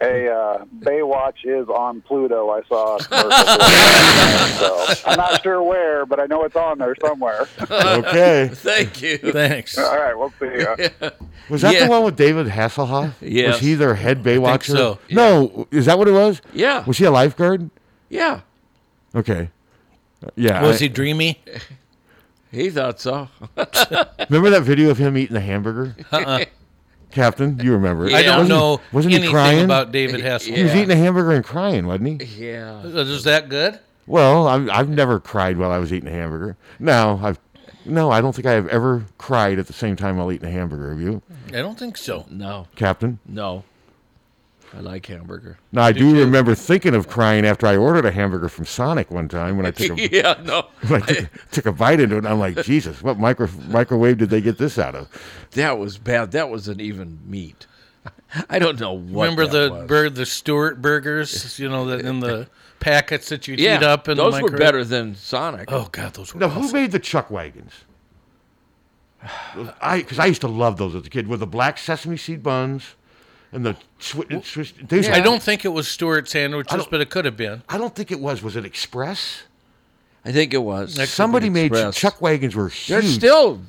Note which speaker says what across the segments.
Speaker 1: Hey, uh, Baywatch is on Pluto. I saw. A commercial for it. so I'm not sure where, but I know it's on there somewhere.
Speaker 2: Okay.
Speaker 3: Thank you.
Speaker 4: Thanks.
Speaker 1: All right, we'll see. ya.
Speaker 2: Was that
Speaker 3: Yeah.
Speaker 2: the one with David Hasselhoff?
Speaker 3: Yes.
Speaker 2: Was he their head Baywatcher?
Speaker 4: so.
Speaker 2: No, is that what it was?
Speaker 3: Yeah.
Speaker 2: Was he a lifeguard?
Speaker 3: Yeah.
Speaker 2: Okay. Yeah.
Speaker 4: Was
Speaker 2: I-
Speaker 4: he dreamy? Uh-uh.
Speaker 3: He thought so.
Speaker 2: Remember that video of him eating the hamburger? Captain, you remember it.
Speaker 4: I don't
Speaker 2: Wasn't he-
Speaker 4: know
Speaker 2: Wasn't
Speaker 4: anything
Speaker 2: he crying?
Speaker 4: about David Hasselhoff.
Speaker 2: he was eating a hamburger and crying, wasn't he?
Speaker 3: yeah.
Speaker 4: Is that good?
Speaker 2: Well, I'm, I've never cried while I was eating a hamburger. No, I've no, I don't think I have ever cried at the same time while eating a hamburger. Have you,
Speaker 4: I don't think so.
Speaker 3: No.
Speaker 2: Captain?
Speaker 3: No. I like hamburger.
Speaker 2: Now I do remember thinking of crying after I ordered a hamburger from Sonic one time when I took a,
Speaker 3: yeah. No.
Speaker 2: when I took, a- took a bite into it. And I'm like, Jesus, what micro, microwave did they get this out of?
Speaker 3: That was bad. That wasn't even meat. I don't know what.
Speaker 4: Remember
Speaker 3: that
Speaker 4: the
Speaker 3: was.
Speaker 4: bur- the Stewart burgers? You know, that in the packets that you would
Speaker 3: Yeah.
Speaker 4: heat up in
Speaker 3: those
Speaker 4: the
Speaker 3: were
Speaker 4: microwave?
Speaker 3: better than Sonic.
Speaker 4: Oh God, those were
Speaker 2: Now,
Speaker 4: awesome.
Speaker 2: who made the chuck wagons? I because I used to love those as a kid with the black sesame seed buns and the swi- and swiss. they used to-
Speaker 4: I don't think it was Stewart sandwiches,
Speaker 2: don't-
Speaker 4: but it could have been.
Speaker 2: I don't think it was. Was it Express?
Speaker 3: I think it was.
Speaker 2: Somebody made
Speaker 3: Express.
Speaker 2: chuck wagons were
Speaker 3: They're
Speaker 2: huge.
Speaker 3: still.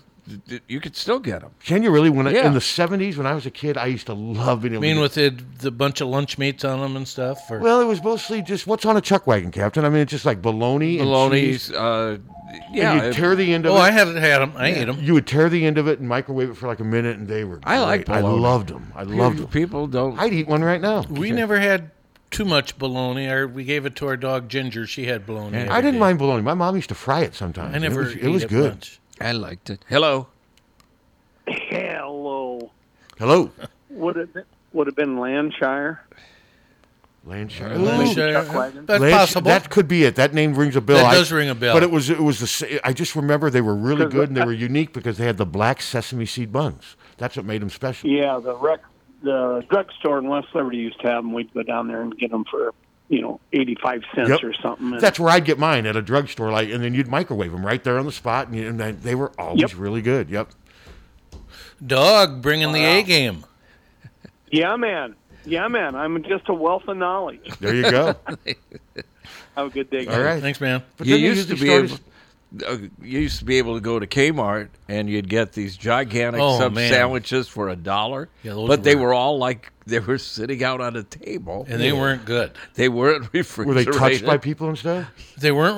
Speaker 3: You could still get them.
Speaker 2: Can you really? When I,
Speaker 3: Yeah.
Speaker 2: in the seventies, when I was a kid, I used to love being able.
Speaker 4: I mean,
Speaker 2: to
Speaker 4: with the, the bunch of lunch meats on them and stuff. Or,
Speaker 2: well, it was mostly just what's on a chuck wagon, Captain. I mean, it's just like bologna, and cheese.
Speaker 3: Maloney's. Uh,
Speaker 2: And
Speaker 3: yeah.
Speaker 2: you tear the end of
Speaker 4: oh,
Speaker 2: it.
Speaker 4: I haven't had them. I ate them.
Speaker 2: you would tear the end of it and microwave it for like a minute, and they were.
Speaker 3: I like
Speaker 2: great. I
Speaker 3: bologna.
Speaker 2: loved them. I
Speaker 3: pe-
Speaker 2: loved them.
Speaker 3: People don't.
Speaker 2: I'd eat one right now.
Speaker 4: We never had too much bologna. Or we gave it to our dog Ginger. She had bologna. every
Speaker 2: I didn't
Speaker 4: day.
Speaker 2: mind bologna. My mom used to fry it sometimes.
Speaker 4: I never.
Speaker 2: It was, it
Speaker 4: ate
Speaker 2: was
Speaker 4: it
Speaker 2: good.
Speaker 4: much.
Speaker 3: I liked it. Hello.
Speaker 5: Hello.
Speaker 2: Hello,
Speaker 5: Would it would have been Landshire?
Speaker 2: Lancashire.
Speaker 4: Lunch,
Speaker 2: Ooh.
Speaker 4: uh,
Speaker 5: wagon.
Speaker 4: That's
Speaker 2: Lanch-
Speaker 4: possible.
Speaker 2: That could be it. That name rings a bell.
Speaker 4: That
Speaker 2: I-
Speaker 4: does ring a bell.
Speaker 2: But it was it was the. sa- I just remember they were really good and they were unique because they had the black sesame seed buns. That's what made them special.
Speaker 5: Yeah, the rec the drugstore in West Liberty used to have them. We'd go down there and get them for you know eighty five cents
Speaker 2: Yep.
Speaker 5: or something. And
Speaker 2: That's where I'd get mine at a drugstore, like, and then you'd microwave them right there on the spot, and, you, and they- they were always
Speaker 5: Yep.
Speaker 2: really good. Yep.
Speaker 4: Dog bringing the A game.
Speaker 5: yeah, man. Yeah, man. I'm just a wealth of knowledge.
Speaker 2: There you go.
Speaker 5: Have a good day, guys.
Speaker 2: All right.
Speaker 4: Thanks, man.
Speaker 2: But
Speaker 3: you
Speaker 2: then they
Speaker 3: used to
Speaker 2: usually
Speaker 3: be
Speaker 2: started-
Speaker 3: able, uh, you used to be able to go to Kmart and you'd get these gigantic
Speaker 4: Oh,
Speaker 3: sub
Speaker 4: man.
Speaker 3: sandwiches for a dollar.
Speaker 4: Yeah,
Speaker 3: but
Speaker 4: those
Speaker 3: they
Speaker 4: were-
Speaker 3: were all like they were sitting out on a table.
Speaker 4: And they weren't good.
Speaker 3: they weren't
Speaker 2: Were they
Speaker 3: refrigerated.
Speaker 2: touched by people and stuff?
Speaker 4: They weren't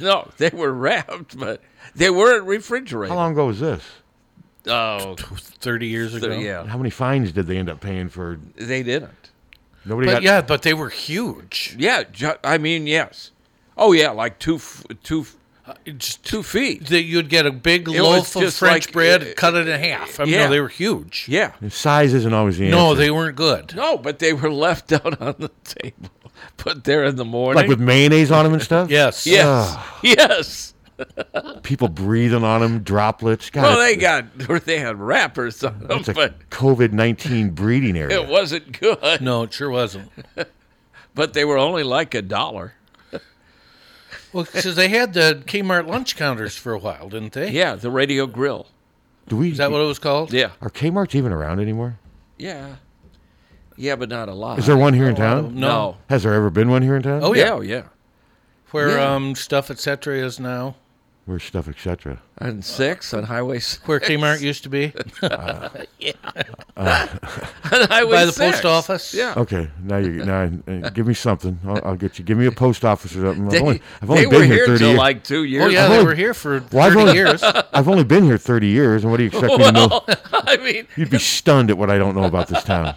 Speaker 3: No, they were wrapped, but they weren't refrigerated.
Speaker 2: How long ago was this?
Speaker 3: Oh,
Speaker 4: Thirty years ago.
Speaker 3: so, yeah,
Speaker 2: How many fines did they end up paying for?
Speaker 3: they didn't.
Speaker 2: Nobody
Speaker 4: But
Speaker 2: got.
Speaker 4: yeah, but they were huge.
Speaker 3: Yeah, ju- I mean yes. Oh yeah, like two f- two f-
Speaker 4: It Uh, Just
Speaker 3: two feet.
Speaker 4: that you'd get a big
Speaker 3: It was
Speaker 4: loaf of
Speaker 3: just
Speaker 4: French
Speaker 3: like- uh,
Speaker 4: bread, cut it in half. I mean,
Speaker 3: Yeah.
Speaker 4: no, they were huge.
Speaker 3: Yeah.
Speaker 2: Size isn't always the answer.
Speaker 4: No, they weren't good.
Speaker 3: No, but they were left out on the table, put there in the morning.
Speaker 2: like with mayonnaise on them and stuff.
Speaker 4: Yes.
Speaker 3: Yes. Yes.
Speaker 2: people breathing on them, droplets. God,
Speaker 3: Well, they got or they had wrappers on them,
Speaker 2: it's a
Speaker 3: but
Speaker 2: COVID nineteen breeding area.
Speaker 3: it wasn't good.
Speaker 4: No, it sure wasn't.
Speaker 3: But they were only like a dollar.
Speaker 4: Well, because they had the Kmart lunch counters for a while, didn't they?
Speaker 3: Yeah, the radio grill.
Speaker 2: Do we?
Speaker 4: Is that what it was called?
Speaker 3: Yeah.
Speaker 2: are Kmart's even around anymore?
Speaker 3: Yeah. Yeah, but not a lot.
Speaker 2: Is there one here in town?
Speaker 4: Uh, No.
Speaker 3: No.
Speaker 2: Has there ever been one here in town?
Speaker 4: Oh, yeah.
Speaker 3: Yeah, oh, yeah.
Speaker 4: Where
Speaker 3: Yeah.
Speaker 4: um stuff etc. is now.
Speaker 2: Where's stuff, etc.
Speaker 3: And six on Highway six.
Speaker 4: Where Kmart used to be.
Speaker 3: Uh, on highway
Speaker 4: By the
Speaker 3: six.
Speaker 4: post office.
Speaker 3: Yeah.
Speaker 2: Okay, now you now uh, give me something. I'll, I'll get you. Give me a post office or something. I've
Speaker 3: They,
Speaker 2: only, I've only
Speaker 3: they
Speaker 2: been
Speaker 3: were here
Speaker 2: thirty
Speaker 3: till
Speaker 2: years.
Speaker 3: like two years.
Speaker 4: Oh yeah,
Speaker 3: ago.
Speaker 4: they
Speaker 2: I've
Speaker 4: were here for
Speaker 2: Well, I've
Speaker 4: thirty
Speaker 2: only-
Speaker 4: years.
Speaker 2: I've only been here thirty years, and what do you expect me to know?
Speaker 3: Well, I mean,
Speaker 2: You'd be stunned at what I don't know about this town.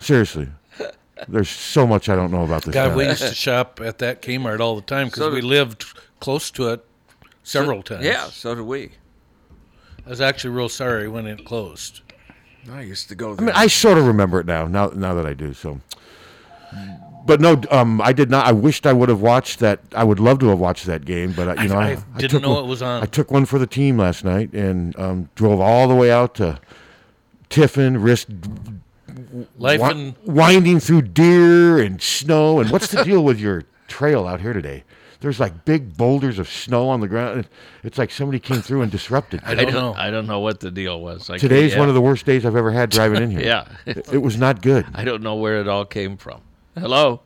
Speaker 2: Seriously, there's so much I don't know about this
Speaker 4: God,
Speaker 2: town.
Speaker 4: we used to shop at that Kmart all the time because
Speaker 3: So
Speaker 4: we
Speaker 3: did-
Speaker 4: lived close to it several times.
Speaker 3: yeah, so do we.
Speaker 4: I was actually real sorry when it closed.
Speaker 3: I used to go
Speaker 2: I
Speaker 3: there.
Speaker 2: mean, I sort of remember it now. Now, now that I do, so. But no, um, I did not. I wished I would have watched that. I would love to have watched that game, but I, you know,
Speaker 4: I
Speaker 2: I,
Speaker 4: didn't
Speaker 2: took
Speaker 4: know
Speaker 2: one-
Speaker 4: it was on.
Speaker 2: I took one for the team last night and um, drove all the way out to Tiffin, risk Mm,
Speaker 4: Life
Speaker 2: wi-
Speaker 4: and
Speaker 2: winding through deer and snow. And what's the deal with your trail out here today? There's like big boulders of snow on the ground. It- It's like somebody came through and disrupted.
Speaker 3: I don't know. I don't know what the deal was. I
Speaker 2: Today's
Speaker 3: can't-
Speaker 2: one of the worst days I've ever had driving in here.
Speaker 3: Yeah.
Speaker 2: It, it was not good.
Speaker 3: I don't know where it all came from. Hello.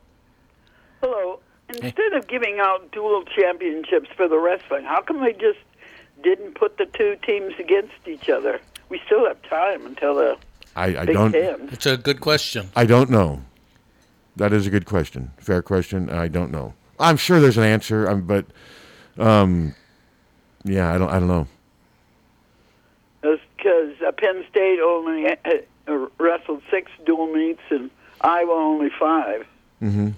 Speaker 6: Hello. Instead of giving out dual championships for the wrestling, how come they just didn't put the two teams against each other? We still have time until the
Speaker 2: I, I
Speaker 6: Big
Speaker 2: don't.
Speaker 6: Ten.
Speaker 4: It's a good question.
Speaker 2: I don't know. That is a good question. Fair question. I don't know. I'm sure there's an answer, um, but um, yeah, I don't. I don't know.
Speaker 6: because uh, Penn State only uh, uh, wrestled six dual meets and Iowa only five.
Speaker 2: Mm-hmm.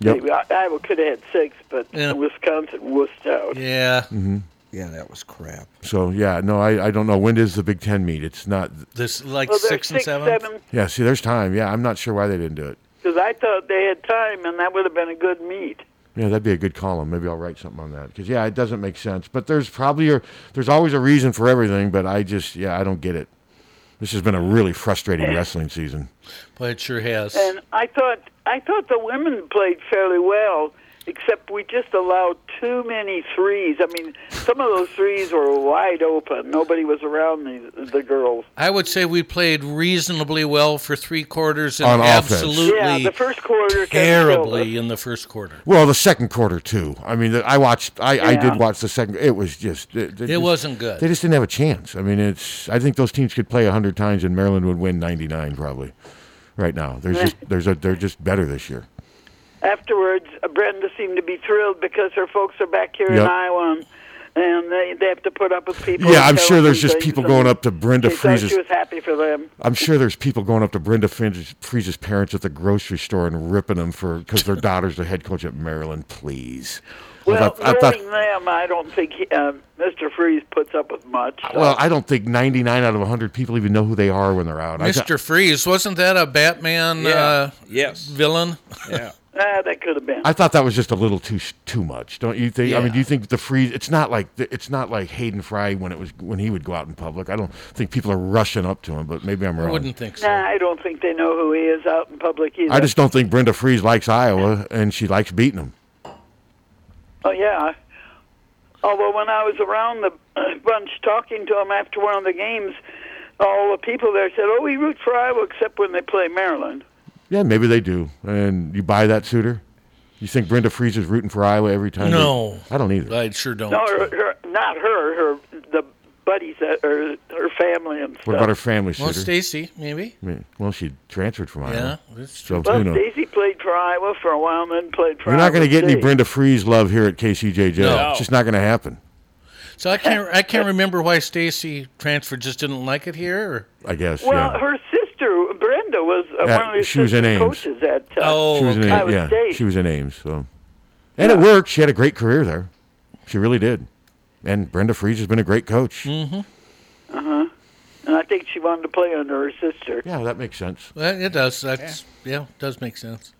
Speaker 2: Yep.
Speaker 6: Maybe I- Iowa could have had six, but Wisconsin wussed out.
Speaker 4: Yeah.
Speaker 2: Mm-hmm.
Speaker 7: Yeah, that was crap.
Speaker 2: So yeah, no, I, I don't know. When does the Big Ten meet? It's not.
Speaker 4: This like
Speaker 6: Well, there's
Speaker 4: six and
Speaker 6: six,
Speaker 4: seven.
Speaker 6: seven,
Speaker 2: Yeah. See, there's time. Yeah, I'm not sure why they didn't do it.
Speaker 6: because I thought they had time, and that would have been a good meet.
Speaker 2: Yeah, that'd be a good column. Maybe I'll write something on that because yeah, it doesn't make sense. But there's probably a, there's always a reason for everything. But I just yeah, I don't get it. This has been a really frustrating wrestling season.
Speaker 4: But it sure has.
Speaker 6: And I thought I thought the women played fairly well, except we just allowed too many threes. I mean, some of those threes were wide open. Nobody was around the the girls.
Speaker 4: I would say we played reasonably well for three quarters and
Speaker 2: On offense.
Speaker 4: absolutely
Speaker 6: Yeah, the first quarter kinda
Speaker 4: terribly in the first quarter.
Speaker 2: Well, the second quarter too. I mean, the- I watched. I, I
Speaker 4: Yeah.
Speaker 2: did watch the second. It was just. It,
Speaker 4: It
Speaker 2: just-
Speaker 4: wasn't good.
Speaker 2: They just didn't have a chance. I mean, it's. I think those teams could play hundred times and Maryland would win ninety nine probably. Right now, there's just there's a they're just better this year.
Speaker 6: Afterwards, uh, Brenda seemed to be thrilled because her folks are back here in
Speaker 2: Yep.
Speaker 6: Iowa, and, um, and they they have to put up with people.
Speaker 2: Yeah, I'm
Speaker 6: and
Speaker 2: sure there's
Speaker 6: things,
Speaker 2: just people
Speaker 6: and
Speaker 2: going up to Brenda
Speaker 6: they thought
Speaker 2: Freeze's-
Speaker 6: She was happy for them.
Speaker 2: I'm sure there's people going up to Brenda Fries- Freeze's parents at the grocery store and ripping them for because their daughter's the head coach at Maryland. Please. I
Speaker 6: Well,
Speaker 2: thought- I thought-
Speaker 6: knowing them, I don't think he, uh, Mr. Freeze puts up with much. so-
Speaker 2: well, I don't think 99 out of 100 people even know who they are when they're out. I thought-
Speaker 4: Mr. Freeze, wasn't that a Batman uh,
Speaker 3: yes.
Speaker 4: villain?
Speaker 3: Yeah.
Speaker 6: ah, that could have been.
Speaker 2: I thought that was just a little too too much, don't you think? I mean,
Speaker 4: Yeah.
Speaker 2: do you think the freeze? It's not like it's not like Hayden Fry when it was when he would go out in public. I don't think people are rushing up to him, but maybe I'm wrong.
Speaker 4: think
Speaker 6: so. Nah, I don't think they know who he is out in public either.
Speaker 2: I just don't think Brenda Freeze likes Iowa, and she likes beating them.
Speaker 6: Oh yeah. Although when I was around the uh, bunch talking to them after one of the games, all the people there said, "Oh, we root for Iowa except when they play Maryland."
Speaker 2: Yeah, maybe they do. And you buy that suitor? You think Brenda Freeze is rooting for Iowa every time? they-
Speaker 4: No.
Speaker 2: I don't either.
Speaker 4: I sure don't.
Speaker 6: No, her, her, not her. Her the buddies that her her family and stuff.
Speaker 2: What about her family suitor?
Speaker 4: Well, Stacy, maybe.
Speaker 2: I mean, well, she transferred from Iowa.
Speaker 4: Yeah, that's
Speaker 2: So,
Speaker 6: Well,
Speaker 2: you know,
Speaker 6: Daisy played for Iowa for a while, and then played for.
Speaker 2: you're not going to
Speaker 6: Iowa
Speaker 2: get any
Speaker 6: State.
Speaker 2: Brenda Freeze love here at KCJJ.
Speaker 4: No.
Speaker 2: It's just not going to happen.
Speaker 4: So I can't I can't remember why Stacy transferred just didn't like it here. Or?
Speaker 2: I guess.
Speaker 6: Well,
Speaker 2: yeah.
Speaker 6: her sister Brenda was uh,
Speaker 2: Yeah,
Speaker 6: one of the
Speaker 2: she was in
Speaker 6: assistant
Speaker 2: Ames.
Speaker 6: coaches at uh,
Speaker 4: Oh,
Speaker 2: she was in,
Speaker 6: Iowa
Speaker 2: Ames- yeah,
Speaker 6: State.
Speaker 2: she was in Ames. So, and it worked. She had a great career there. She really did. And Brenda Freeze has been a great coach. Mm-hmm.
Speaker 6: Uh huh. And I think she wanted to play under her sister.
Speaker 2: Yeah, that makes sense.
Speaker 4: Well, it does. That's yeah, it does make sense.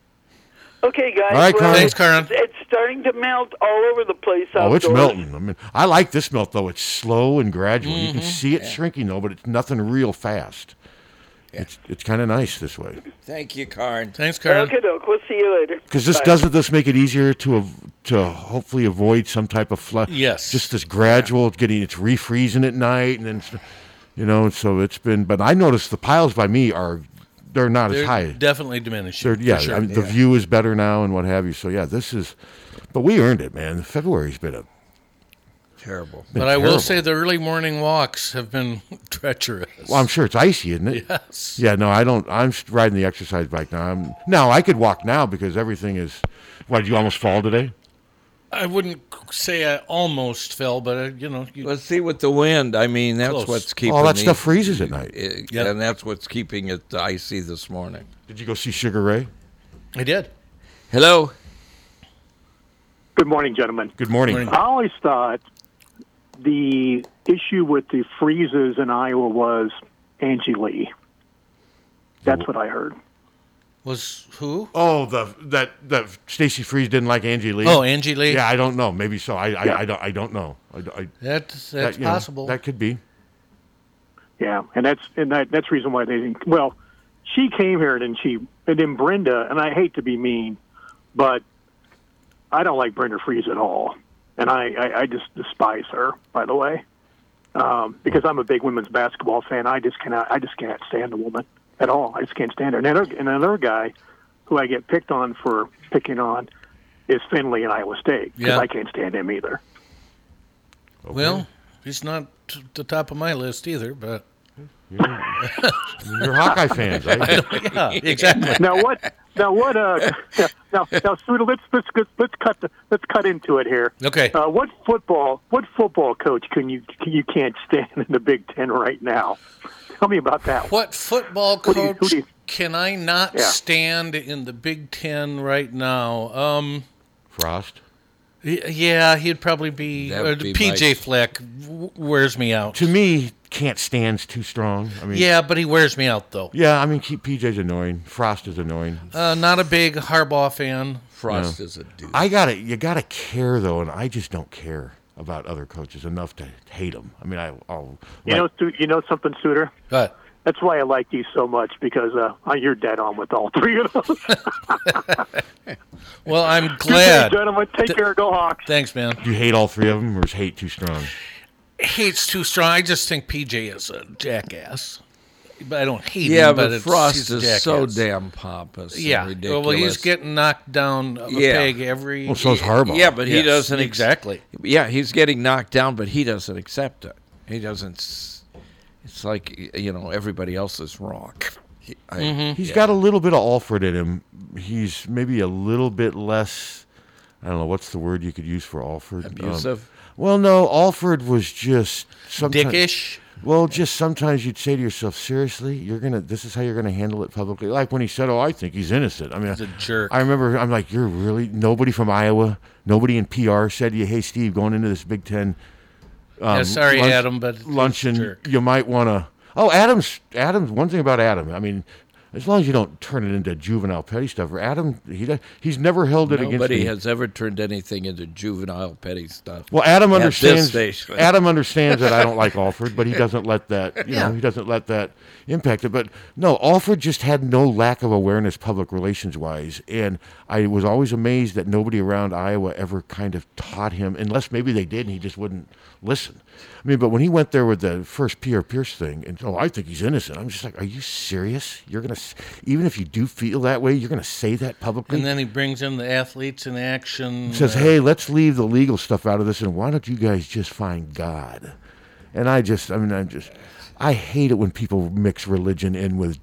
Speaker 6: Okay, guys.
Speaker 2: All right,
Speaker 6: well,
Speaker 2: Carmen. Thanks,
Speaker 6: it's-
Speaker 2: Carmen.
Speaker 6: It's starting to melt all over the place.
Speaker 2: Oh, it's
Speaker 6: outdoors.
Speaker 2: melting. I mean, I like this melt though. It's slow and gradual. You can
Speaker 4: Mm-hmm.
Speaker 6: Mhm.
Speaker 2: see it shrinking though, but it's nothing real fast. It's it's kind of nice this way
Speaker 3: Thank you, Karn.
Speaker 4: Thanks,
Speaker 6: Okay, Doc. We'll see you later.
Speaker 2: because this
Speaker 6: Bye.
Speaker 2: doesn't this make it easier to av- to hopefully avoid some type of flood.
Speaker 4: Yes.
Speaker 2: just this gradual it's getting it's refreezing at night and then s- you know so it's been. But I noticed the piles by me are they're not
Speaker 4: They're
Speaker 2: as high.
Speaker 4: definitely diminishing.
Speaker 2: They're-
Speaker 4: for
Speaker 2: yeah,
Speaker 4: sure.
Speaker 2: I mean, the view is better now and what have you. So yeah, this is. But we earned it, man. February's been a
Speaker 3: Terrible.
Speaker 2: been
Speaker 4: But I will
Speaker 2: terrible.
Speaker 4: say the early morning walks have been treacherous.
Speaker 2: Well, I'm sure it's icy, isn't it?
Speaker 4: Yes.
Speaker 2: Yeah, no, I don't. I'm s- riding the exercise bike now. I'm, now I could walk now because everything is. Why did you almost fall today?
Speaker 4: I wouldn't say I almost fell, but I, you know, you,
Speaker 3: Let's see with the wind. I mean, that's
Speaker 4: Close.
Speaker 3: what's keeping
Speaker 2: All that
Speaker 3: the-
Speaker 2: stuff freezes at night.
Speaker 3: It-
Speaker 4: Yep.
Speaker 3: and that's what's keeping it icy this morning.
Speaker 2: Did you go see Sugar Ray?
Speaker 4: I did.
Speaker 3: Hello.
Speaker 8: Good morning, gentlemen.
Speaker 2: Good morning.
Speaker 8: I always thought the issue with the freezes in Iowa was Angie Lee. That's what I heard.
Speaker 4: Was who?
Speaker 2: Oh, the that that Stacy Freeze didn't like Angie Lee.
Speaker 4: Oh, Angie Lee.
Speaker 2: Yeah, I don't know. Maybe so. I I,
Speaker 8: Yeah.
Speaker 2: I don't I don't know. I, I-
Speaker 4: That's-
Speaker 2: that,
Speaker 4: that's
Speaker 2: you know,
Speaker 4: possible.
Speaker 2: that could be.
Speaker 8: Yeah, and that's and that, that's the reason why they didn't. Well, she came here and then she and then Brenda and I hate to be mean, but I don't like Brenda Fries at all, and I, I, I just despise her. By the way, um, because I'm a big women's basketball fan, I just cannot I just can't stand the woman at all. I just can't stand her. And another, and another guy who I get picked on for picking on is Finley in Iowa State because
Speaker 4: Yeah.
Speaker 8: I can't stand him either.
Speaker 4: Well, he's not t- the top of my list either, but.
Speaker 2: You're Hawkeye fans, right?
Speaker 4: yeah, exactly.
Speaker 8: Now what? Now what? Uh, now now, Suda, let's let's let's- let's cut the, let's cut into it here.
Speaker 4: Okay.
Speaker 8: Uh, what football? What football coach can you can, you can't stand in the Big Ten right now? Tell me about that.
Speaker 4: What football
Speaker 8: Who do you-
Speaker 4: coach
Speaker 8: who do you-
Speaker 4: can I not
Speaker 8: Yeah.
Speaker 4: stand in the Big Ten right now? Um,
Speaker 2: Frost.
Speaker 4: y- yeah, he'd probably be,
Speaker 2: That
Speaker 4: uh,
Speaker 2: would be
Speaker 4: PJ
Speaker 2: my-
Speaker 4: Fleck. w- Wears me out.
Speaker 2: To me, can't stand's too strong. I mean,
Speaker 4: yeah, but he wears me out though.
Speaker 2: yeah. I mean, keep PJ's annoying. Frost is annoying.
Speaker 4: Uh, not a big Harbaugh fan.
Speaker 2: No. I gotta, you gotta care though, and I just don't care about other coaches enough to hate them. I mean, I, I'll.
Speaker 8: You know, Su- you know something, Suter.
Speaker 4: What?
Speaker 8: That's why I like you so much because uh, you're dead on with all three of those.
Speaker 4: Well, I'm glad.
Speaker 8: gentlemen, take care. Go Hawks.
Speaker 4: Thanks, man.
Speaker 2: Do you hate all three of them, or is hate too strong?
Speaker 4: Hate's too strong. I just think PJ is a jackass. But I don't hate
Speaker 3: Yeah,
Speaker 4: him.
Speaker 3: but
Speaker 4: it's-
Speaker 3: Frost
Speaker 4: he's a
Speaker 3: is so
Speaker 4: jackass.
Speaker 3: damn pompous and
Speaker 4: Yeah. Well, he's
Speaker 3: ridiculous.
Speaker 4: getting knocked down of a
Speaker 3: Yeah.
Speaker 4: peg every.
Speaker 2: Well, so's Harbaugh.
Speaker 3: Yeah, but he
Speaker 4: Yes,
Speaker 3: doesn't ex-
Speaker 4: exactly.
Speaker 3: Yeah, he's getting knocked down, but he doesn't accept it. He doesn't. s- It's like you know everybody else is wrong. He, I-
Speaker 4: Mm-hmm.
Speaker 2: He's
Speaker 3: yeah.
Speaker 2: got a little bit of Alfred in him. He's maybe a little bit less. I don't know what's the word you could use for Alfred. Um,
Speaker 3: Abusive?
Speaker 2: well, no, Alford was just sometimes,
Speaker 4: Dickish?
Speaker 2: Well, just sometimes you'd say to yourself, "Seriously, you're gonna? This is how you're gonna handle it publicly?" Like when he said, "Oh, I think he's innocent." I mean,
Speaker 4: He's a jerk.
Speaker 2: I remember I'm like, "You're really nobody from Iowa, nobody in PR said to you, hey, Steve, going into this Big Ten, um,
Speaker 4: Yeah, sorry, Adam, but he's a
Speaker 2: luncheon, you might want to." Oh, Adam's Adam's one thing about Adam. I mean. As long as you don't turn it into juvenile petty stuff, or Adam, he does- he's never held it against
Speaker 3: Nobody
Speaker 2: me.
Speaker 3: has ever turned anything into juvenile petty stuff.
Speaker 2: Well, Adam
Speaker 3: at
Speaker 2: understands.
Speaker 3: This station.
Speaker 2: Adam understands that I don't like Alford, but he doesn't let that. You know, he doesn't let that impact it. But no, Alford just had no lack of awareness, public relations wise, and I was always amazed that nobody around Iowa ever kind of taught him, unless maybe they did, and he just wouldn't listen. I mean, but when he went there with the first Pierre Pierce thing, and oh, I think he's innocent. I'm just like, are you serious? You're gonna, s- even if you do feel that way, you're gonna say that publicly.
Speaker 4: And then he brings in the athletes in action.
Speaker 2: says,
Speaker 4: uh,
Speaker 2: "Hey, let's leave the legal stuff out of this, and why don't you guys just find God?" And I just, I mean, I'm just, I hate it when people mix religion in with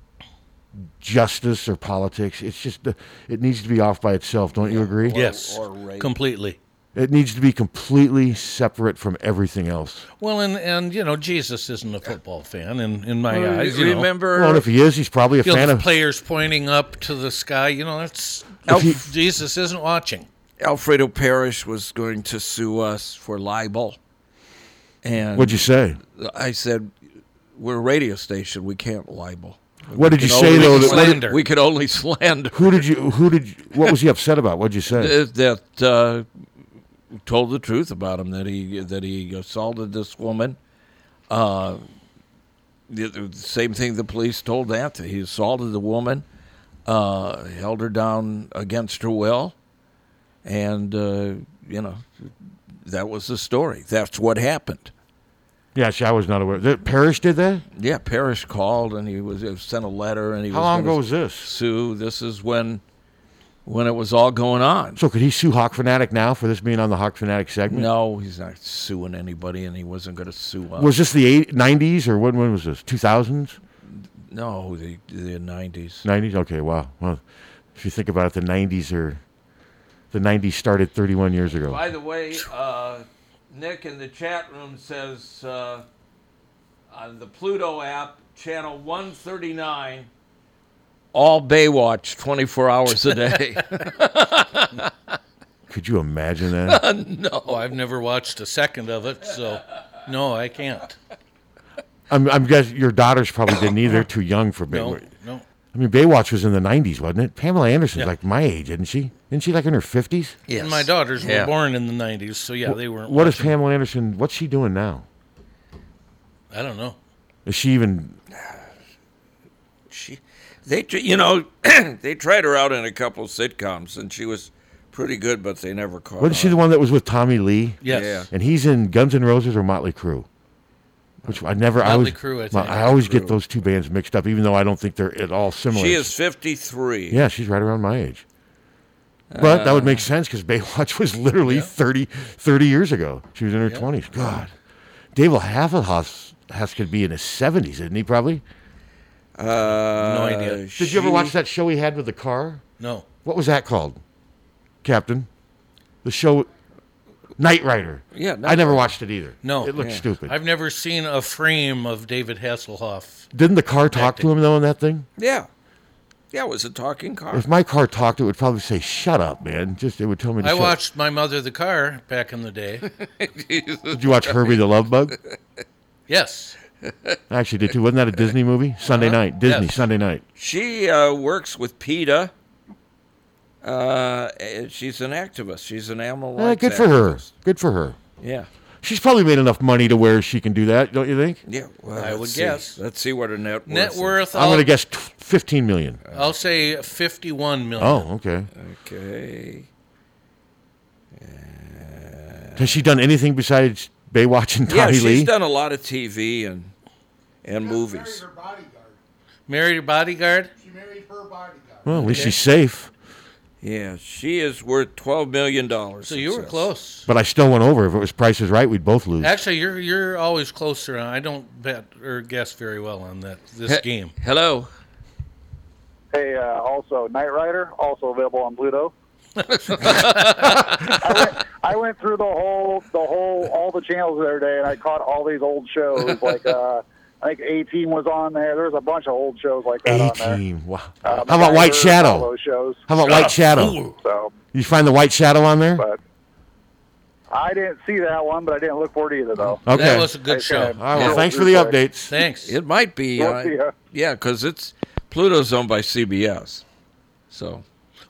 Speaker 2: justice or politics. It's just, it needs to be off by itself. Don't you agree?
Speaker 4: Yes. completely.
Speaker 2: It needs to be completely separate from everything else.
Speaker 4: Well, and, and you know, Jesus isn't a football fan in, in my
Speaker 3: Well,
Speaker 4: eyes.
Speaker 3: you
Speaker 4: uh, You know.
Speaker 3: remember-
Speaker 2: Well, and if he is, he's probably a
Speaker 4: You know,
Speaker 2: fan
Speaker 4: the
Speaker 2: of-
Speaker 4: players pointing up to the sky. You know, that's
Speaker 3: If he-
Speaker 4: Jesus isn't watching.
Speaker 3: Alfredo Parrish was going to sue us for libel. And
Speaker 2: What'd you say?
Speaker 3: I said, "We're a radio station. We can't libel."
Speaker 2: What
Speaker 3: We
Speaker 2: did you
Speaker 3: can
Speaker 2: say,
Speaker 3: only
Speaker 2: though, that- what did-
Speaker 3: Slander. We could only slander.
Speaker 2: Who did you? Who did? You, what was he upset about? What'd you say?
Speaker 3: Th- that uh, told the truth about him that he that he assaulted this woman. Uh, the, the same thing the police told that he assaulted the woman, uh, held her down against her will, and uh, you know that was the story. That's what happened.
Speaker 2: Yeah, see, I was not aware. That Parrish did that.
Speaker 3: Yeah, Parrish called and he was he sent a letter and he
Speaker 2: How
Speaker 3: was
Speaker 2: long
Speaker 3: gonna
Speaker 2: ago was this?
Speaker 3: Sue, this is when when it was all going on.
Speaker 2: So could he sue Hawk Fanatic now for this being on the Hawk Fanatic segment?
Speaker 3: No, he's not suing anybody, and he wasn't going to sue us.
Speaker 2: Was this the eight, 90s or when, when was this? 2000s?
Speaker 3: No, the the nineties.
Speaker 2: 90s? Okay, wow. Well, if you think about it, the 90s are. The 90s started 31 years ago.
Speaker 3: By the way, uh, Nick in the chat room says uh, on the Pluto app, channel one thirty nine. All Baywatch, twenty four hours a day.
Speaker 2: Could you imagine that?
Speaker 4: no, Oh, I've never watched a second of it, so no, I can't.
Speaker 2: I'm, I'm guessing your daughters probably didn't either. Too young for
Speaker 4: No,
Speaker 2: Baywatch.
Speaker 4: no.
Speaker 2: I mean, Baywatch was in the 90s, wasn't it? Pamela Anderson's like my age, isn't she? Isn't she like in her 50s?
Speaker 4: And my daughters
Speaker 3: Yeah.
Speaker 4: were born in the '90s, so yeah, they weren't.
Speaker 2: What is
Speaker 4: watching.
Speaker 2: Pamela Anderson? What's she doing now?
Speaker 4: I don't know.
Speaker 2: Is she even.
Speaker 3: she, they, tr- you know, they tried her out in a couple sitcoms, and she was pretty good, but they never caught.
Speaker 2: Wasn't she
Speaker 3: on.
Speaker 2: the one that was with Tommy Lee?
Speaker 3: Yes. Yeah.
Speaker 2: And he's in Guns N' Roses or Motley Crue? Which I never, I
Speaker 3: Motley
Speaker 2: always,
Speaker 3: Crue, I
Speaker 2: Mo-
Speaker 3: think.
Speaker 2: I always get
Speaker 3: Crue.
Speaker 2: those two bands mixed up, even though I don't think they're at all similar.
Speaker 3: She is 53.
Speaker 2: Yeah, she's right around my age. But that would
Speaker 3: Uh,
Speaker 2: make sense because Baywatch was literally thirty thirty 30, years ago. She was in her 20s. God. Dave Hasselhoff has could be in his 70s, isn't he, probably?
Speaker 3: Uh, no
Speaker 2: idea. Did you ever watch that show he had with the car?
Speaker 4: No.
Speaker 2: What was that called, Captain? The show Knight Rider.
Speaker 4: Yeah, Knight
Speaker 2: I never
Speaker 4: Rider.
Speaker 2: watched it either.
Speaker 4: No,
Speaker 2: It looked stupid.
Speaker 4: I've never seen a frame of David Hasselhoff.
Speaker 2: Didn't the car talk to him, though, in that thing?
Speaker 3: Yeah. Yeah, it was a talking car.
Speaker 2: If my car talked, it would probably say, shut up, man. Just It would tell me to
Speaker 4: I
Speaker 2: shut
Speaker 4: watched My Mother the Car back in the day.
Speaker 2: Did you watch Herbie the Love Bug?
Speaker 4: Yes.
Speaker 2: I actually did, too. Wasn't that a Disney movie? Sunday
Speaker 3: Uh-huh.
Speaker 2: night. Disney,
Speaker 3: Yes.
Speaker 2: Sunday night.
Speaker 3: She uh, works with PETA. Uh, and she's an activist. She's an animal.
Speaker 2: Eh,
Speaker 3: rights
Speaker 2: good for her.
Speaker 3: activist.
Speaker 2: Good for her.
Speaker 3: Yeah.
Speaker 2: She's probably made enough money to where she can do that, don't you think?
Speaker 3: Yeah. Well,
Speaker 4: I
Speaker 3: let's
Speaker 4: would
Speaker 3: see.
Speaker 4: guess.
Speaker 3: Let's see what her net worth.
Speaker 4: Net
Speaker 3: is.
Speaker 4: worth. oh.
Speaker 2: I'm
Speaker 4: I'll-
Speaker 2: going to guess t- 15 million.
Speaker 4: I'll say 51 million.
Speaker 2: Oh, okay.
Speaker 3: Okay.
Speaker 2: Has she done anything besides Baywatch and
Speaker 3: yeah,
Speaker 2: Tommy
Speaker 3: she's
Speaker 2: Lee?
Speaker 3: done a lot of TV and and movies.
Speaker 4: Married a bodyguard?
Speaker 2: well, at least she's safe.
Speaker 3: Yeah, she is worth twelve million dollars.
Speaker 4: So you were close.
Speaker 2: But I still went over. If it was Price is Right, we'd both lose.
Speaker 4: Actually, you're you're always closer. I don't bet or guess very well on that this
Speaker 3: He-
Speaker 4: game.
Speaker 3: Hello.
Speaker 1: Hey, uh, also Knight Rider, also available on Pluto. I, went, I went through the whole, the whole, all the channels the other day, and I caught all these old shows. Like, uh, I think A Team was on there. There's a bunch of old shows like that
Speaker 2: A
Speaker 1: on there.
Speaker 2: team. Wow.
Speaker 1: Uh,
Speaker 2: How about
Speaker 1: MacGyver,
Speaker 2: White
Speaker 1: all
Speaker 2: Shadow?
Speaker 1: those shows.
Speaker 2: How about
Speaker 3: Uh,
Speaker 2: White Shadow?
Speaker 1: So
Speaker 2: You find the White Shadow on there?
Speaker 1: I didn't see that one, but I didn't look forward to either though.
Speaker 2: Okay. That
Speaker 3: was a good
Speaker 1: I just
Speaker 3: show.
Speaker 1: kinda
Speaker 2: All right.
Speaker 1: scrolled
Speaker 2: Well, thanks for
Speaker 1: through
Speaker 2: the
Speaker 1: quick.
Speaker 2: updates.
Speaker 4: Thanks.
Speaker 3: It might be.
Speaker 1: We'll
Speaker 3: uh,
Speaker 1: see ya.
Speaker 3: yeah, because it's Pluto's owned by CBS. So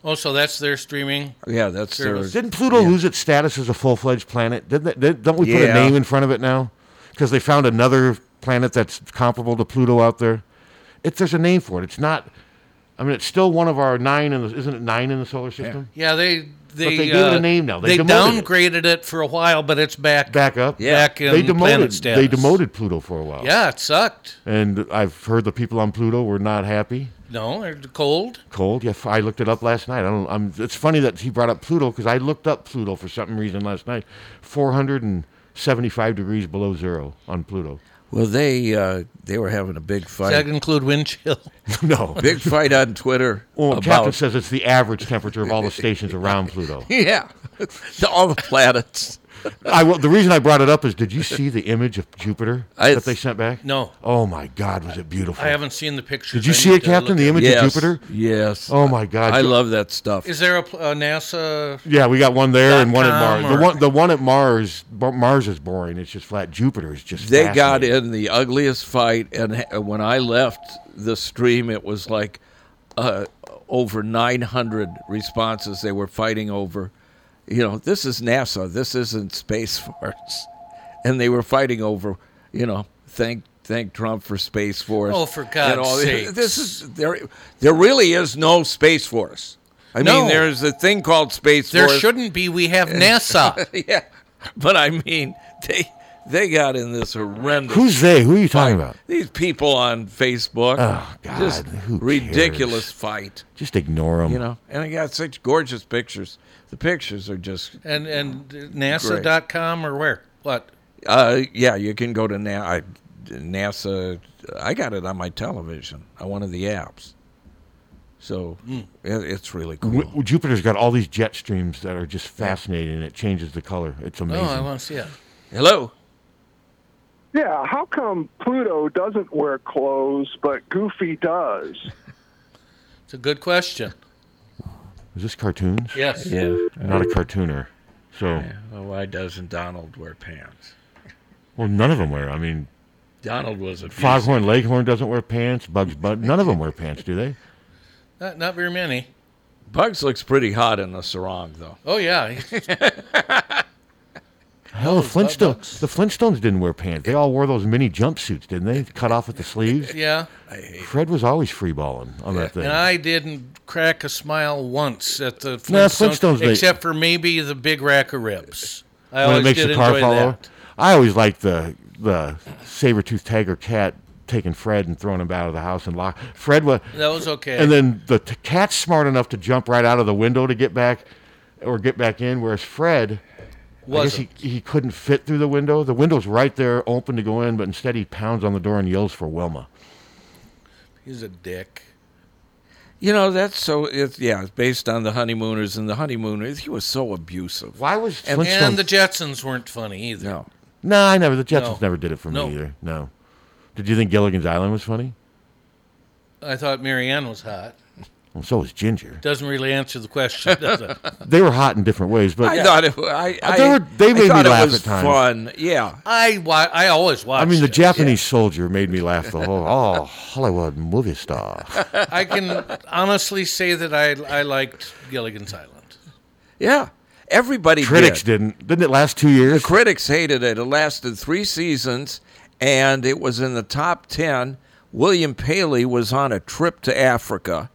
Speaker 4: Oh, so that's their streaming.
Speaker 3: Yeah, that's their-
Speaker 4: service.
Speaker 2: Didn't Pluto lose its status as a full fledged planet? Didn't that, did, don't we put a
Speaker 3: Yeah.
Speaker 2: name in front of it now? Because they found another planet that's comparable to Pluto out there. It, there's a name for it. It's not. I mean, it's still one of our nine in the. Isn't it nine in the solar system?
Speaker 4: Yeah, they they,
Speaker 2: they gave it a
Speaker 4: uh,
Speaker 2: name now.
Speaker 4: They,
Speaker 2: They demoted it.
Speaker 4: downgraded it. for a while, but it's back
Speaker 2: back up.
Speaker 4: Back in
Speaker 2: they demoted.
Speaker 4: planet status.
Speaker 2: They demoted Pluto for a while.
Speaker 4: Yeah, it sucked.
Speaker 2: And I've heard the people on Pluto were not happy.
Speaker 4: No, they're cold.
Speaker 2: Cold. Yeah, I looked it up last night. I don't. I'm, it's funny that he brought up Pluto because I looked up Pluto for some reason last night. Four hundred and seventy-five degrees below zero on Pluto.
Speaker 3: well, they uh, they were having a big fight.
Speaker 4: Does that include wind chill?
Speaker 2: no,
Speaker 3: big fight on Twitter
Speaker 2: Well, Captain
Speaker 3: about
Speaker 2: says it's the average temperature of all the stations around Pluto.
Speaker 3: yeah, all the planets.
Speaker 2: I well, the reason I brought it up is, did you see the image of Jupiter
Speaker 3: I-
Speaker 2: that they sent back?
Speaker 4: No.
Speaker 2: Oh my God, was it beautiful?
Speaker 4: I haven't seen the pictures.
Speaker 2: Did you
Speaker 4: I
Speaker 2: see
Speaker 4: need
Speaker 2: it,
Speaker 4: to
Speaker 2: Captain?
Speaker 4: look
Speaker 2: The
Speaker 4: at
Speaker 2: image
Speaker 4: it.
Speaker 2: of Jupiter?
Speaker 3: Yes.
Speaker 2: Oh my God.
Speaker 3: I love that stuff.
Speaker 4: Is there a, pl- a NASA?
Speaker 2: Yeah, we got one there and one at
Speaker 4: .com
Speaker 2: Mars. The
Speaker 4: or-
Speaker 2: one, the one at Mars, Bar- Mars is boring. It's just flat. Jupiter is just.
Speaker 3: They got
Speaker 2: fascinating.
Speaker 3: in the ugliest fight, and ha- when I left the stream, it was like uh, over 900 responses they were fighting over. You know, this is NASA. This isn't Space Force, and they were fighting over. You know, thank thank Trump for Space Force.
Speaker 4: Oh, for
Speaker 3: and
Speaker 4: God's
Speaker 3: all-
Speaker 4: sake!
Speaker 3: This is there. There really is no Space Force. I
Speaker 4: No.
Speaker 3: mean, there's a thing called Space
Speaker 4: There
Speaker 3: Force.
Speaker 4: shouldn't be. We have NASA.
Speaker 3: yeah, but I mean, they they got in this horrendous.
Speaker 2: Who's they? Who are you talking about?
Speaker 3: These people on Facebook.
Speaker 2: Oh, God,
Speaker 3: Just
Speaker 2: who
Speaker 3: ridiculous fight.
Speaker 2: Just ignore them.
Speaker 3: You know, and they got such gorgeous pictures. The pictures are just.
Speaker 4: and and NASA.com or where? What?
Speaker 3: Uh, yeah, you can go to Na- I, NASA. I got it on my television on one of the apps. So it, it's really cool.
Speaker 2: W- Jupiter's got all these jet streams that are just fascinating. and It changes the color. It's amazing.
Speaker 4: Oh, I want to see it.
Speaker 3: Hello.
Speaker 8: Yeah, how come Pluto doesn't wear clothes, but Goofy does?
Speaker 4: It's a good question.
Speaker 2: Is this cartoons?
Speaker 4: Yes.
Speaker 3: Yeah.
Speaker 2: I'm not a cartooner, so
Speaker 3: Well, why doesn't Donald wear pants?
Speaker 2: well, none of them wear. I mean,
Speaker 3: Donald was a
Speaker 2: Foghorn Leghorn doesn't wear pants. Bugs Bud. None of them wear pants, do they?
Speaker 4: Not not very many.
Speaker 3: Bugs looks pretty hot in a sarong, though.
Speaker 4: Oh yeah.
Speaker 2: Hell, the
Speaker 4: is that
Speaker 2: Flintstones. The Flintstones didn't wear pants. They all wore those mini jumpsuits, didn't they? Cut off at the sleeves.
Speaker 4: Yeah.
Speaker 2: Fred was always freeballing on that thing.
Speaker 4: And I didn't crack a smile once at the Flintstones,
Speaker 2: No, Flintstones, they-
Speaker 4: except for maybe the big rack of ribs. I
Speaker 2: when
Speaker 4: always
Speaker 2: it makes
Speaker 4: did
Speaker 2: the car
Speaker 4: enjoy
Speaker 2: fall
Speaker 4: that.
Speaker 2: over. I always liked the the saber toothed tiger cat taking Fred and throwing him out of the house and lock. Fred was
Speaker 4: That was okay.
Speaker 2: And then the t- cat's smart enough to jump right out of the window to get back or get back in, whereas Fred. I guess he,
Speaker 4: Wasn't.
Speaker 2: he couldn't fit through the window. The window's right there, open to go in, but instead he pounds on the door and yells for Wilma.
Speaker 4: He's a dick.
Speaker 3: You know, that's so. It's yeah, it's based on the honeymooners and the honeymooners. He was so abusive.
Speaker 2: Why was
Speaker 3: and,
Speaker 2: Flintstone-
Speaker 4: And the Jetsons weren't funny either.
Speaker 3: no?
Speaker 2: No, I never. The Jetsons
Speaker 4: No.
Speaker 2: never did it for
Speaker 4: No.
Speaker 2: me either. No. Did you think Gilligan's Island was funny?
Speaker 4: I thought Marianne was hot.
Speaker 2: Well, so was Ginger.
Speaker 4: Doesn't really answer the question, does it?
Speaker 2: They were hot in different ways, but
Speaker 3: I thought it. I, I,
Speaker 2: They were- they
Speaker 3: I
Speaker 2: made me
Speaker 3: thought it
Speaker 2: laugh
Speaker 3: was
Speaker 2: at times.
Speaker 3: Fun, yeah.
Speaker 4: I wa- I always watched.
Speaker 2: I mean, the
Speaker 4: it.
Speaker 2: Japanese soldier made me laugh the whole. Oh, Hollywood movie star.
Speaker 4: I can honestly say that I I liked Gilligan's Island.
Speaker 3: Yeah. Everybody
Speaker 2: Critics
Speaker 3: did.
Speaker 2: didn't. Didn't it last two years?
Speaker 3: The critics hated it. It lasted three seasons and it was in the top 10. William Paley was on a trip to Africa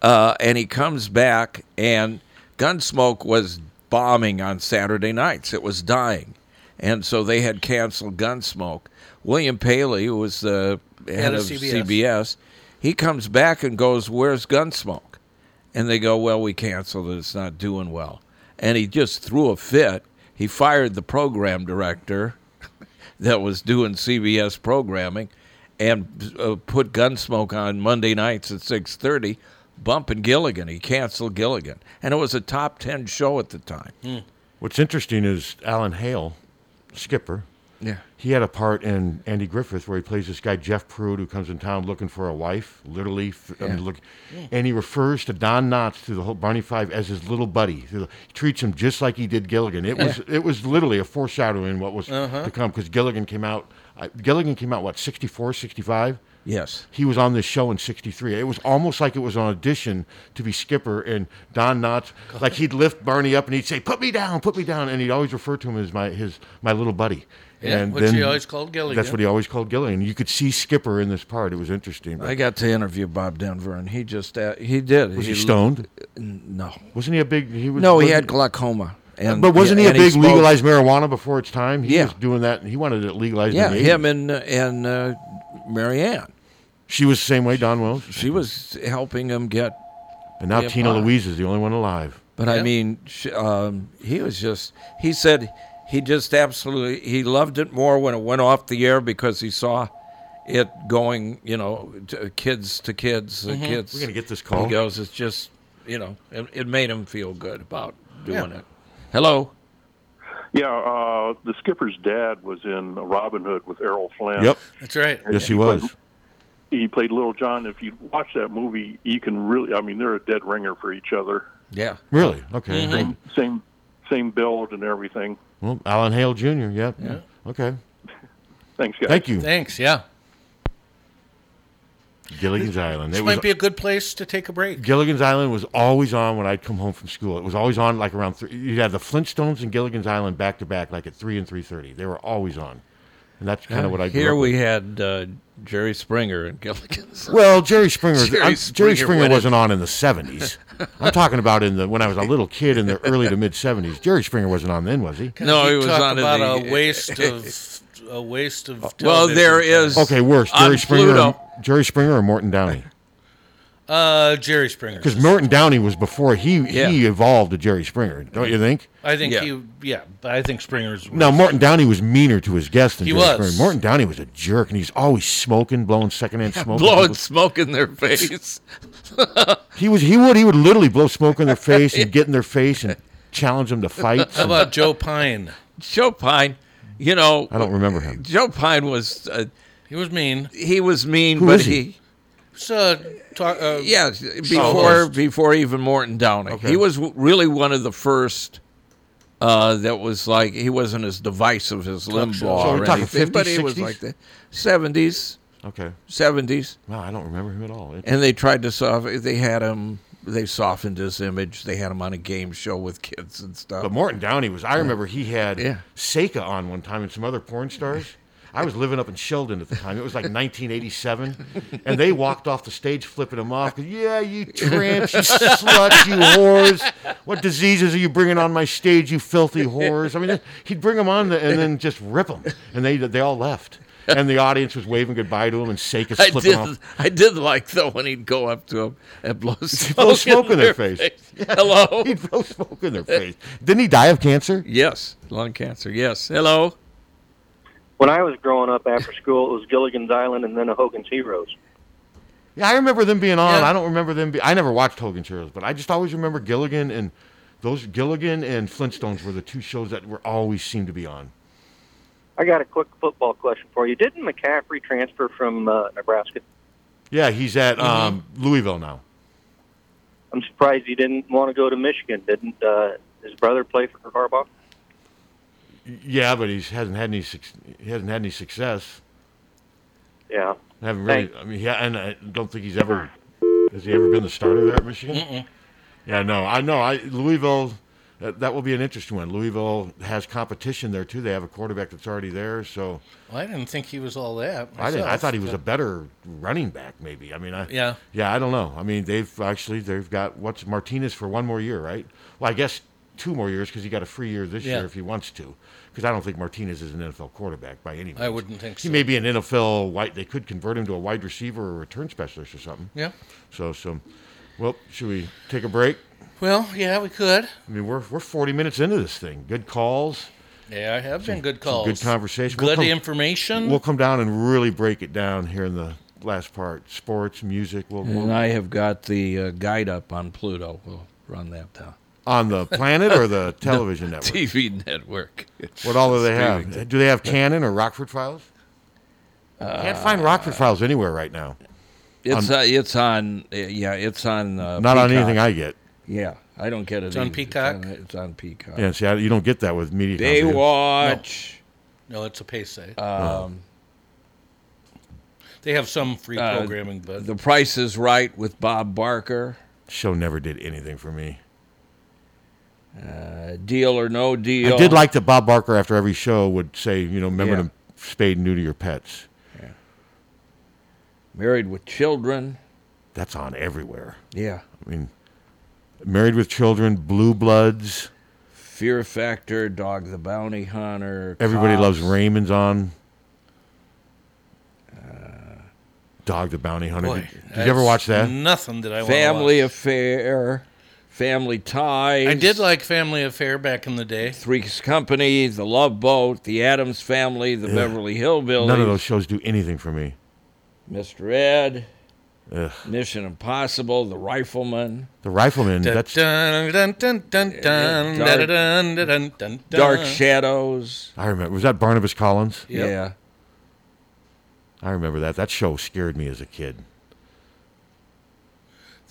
Speaker 3: uh, and he comes back, and Gunsmoke was bombing on Saturday nights. It was dying. And so they had canceled Gunsmoke. William Paley, who was the head
Speaker 4: of
Speaker 3: of
Speaker 4: CBS.
Speaker 3: CBS, he comes back and goes, Where's Gunsmoke? And they go, Well, we canceled it. It's not doing well. And he just threw a fit. He fired the program director that was doing CBS programming and uh, put Gunsmoke on Monday nights at 6:30, bumping Gilligan. He canceled Gilligan, and it was a top 10 show at the time.
Speaker 2: What's interesting is Alan Hale, skipper.
Speaker 3: Yeah.
Speaker 2: He had a part in Andy Griffith where he plays this guy Jeff Prude who comes in town looking for a wife, literally. f- I mean, look, and he refers to Don Knotts through the whole Barney Five as his little buddy. He treats him just like he did Gilligan. It was it was literally a foreshadowing what was
Speaker 3: Uh-huh.
Speaker 2: to come because Gilligan came out. Uh, Gilligan came out what 64, 65?
Speaker 3: Yes.
Speaker 2: he was on this show in 63 it was almost like it was an audition to be skipper and don knotts like he'd lift barney up and he'd say put me down put me down and he'd always refer to him as my his my little buddy
Speaker 4: Yeah,
Speaker 2: and
Speaker 4: which he always called Gilligan.
Speaker 2: that's what he always called gilligan you could see skipper in this part it was interesting but
Speaker 3: I got to interview Bob Denver, and he just uh, he did.
Speaker 2: was he, stoned
Speaker 3: No,
Speaker 2: wasn't he a big he was
Speaker 3: no, he had
Speaker 2: wasn't-
Speaker 3: glaucoma. And
Speaker 2: but wasn't he a
Speaker 3: and
Speaker 2: big
Speaker 3: smoked-
Speaker 2: legalized marijuana before its time he
Speaker 3: Yeah.
Speaker 2: was doing that and he wanted it legalized
Speaker 3: Yeah,
Speaker 2: in the
Speaker 3: him
Speaker 2: 80s.
Speaker 3: and and uh, Marianne.
Speaker 2: she was the same way don wills
Speaker 3: She was helping him get
Speaker 2: and now
Speaker 3: Yeah,
Speaker 2: tina
Speaker 3: fine.
Speaker 2: louise is the only one alive
Speaker 3: But I mean, sh- um, he was just, he said he just absolutely, he loved it more when it went off the air because he saw it going, you know, to, kids to kids to kids.
Speaker 2: We're gonna get this call.
Speaker 3: He goes, it's just, you know, it, it made him feel good about doing it. Hello.
Speaker 9: Yeah, uh, the skipper's dad was in Robin Hood with Errol Flynn.
Speaker 2: yep
Speaker 4: That's right.
Speaker 2: yes he was
Speaker 9: He played Little John. If you watch that movie, you can really, I mean, they're a dead ringer for each other.
Speaker 3: Yeah.
Speaker 2: really okay
Speaker 4: Mm-hmm.
Speaker 9: Same same build and everything.
Speaker 2: Well, Alan Hale Jr. Yep. Okay.
Speaker 9: Thanks, guys.
Speaker 2: Thank you.
Speaker 4: Thanks. Yeah,
Speaker 2: Gilligan's Island.
Speaker 4: this
Speaker 2: It was,
Speaker 4: might be a good place to take a break.
Speaker 2: Gilligan's Island was always on when I'd come home from school. It was always on like around three. You had the Flintstones and Gilligan's Island back to back, like at three and three thirty. They were always on, and that's kind of what I grew
Speaker 3: Here
Speaker 2: up
Speaker 3: we
Speaker 2: with.
Speaker 3: had uh, Jerry Springer and Gilligan's.
Speaker 2: Well, Jerry Springer. I'm-
Speaker 3: Jerry
Speaker 2: Jerry Springer,
Speaker 3: Springer went
Speaker 2: wasn't on in the seventies. I'm talking about in the when I was a little kid in the early to mid seventies. Jerry Springer wasn't on then, was he?
Speaker 3: No,
Speaker 4: You
Speaker 3: he was
Speaker 4: talk
Speaker 3: on in
Speaker 4: about
Speaker 3: the-
Speaker 4: a waste of a waste of.
Speaker 3: Well,
Speaker 4: television
Speaker 3: there
Speaker 4: time.
Speaker 3: is.
Speaker 2: Okay, worse.
Speaker 3: on
Speaker 2: Jerry Springer. Or,
Speaker 3: Pluto.
Speaker 2: Jerry Springer or Morton Downey?
Speaker 4: Uh, Jerry Springer.
Speaker 2: Because Morton Downey was before he he
Speaker 3: Yeah.
Speaker 2: evolved to Jerry Springer. Don't you think?
Speaker 4: I think
Speaker 3: Yeah.
Speaker 4: he. Yeah, but I think Springer's.
Speaker 2: Now Morton Downey was meaner to his guests than
Speaker 4: He
Speaker 2: Jerry
Speaker 4: was.
Speaker 2: Springer. Morton Downey was a jerk, and he's always smoking, blowing secondhand smoke.
Speaker 3: Blowing smoke in their face.
Speaker 2: He was he would he would literally blow smoke in their face and get in their face and challenge them to fights.
Speaker 4: How
Speaker 2: and-
Speaker 4: about Joe Pine?
Speaker 3: Joe Pine, you know.
Speaker 2: I don't remember him.
Speaker 3: Joe Pine was uh,
Speaker 4: He was mean.
Speaker 3: he was mean,
Speaker 2: Who
Speaker 3: but
Speaker 2: is he?
Speaker 3: he?
Speaker 4: So, talk, uh,
Speaker 3: yeah
Speaker 2: uh,
Speaker 3: before before even Morton Downey, he was w- really one of the first. Uh, that was like he wasn't as divisive as Limbaugh
Speaker 2: So we're
Speaker 3: or
Speaker 2: talking
Speaker 3: anything, but
Speaker 2: 50s,
Speaker 3: he was
Speaker 2: 60s?
Speaker 3: like the seventies,
Speaker 2: Okay,
Speaker 3: seventies,
Speaker 2: no, I don't remember him at all. It-
Speaker 3: and they tried to solve. it. They had him they softened his image. They had him on a game show with kids and stuff.
Speaker 2: But Morton Downey was. I remember he had
Speaker 3: Yeah.
Speaker 2: Seika on one time and some other porn stars. I was living up in Sheldon at the time. It was like 1987, and they walked off the stage flipping him off. 'Cause, Yeah, you tramps, you sluts, you whores! What diseases are you bringing on my stage, you filthy whores? I mean, he'd bring them on the- and then just rip them, and they they all left. And the audience was waving goodbye to him, and Seika's
Speaker 3: I
Speaker 2: flipping
Speaker 3: did.
Speaker 2: off.
Speaker 3: I did like though when he'd go up to him and blow smoke,
Speaker 2: blow smoke in their face.
Speaker 3: Hello.
Speaker 2: He'd blow smoke in their face. Didn't he die of cancer?
Speaker 3: Yes, lung cancer. Yes. Hello.
Speaker 10: When I was growing up after school, it was Gilligan's Island and then a Hogan's Heroes.
Speaker 2: Yeah, I remember them being on. I don't remember them. Be- I never watched Hogan's Heroes, but I just always remember Gilligan and those Gilligan and Flintstones were the two shows that were always seemed to be on.
Speaker 10: I got a quick football question for you. Didn't McCaffrey transfer from uh, Nebraska?
Speaker 2: Yeah, he's at um, Louisville now.
Speaker 10: I'm surprised he didn't want to go to Michigan. Didn't uh, his brother play for Harbaugh?
Speaker 2: Yeah, but he hasn't had any. suc he hasn't had any success.
Speaker 10: Yeah.
Speaker 2: I haven't really. I mean, yeah, and I don't think he's ever. Has he ever been the starter there at Michigan? Yeah, no, I know. I Louisville. That, that will be an interesting one. Louisville has competition there too. They have a quarterback that's already there, so.
Speaker 4: Well, I didn't think he was all that.
Speaker 2: I didn't. I
Speaker 4: myself,
Speaker 2: thought he was a
Speaker 4: but-
Speaker 2: better running back. Maybe. I mean, I
Speaker 4: Yeah.
Speaker 2: yeah. I don't know. I mean, they've actually they've got what's Martinez for one more year, right? Well, I guess two more years because he got a free year this
Speaker 4: Yeah.
Speaker 2: year if he wants to. Because I don't think Martinez is an NFL quarterback by any means.
Speaker 4: I wouldn't think
Speaker 2: He
Speaker 4: so.
Speaker 2: may be an NFL wide. They could convert him to a wide receiver or a return specialist or something.
Speaker 4: Yeah.
Speaker 2: So so, well, should we take a break?
Speaker 4: Well, yeah, we could.
Speaker 2: I mean, we're we're forty minutes into this thing. Good calls.
Speaker 4: Yeah, I have been good
Speaker 2: Some
Speaker 4: calls.
Speaker 2: Good conversation.
Speaker 4: Good
Speaker 2: We'll come-
Speaker 4: information.
Speaker 2: We'll come down and really break it down here in the last part. Sports, music. We'll,
Speaker 3: And
Speaker 2: we'll,
Speaker 3: I have got the uh, guide up on Pluto. We'll run that down.
Speaker 2: on the planet or the television network.
Speaker 3: TV network.
Speaker 2: What all do they
Speaker 3: Streaming. Uh,
Speaker 2: have? Do they have Canon or Rockford Files? Can't find Rockford Files anywhere right now.
Speaker 3: It's
Speaker 2: On-
Speaker 3: uh, it's on. uh, Yeah, it's on. Uh,
Speaker 2: Not on
Speaker 3: Peacock.
Speaker 2: anything I get.
Speaker 3: Yeah, I don't get it.
Speaker 4: It's on
Speaker 3: either.
Speaker 4: Peacock?
Speaker 3: It's on, it's on Peacock.
Speaker 2: yeah, see, I, you don't get that with media. companies.
Speaker 3: Baywatch.
Speaker 4: No, it's a pay site.
Speaker 2: Oh.
Speaker 3: Um,
Speaker 4: They have some free
Speaker 3: uh,
Speaker 4: programming, but
Speaker 3: The Price is Right with Bob Barker.
Speaker 2: Show never did anything for me.
Speaker 3: Uh, deal or No Deal.
Speaker 2: I did like that Bob Barker after every show would say, you know, remember
Speaker 3: Yeah.
Speaker 2: to spade and neuter your pets.
Speaker 3: Married with Children.
Speaker 2: That's on everywhere.
Speaker 3: Yeah.
Speaker 2: I mean, Married with Children, Blue Bloods.
Speaker 3: Fear Factor. Dog the Bounty Hunter.
Speaker 2: Everybody
Speaker 3: Cops.
Speaker 2: loves Raymond's on. Dog the Bounty Hunter.
Speaker 4: Boy,
Speaker 2: did, did you ever
Speaker 4: that's
Speaker 2: watch that?
Speaker 4: Nothing that I wanna
Speaker 3: Family
Speaker 4: watch.
Speaker 3: Affair. Family Ties.
Speaker 4: I did like Family Affair back in the day.
Speaker 3: Three's Company, The Love Boat, The Adams Family, The
Speaker 2: Ugh.
Speaker 3: Beverly Hillbillies,
Speaker 2: None of those shows do anything for me.
Speaker 3: Mr. Ed,
Speaker 2: Ugh.
Speaker 3: Mission Impossible, The Rifleman,
Speaker 2: The Rifleman.
Speaker 4: Dun,
Speaker 2: That's
Speaker 4: dun, dun, dun, dun, dun,
Speaker 3: Dark-
Speaker 4: dun, dun, dun, dun, dun,
Speaker 3: Dark
Speaker 4: dun.
Speaker 3: Shadows.
Speaker 2: I remember. Was that Barnabas Collins?
Speaker 4: Yep.
Speaker 3: Yeah.
Speaker 2: I remember that. That show scared me as a kid.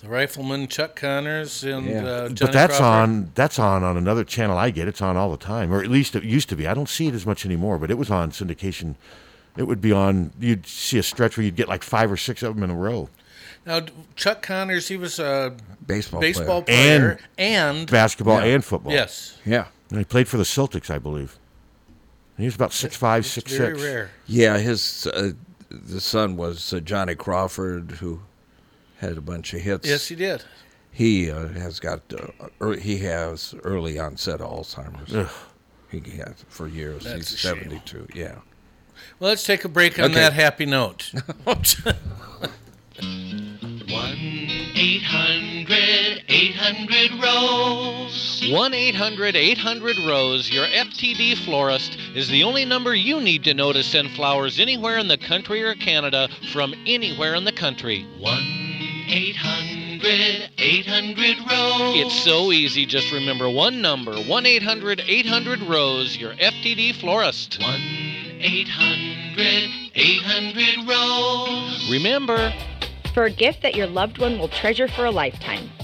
Speaker 4: The Rifleman, Chuck Connors, and
Speaker 3: Yeah.
Speaker 4: uh, Johnny
Speaker 2: but that's
Speaker 4: Crawford.
Speaker 2: on. That's on on another channel. I get it's on all the time, or at least it used to be. I don't see it as much anymore. But it was on syndication. It would be on. You'd see a stretch where you'd get like five or six of them in a row.
Speaker 4: Now, d- Chuck Connors, he was a
Speaker 3: Baseball
Speaker 4: baseball
Speaker 2: player.
Speaker 4: player, and,
Speaker 2: Basketball and football.
Speaker 4: Yes,
Speaker 3: Yeah.
Speaker 2: And he played for the Celtics, I believe. And he was about six five, six six.
Speaker 4: very rare.
Speaker 3: Yeah, his uh, the son was uh, Johnny Crawford, who had a bunch of hits.
Speaker 4: Yes, he did.
Speaker 3: He uh, has got uh, ear he has early onset Alzheimer's. He has for years.
Speaker 4: That's
Speaker 3: He's
Speaker 4: a shame.
Speaker 3: seventy two. Yeah.
Speaker 4: Well, let's take a break on
Speaker 3: Okay.
Speaker 4: that happy note.
Speaker 11: 800 800 Rose. 1 800 800 Rose, your FTD florist, is the only number you need to know to send flowers anywhere in the country or Canada from anywhere in the country. 1 800 800 Rose. It's so easy, just remember one number 1 800 800 Rose, your FTD florist. 1 800 800 Rose. Remember,
Speaker 12: for a gift that your loved one will treasure for a lifetime.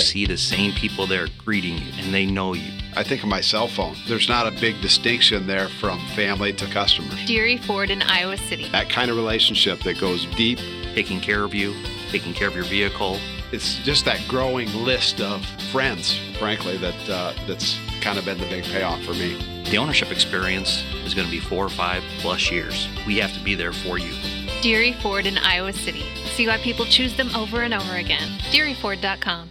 Speaker 13: See the same people there greeting you, and they know you.
Speaker 14: I think of my cell phone. There's not a big distinction there from family to customers.
Speaker 15: Deary Ford in Iowa City.
Speaker 14: That kind of relationship that goes deep,
Speaker 13: taking care of you, taking care of your vehicle.
Speaker 14: It's just that growing list of friends, frankly, that uh, that's kind of been the big payoff for me.
Speaker 13: The ownership experience is going to be four or five plus years. We have to be there for you.
Speaker 15: Deary Ford in Iowa City. See why people choose them over and over again. DearyFord.com.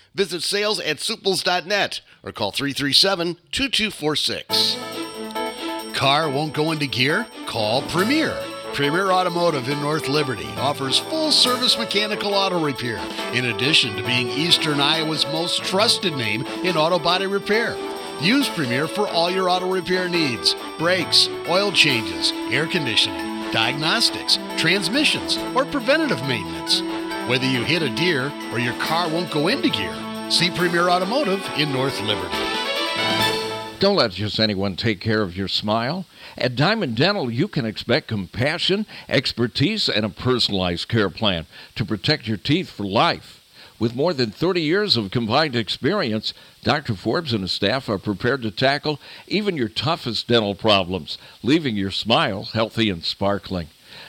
Speaker 16: Visit sales at suples.net or call 337 2246.
Speaker 17: Car won't go into gear? Call Premier. Premier Automotive in North Liberty offers full service mechanical auto repair, in addition to being Eastern Iowa's most trusted name in auto body repair. Use Premier for all your auto repair needs brakes, oil changes, air conditioning, diagnostics, transmissions, or preventative maintenance. Whether you hit a deer or your car won't go into gear, see Premier Automotive in North Liberty.
Speaker 3: Don't let just anyone take care of your smile. At Diamond Dental, you can expect compassion, expertise, and a personalized care plan to protect your teeth for life. With more than 30 years of combined experience, Dr. Forbes and his staff are prepared to tackle even your toughest dental problems, leaving your smile healthy and sparkling.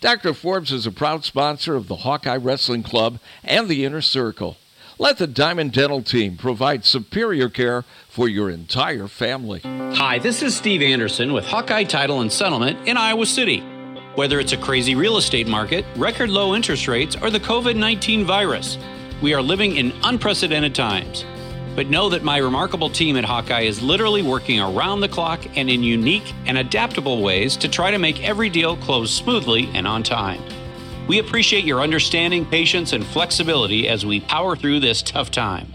Speaker 3: Dr. Forbes is a proud sponsor of the Hawkeye Wrestling Club and the Inner Circle. Let the Diamond Dental team provide superior care for your entire family.
Speaker 18: Hi, this is Steve Anderson with Hawkeye Title and Settlement in Iowa City. Whether it's a crazy real estate market, record low interest rates, or the COVID 19 virus, we are living in unprecedented times. But know that my remarkable team at Hawkeye is literally working around the clock and in unique and adaptable ways to try to make every deal close smoothly and on time. We appreciate your understanding, patience, and flexibility as we power through this tough time.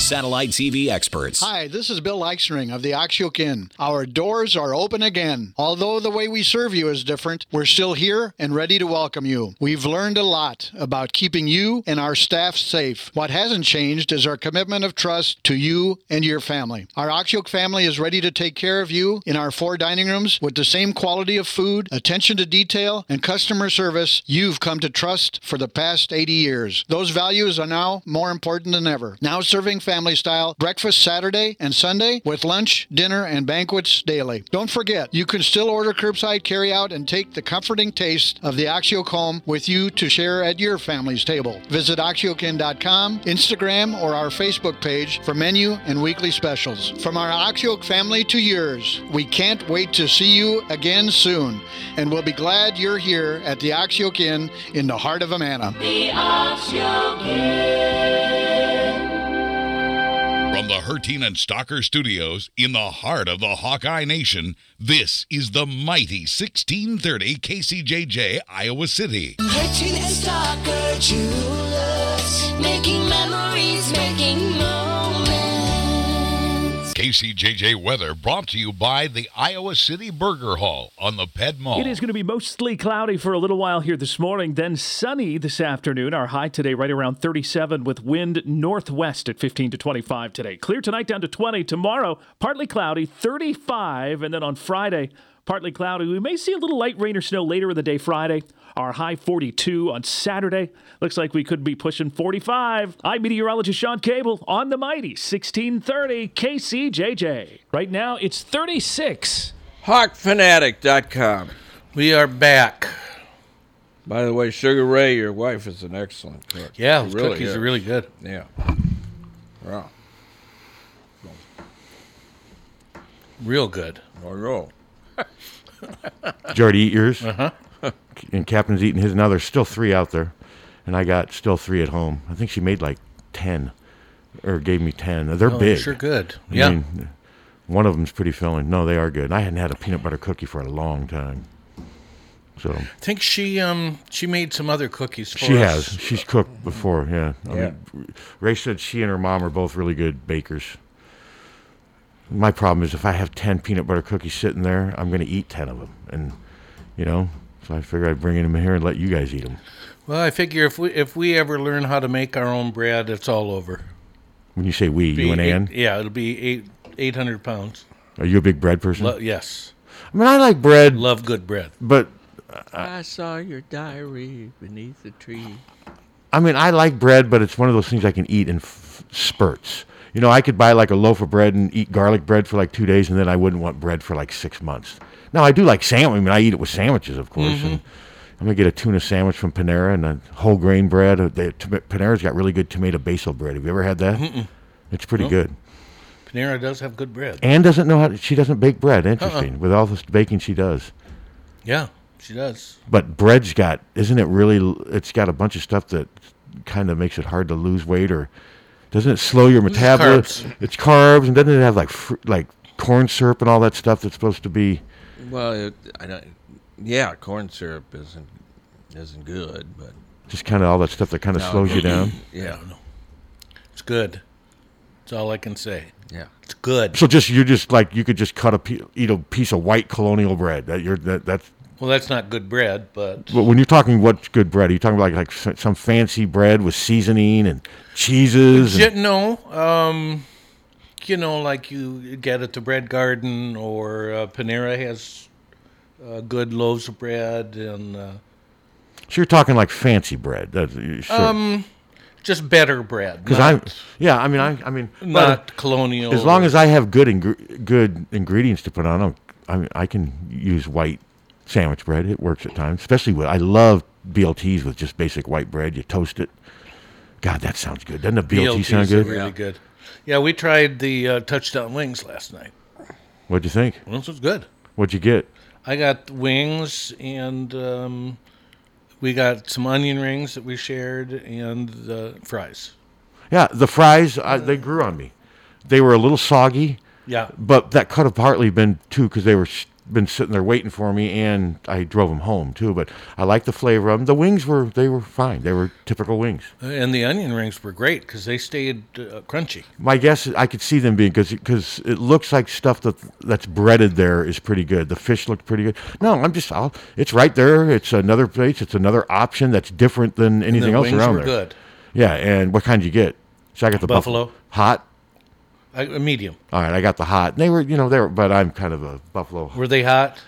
Speaker 19: satellite TV experts.
Speaker 20: Hi, this is Bill Eichsring of the Oxyoke Inn. Our doors are open again. Although the way we serve you is different, we're still here and ready to welcome you. We've learned a lot about keeping you and our staff safe. What hasn't changed is our commitment of trust to you and your family. Our Oxyoke family is ready to take care of you in our four dining rooms with the same quality of food, attention to detail, and customer service you've come to trust for the past 80 years. Those values are now more important than ever. Now serving families family style breakfast Saturday and Sunday with lunch, dinner, and banquets daily. Don't forget, you can still order curbside carryout and take the comforting taste of the Oxyocomb with you to share at your family's table. Visit Oxyokin.com, Instagram, or our Facebook page for menu and weekly specials. From our Oxyoke family to yours, we can't wait to see you again soon, and we'll be glad you're here at the Oxyoke Inn in the heart of Amana.
Speaker 21: The Oxyokin.
Speaker 22: From the Hertin and Stalker Studios in the heart of the Hawkeye Nation, this is the mighty 1630 KCJJ, Iowa City.
Speaker 21: Hertin and Stalker Jewelers, making memories, making
Speaker 22: KCJJ weather brought to you by the Iowa City Burger Hall on the Pedmo.
Speaker 5: It is going to be mostly cloudy for a little while here this morning, then sunny this afternoon. Our high today right around 37 with wind northwest at 15 to 25 today. Clear tonight down to 20. Tomorrow, partly cloudy, 35. And then on Friday, partly cloudy. We may see a little light rain or snow later in the day Friday. Our high 42 on Saturday. Looks like we could be pushing 45. I'm meteorologist Sean Cable on the mighty 1630 KCJJ. Right now it's 36.
Speaker 3: HawkFanatic.com.
Speaker 4: We are back.
Speaker 3: By the way, Sugar Ray, your wife is an excellent cook.
Speaker 4: Yeah, really cookies is. are really good.
Speaker 3: Yeah. Wow.
Speaker 4: Real good.
Speaker 3: Oh, no.
Speaker 2: Did you already eat yours?
Speaker 4: Uh huh.
Speaker 2: And Captain's eating his. Now there's still three out there, and I got still three at home. I think she made like ten, or gave me ten. They're
Speaker 4: oh,
Speaker 2: big.
Speaker 4: Sure, good. I yeah.
Speaker 2: Mean, one of them's pretty filling. No, they are good. And I hadn't had a peanut butter cookie for a long time. So I
Speaker 4: think she um she made some other cookies.
Speaker 2: she
Speaker 4: us.
Speaker 2: has. She's cooked before. Yeah. I
Speaker 3: yeah.
Speaker 2: Mean, Ray said she and her mom are both really good bakers. My problem is if I have 10 peanut butter cookies sitting there, I'm going to eat 10 of them. And, you know, so I figure I'd bring them here and let you guys eat them.
Speaker 4: Well, I figure if we if we ever learn how to make our own bread, it's all over.
Speaker 2: When you say we,
Speaker 4: be
Speaker 2: you and
Speaker 4: eight,
Speaker 2: Ann?
Speaker 4: Yeah, it'll be eight, 800 pounds.
Speaker 2: Are you a big bread person?
Speaker 4: Lo- yes.
Speaker 2: I mean, I like bread.
Speaker 4: Love good bread.
Speaker 2: But.
Speaker 9: I, I saw your diary beneath the tree.
Speaker 2: I mean, I like bread, but it's one of those things I can eat in f- spurts. You know, I could buy like a loaf of bread and eat garlic bread for like two days, and then I wouldn't want bread for like six months. Now I do like sandwich. I mean, I eat it with sandwiches, of course.
Speaker 4: Mhm.
Speaker 2: And I'm gonna get a tuna sandwich from Panera and a whole grain bread. Uh, They, tom- Panera's got really good tomato basil bread. Have you ever had that?
Speaker 4: Mm-mm.
Speaker 2: It's pretty
Speaker 4: Nope.
Speaker 2: good.
Speaker 4: Panera does have good bread.
Speaker 2: Anne doesn't know how to, she doesn't bake bread. Interesting. With all this baking she does,
Speaker 4: Yeah, she does.
Speaker 2: but bread's got isn't it really? l- It's got a bunch of stuff that kind of makes it hard to lose weight or. Doesn't it slow your metabolism? It's carbs, and doesn't it have like fr- like corn syrup and all that stuff that's supposed to be?
Speaker 3: Well, it, I don't. Yeah, corn syrup isn't isn't good, but
Speaker 2: just kind of all that stuff that kind of
Speaker 3: No,
Speaker 2: slows you
Speaker 3: but-
Speaker 2: down.
Speaker 3: Yeah.
Speaker 4: I don't know. It's good. That's all I can say.
Speaker 3: Yeah.
Speaker 4: It's good.
Speaker 2: So just you're just like you could just cut a pe- eat a piece of white colonial bread. That you're that that's.
Speaker 4: Well, that's not good bread, but
Speaker 2: But when you're talking what's good bread, are you talking about like, like s- some fancy bread with seasoning and cheeses?
Speaker 4: you
Speaker 2: And,
Speaker 4: know, um, you know, like you get at the bread garden or uh, Panera has uh, good loaves of bread and uh,
Speaker 2: so you're talking like fancy bread. That's, sure.
Speaker 4: um, just better bread.
Speaker 2: Because
Speaker 4: not-
Speaker 2: I'm, yeah, I mean, I, I mean, but
Speaker 4: Not colonial
Speaker 2: As long
Speaker 4: or-
Speaker 2: as I have good ing- good ingredients to put on, I'll- I mean, I can use white sandwich bread. It works at times, especially with. I love BLTs with just basic white bread. You toast it. God, that sounds good. Doesn't a BLT
Speaker 4: BLTs
Speaker 2: sound
Speaker 4: are
Speaker 2: good?
Speaker 4: Really good. Yeah, we tried the uh, touchdown wings last night.
Speaker 2: What'd you think?
Speaker 4: Well, This was good.
Speaker 2: What'd you get?
Speaker 4: I got wings and um, we got some onion rings that we shared and the fries.
Speaker 2: Yeah, the fries uh, they grew on me. They were a little soggy.
Speaker 4: Yeah.
Speaker 2: But that could have partly been too because they were s- been sitting there waiting for me, and I drove them home too. But I like the flavor of them. The wings were they were fine. They were typical wings.
Speaker 4: And the onion rings were great because they stayed uh, crunchy.
Speaker 2: My guess is I could see them being because it looks like stuff that that's breaded there is pretty good. The fish looked pretty good. No, I'm just I'll, it's right there. It's another place. It's another option that's different than anything else
Speaker 4: wings
Speaker 2: around
Speaker 4: were
Speaker 2: there.
Speaker 4: good.
Speaker 2: Yeah, and what kind did you get? So I got the
Speaker 4: Buffalo.
Speaker 2: hot.
Speaker 4: I, a uh, medium.
Speaker 2: All right, I got the hot. They were, you know, they were, but I'm kind of a buffalo.
Speaker 4: Were they hot?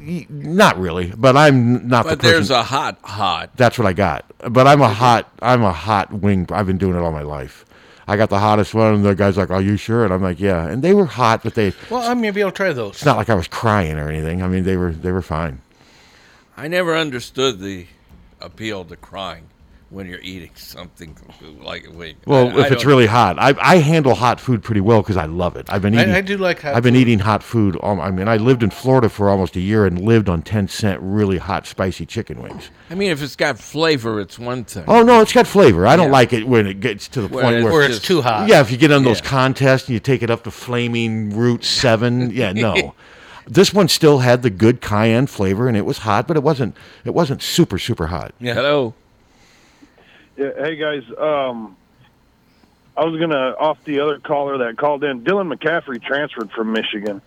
Speaker 2: Not really, but I'm not the
Speaker 3: But
Speaker 2: person.
Speaker 3: there's a hot, hot.
Speaker 2: That's what I got. But I'm a hot. I'm a hot wing. I've been doing it all my life. I got the hottest one. And the guy's like, Are you sure? And I'm like, Yeah. And they were hot, but they,
Speaker 4: Well, I'm gonna be able to try those.
Speaker 2: it's not like I was crying or anything. I mean, they were, they were fine.
Speaker 3: I never understood the appeal to crying when you're eating something like wait,
Speaker 2: Well,
Speaker 3: I- I
Speaker 2: if it's
Speaker 3: don't-
Speaker 2: really hot, I, I handle hot food pretty well because I love it. I've been
Speaker 4: I-
Speaker 2: eating.
Speaker 4: I do like hot
Speaker 2: I've been
Speaker 4: food.
Speaker 2: eating hot food. all- I mean, I lived in Florida for almost a year and lived on ten cent really hot spicy chicken wings.
Speaker 3: I mean, if it's got flavor, it's one thing.
Speaker 2: Oh no, it's got flavor. I don't
Speaker 3: Yeah.
Speaker 2: like it when it gets to the
Speaker 3: Where
Speaker 2: point
Speaker 3: it's
Speaker 2: where,
Speaker 3: Where it's just- too hot.
Speaker 2: Yeah, if you get on those
Speaker 3: Yeah.
Speaker 2: contests and you take it up to flaming root seven, yeah, no. This one still had the good cayenne flavor and it was hot, but it wasn't it wasn't super super hot.
Speaker 3: Yeah. Hello.
Speaker 7: Yeah, hey guys, um, I was gonna off the other caller that called in. Dylan McCaffrey transferred from Michigan.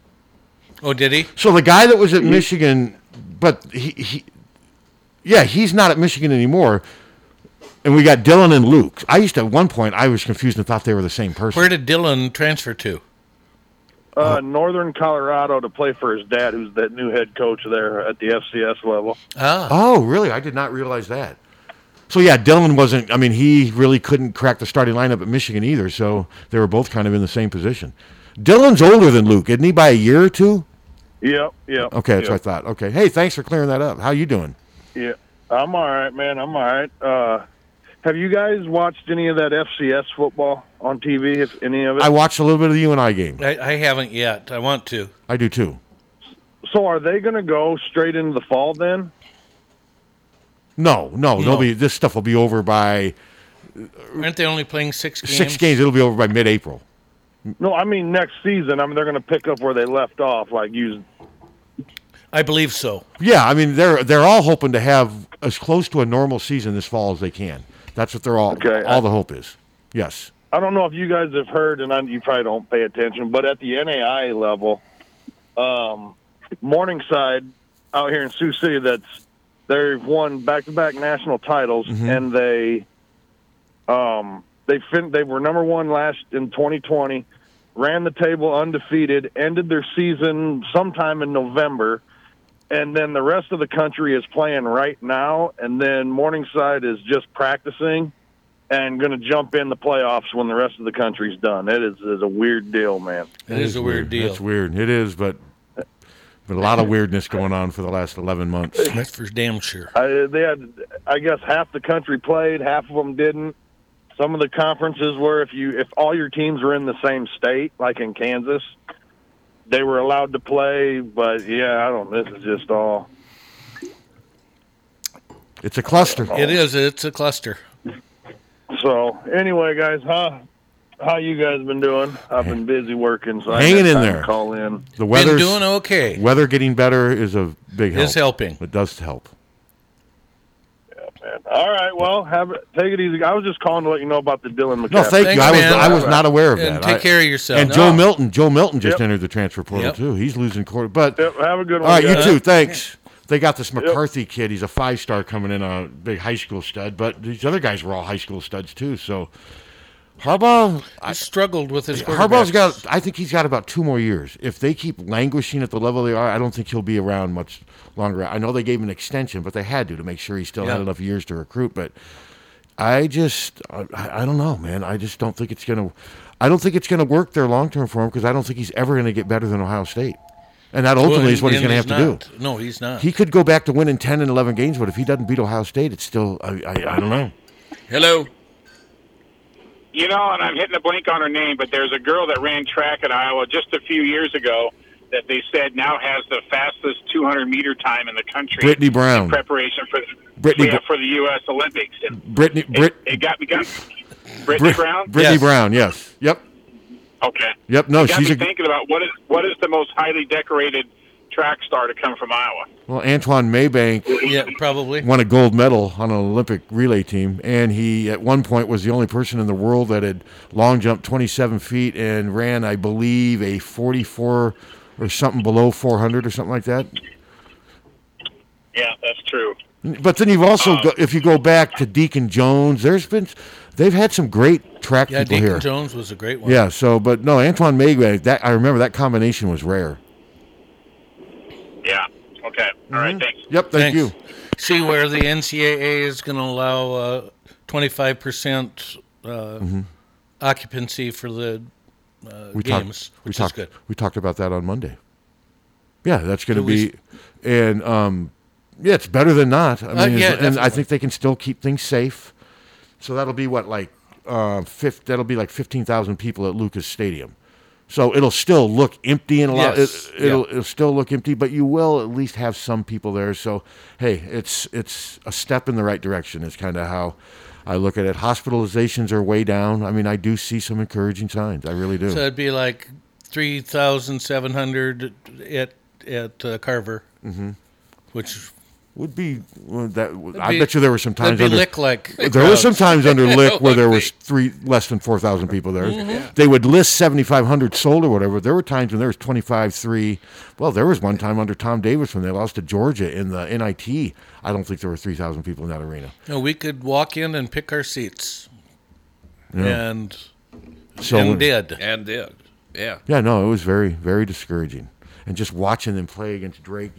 Speaker 4: Oh, did he?
Speaker 2: So the guy that was at Michigan, but he, he yeah, he's not at Michigan anymore. And we got Dylan and Luke. I used to at one point I was confused and thought they were the same person.
Speaker 4: Where did Dylan transfer to?
Speaker 2: Uh-huh.
Speaker 7: Uh, Northern Colorado to play for his dad, who's that new head coach there at the FCS level.
Speaker 3: Ah.
Speaker 2: Oh, really? I did not realize that. So yeah, Dylan wasn't. I mean, he really couldn't crack the starting lineup at Michigan either. So they were both kind of in the same position. Dylan's older than Luke, isn't he? By a year or two.
Speaker 7: Yep, yep.
Speaker 2: Okay, that's
Speaker 7: yep.
Speaker 2: what I thought. Okay, hey, thanks for clearing that up. How you doing?
Speaker 7: Yeah, I'm all right, man. I'm all right. Uh, have you guys watched any of that FCS football on TV? If any of it,
Speaker 2: I watched a little bit of the UNI game.
Speaker 4: I, I haven't yet. I want to.
Speaker 2: I do too.
Speaker 7: So are they going to go straight into the fall then?
Speaker 2: No, no, they'll be. This stuff will be over by
Speaker 4: Aren't they only playing six games?
Speaker 2: six games. It'll be over by mid-April.
Speaker 7: No, I mean next season. I mean they're going to pick up where they left off, like use
Speaker 4: I believe so.
Speaker 2: Yeah, I mean they're they're all hoping to have as close to a normal season this fall as they can. That's what they're all.
Speaker 7: Okay,
Speaker 2: all
Speaker 7: I-
Speaker 2: the hope is. Yes.
Speaker 7: I don't know if you guys have heard, and I, you probably don't pay attention, but at the NAI level, um, Morningside out here in Sioux City, that's they've won back-to-back national titles,
Speaker 1: Mhm.
Speaker 7: and they um, they fin- they were number one last in 2020, ran the table undefeated, ended their season sometime in November. And then the rest of the country is playing right now, and then Morningside is just practicing and going to jump in the playoffs when the rest of the country's done. That is, is a weird deal, man.
Speaker 2: That is a weird, deal. That's weird. It is, but but a lot of weirdness going on for the last eleven months.
Speaker 4: That's for damn sure.
Speaker 7: I, they had, I guess, half the country played, half of them didn't. Some of the conferences were if you if all your teams were in the same state, like in Kansas, they were allowed to play. But yeah, I don't. This is just all.
Speaker 2: It's a cluster.
Speaker 4: It is. It's a cluster.
Speaker 7: So anyway, guys, huh? How you guys been doing? I've been busy working, so I
Speaker 2: Hanging
Speaker 7: had
Speaker 2: in
Speaker 7: time to
Speaker 2: there.
Speaker 7: Call in.
Speaker 2: The weather's
Speaker 4: doing okay.
Speaker 2: Weather getting better is a big help.
Speaker 4: Is helping.
Speaker 2: It does help.
Speaker 7: All right. Well, have it, take it easy. I was just calling to let you know about the Dylan McCaffrey.
Speaker 2: No, thank you. I was I was not aware of that. I- And Joe Milton, Joe Milton just
Speaker 7: Yep.
Speaker 2: entered the transfer portal
Speaker 7: Yep.
Speaker 2: too. He's losing quarter, but
Speaker 7: Yep, have a good
Speaker 2: All
Speaker 7: one,
Speaker 2: right, you
Speaker 7: guys.
Speaker 2: too. Thanks. They got this
Speaker 7: Yep.
Speaker 2: McCarthy kid. He's a five star coming in, a big high school stud. But these other guys were all high school studs too. So Harbaugh,
Speaker 4: I struggled with his
Speaker 2: Harbaugh's
Speaker 4: quarterbacks.
Speaker 2: got. I think he's got about two more years. If they keep languishing at the level they are, I don't think he'll be around much longer. I know they gave him an extension, but they had to to make sure he still had
Speaker 4: Yeah.
Speaker 2: enough years to recruit. But I just, I, I don't know, man. I just don't think it's gonna. I don't think it's gonna work there long term for him because I don't think he's ever gonna get better than Ohio State. And that
Speaker 4: Well,
Speaker 2: ultimately is what he's
Speaker 4: and-
Speaker 2: going to have
Speaker 4: and
Speaker 2: to
Speaker 4: he's
Speaker 2: do.
Speaker 4: not. No, he's not.
Speaker 2: He could go back to winning 10 and 11 games, but if he doesn't beat Ohio State, it's still, I, I, I don't know.
Speaker 3: Hello.
Speaker 6: You know, and I'm hitting a blank on her name, but there's a girl that ran track at Iowa just a few years ago that they said now has the fastest 200 meter time in the country.
Speaker 2: Brittany Brown.
Speaker 6: In preparation for
Speaker 2: Brittany
Speaker 6: yeah,
Speaker 2: Br-
Speaker 6: for the U.S. Olympics. And
Speaker 2: Brittany, Brit,
Speaker 6: it got me got Brittany
Speaker 2: Brit-
Speaker 6: Brown.
Speaker 2: Brittany Brown, yes. Yep.
Speaker 6: Okay.
Speaker 2: Yep, no,
Speaker 6: it got
Speaker 2: she's
Speaker 6: me
Speaker 2: a-
Speaker 6: thinking about what is what is the most highly decorated track star to come from Iowa.
Speaker 2: Well, Antoine Maybank
Speaker 6: Yeah,
Speaker 4: probably
Speaker 2: won a gold medal on an Olympic relay team, and he at one point was the only person in the world that had long jumped 27 feet and ran, I believe, a 44 or something below 400 or something like that.
Speaker 6: Yeah, that's true. Um,
Speaker 2: But then you've also, go, if you go back to Deacon Jones, there's been, they've had some great track
Speaker 4: Yeah,
Speaker 2: people
Speaker 4: Deacon
Speaker 2: here.
Speaker 4: Jones was a great one.
Speaker 2: Yeah. So, but no, Antoine Maybank. That I remember that combination was rare.
Speaker 6: Yeah. Okay. All right. Thanks.
Speaker 2: Mm-hmm. Yep. Thank you.
Speaker 4: See where the NCAA is going to allow twenty five uh, percent uh,
Speaker 2: Mhm.
Speaker 4: occupancy for the uh,
Speaker 2: we
Speaker 4: games,
Speaker 2: talked, we
Speaker 4: which is
Speaker 2: talked,
Speaker 4: good.
Speaker 2: We talked about that on Monday. Yeah, that's going to
Speaker 4: At least-
Speaker 2: be, and um, yeah, it's better than not. I mean,
Speaker 4: Uh, yeah,
Speaker 2: it's- and I
Speaker 4: definitely.
Speaker 2: think they can still keep things safe. So that'll be what like uh, fifth. That'll be like fifteen thousand people at Lucas Stadium. So it'll still look empty and a lot.
Speaker 4: Yes,
Speaker 2: It, will it'll still look empty, but you will at least have some people there. So hey, it's it's a step in the right direction. Is kind of how. I look at it. Hospitalizations are way down. I mean, I do see some encouraging signs. I really do.
Speaker 4: So it'd be like three thousand seven hundred at at uh, Carver,
Speaker 2: Mhm.
Speaker 4: which
Speaker 2: would be well, that.
Speaker 4: That'd
Speaker 2: I
Speaker 4: be-
Speaker 2: bet you there were some
Speaker 4: that'd
Speaker 2: times
Speaker 4: be
Speaker 2: under
Speaker 4: lick like
Speaker 2: there was some times under lick where there
Speaker 4: Would
Speaker 2: was three less than four thousand people there.
Speaker 4: Mhm. Yeah.
Speaker 2: They would list seventy five hundred sold or whatever. There were times when there was twenty five three. Well, there was one time under Tom Davis when they lost to Georgia in the NIT. I don't think there were three thousand people in that arena.
Speaker 4: No, we could walk in and pick our seats,
Speaker 2: Yeah.
Speaker 4: and
Speaker 2: So-
Speaker 4: and did
Speaker 3: and did yeah.
Speaker 2: Yeah, no, it was very very discouraging, and just watching them play against Drake.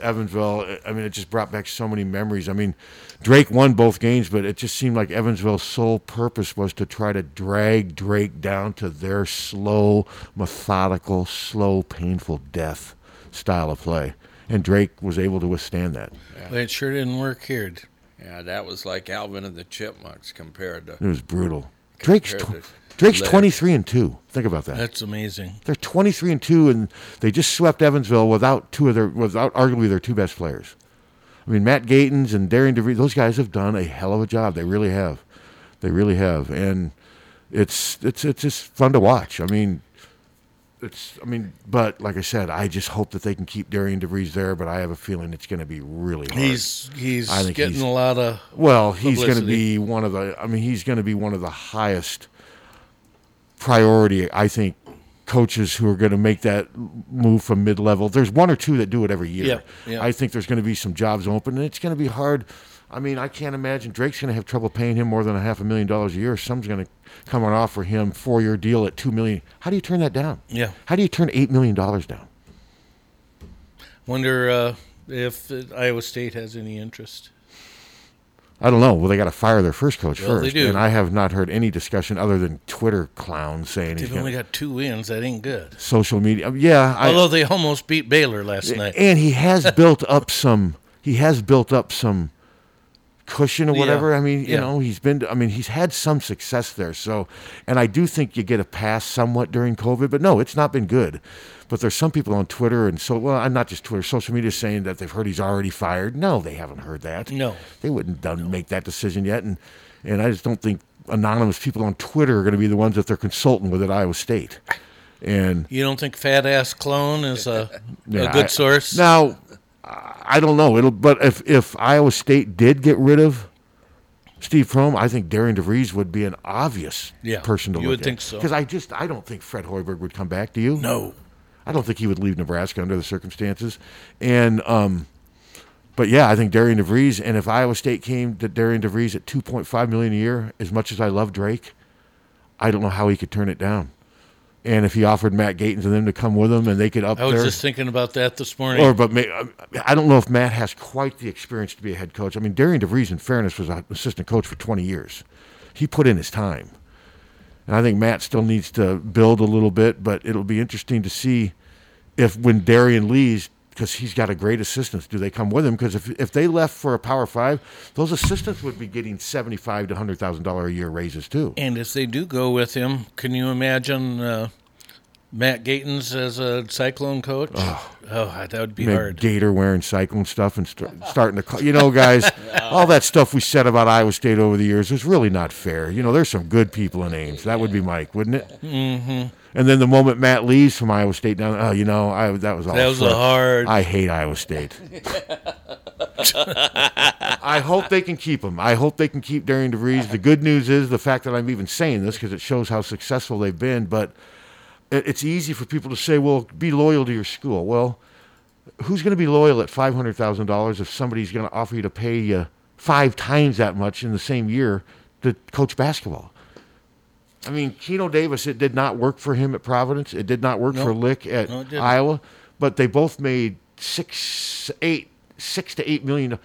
Speaker 2: Evansville, I mean, it just brought back so many memories. I mean, Drake won both games, but it just seemed like Evansville's sole purpose was to try to drag Drake down to their slow, methodical, slow, painful death style of play. And Drake was able to withstand that.
Speaker 4: But it sure didn't work here.
Speaker 3: Yeah, that was like Alvin and the Chipmunks compared to.
Speaker 2: It was brutal. Drake's
Speaker 3: compared
Speaker 2: tw-
Speaker 3: to
Speaker 2: Drake's
Speaker 3: Larry.
Speaker 2: 23 and 2. Think about that.
Speaker 4: That's amazing.
Speaker 2: They're 23 and 2 and they just swept Evansville without two of their without arguably their two best players. I mean Matt Gatins and Darian DeVries, those guys have done a hell of a job. They really have. They really have. And it's it's it's just fun to watch. I mean it's I mean but like I said, I just hope that they can keep Darian DeVries there, but I have a feeling it's going to be really hard.
Speaker 4: He's- he's
Speaker 2: I think
Speaker 4: getting a lot of
Speaker 2: Well, he's going to
Speaker 4: publicity.
Speaker 2: be one of the I mean he's going to be one of the highest priority, I think, coaches who are going to make that move from mid level. There's one or two that do it every year.
Speaker 4: Yeah, yeah.
Speaker 2: I think there's going to be some jobs open, and it's going to be hard. I mean, I can't imagine Drake's going to have trouble paying him more than a half a million dollars a year. Someone's going to come and offer him four year deal at two million. How do you turn that down?
Speaker 4: Yeah.
Speaker 2: How do you turn eight million dollars down?
Speaker 4: Wonder uh, if uh, Iowa State has any interest.
Speaker 2: I don't know. Well, they got to fire their first coach
Speaker 4: Well,
Speaker 2: first,
Speaker 4: they do.
Speaker 2: and I have not heard any discussion other than Twitter clowns saying he's
Speaker 4: They've
Speaker 2: gonna-
Speaker 4: only got two wins. That ain't good.
Speaker 2: social media. Yeah, I,
Speaker 4: Although they almost beat Baylor last night.
Speaker 2: And he has built up some. He has built up some cushion or
Speaker 4: Yeah.
Speaker 2: whatever. I mean, you
Speaker 4: Yeah.
Speaker 2: know, he's been. I mean, he's had some success there. So, and I do think you get a pass somewhat during COVID. But no, it's not been good. But there's some people on Twitter and so well, I'm not just Twitter, social media saying that they've heard he's already fired. No, they haven't heard that.
Speaker 4: No,
Speaker 2: they wouldn't done make that decision yet. And and I just don't think anonymous people on Twitter are going to be the ones that they're consulting with at Iowa State. And
Speaker 4: You don't think fat ass clone is a,
Speaker 2: Yeah,
Speaker 4: a good
Speaker 2: I-
Speaker 4: source?
Speaker 2: Now, I I don't know. It'll, but if if Iowa State did get rid of Steve Prohm, I think Darian DeVries would be an obvious
Speaker 4: Yeah,
Speaker 2: person to
Speaker 4: you
Speaker 2: look
Speaker 4: would
Speaker 2: at.
Speaker 4: think so.
Speaker 2: Because I just I don't think Fred Hoiberg would come back. Do you? No. I don't think he would leave Nebraska under the circumstances, and um, but yeah, I think Darian DeVries. And if Iowa State came to Darian DeVries at two point five million a year, as much as I love Drake, I don't know how he could turn it down. And if he offered Matt Gatens and them to come with him, and they could up
Speaker 4: I was
Speaker 2: their-
Speaker 4: just thinking about that this morning.
Speaker 2: or, but may, I don't know if Matt has quite the experience to be a head coach. I mean, Darian DeVries, in fairness, was an assistant coach for 20 years. He put in his time. And I think Matt still needs to build a little bit, but it'll be interesting to see if when Darian leaves, because he's got a great assistants, do they come with him? Because if, if they left for a Power Five, those assistants would be getting seventy-five to hundred thousand dollar a year raises too.
Speaker 4: and if they do go with him, can you imagine uh, Matt Gatens as a Cyclone coach? Oh, that would be
Speaker 2: Maybe
Speaker 4: hard.
Speaker 2: Gator wearing cyclone stuff and start, starting to, call, you know, guys, all that stuff we said about Iowa State over the years is really not fair. You know, there's some good people in Ames. That would be Mike, wouldn't it?
Speaker 4: Mhm.
Speaker 2: And then the moment Matt leaves from Iowa State, down, oh, you know, I, that was all.
Speaker 4: That was a
Speaker 2: for-
Speaker 4: hard-
Speaker 2: I hate Iowa State. I hope they can keep him. I hope they can keep Darian DeVries. The good news is the fact that I'm even saying this because it shows how successful they've been. But it- it's easy for people to say, "Well, be loyal to your school." Well, who's going to be loyal at five hundred thousand dollars if somebody's going to offer you to pay you five times that much in the same year to coach basketball? I mean, Keno Davis, it did not work for him at Providence. It did not work
Speaker 4: No.
Speaker 2: for Lick at
Speaker 4: No, it didn't.
Speaker 2: Iowa. But they both made six, eight, six to eight million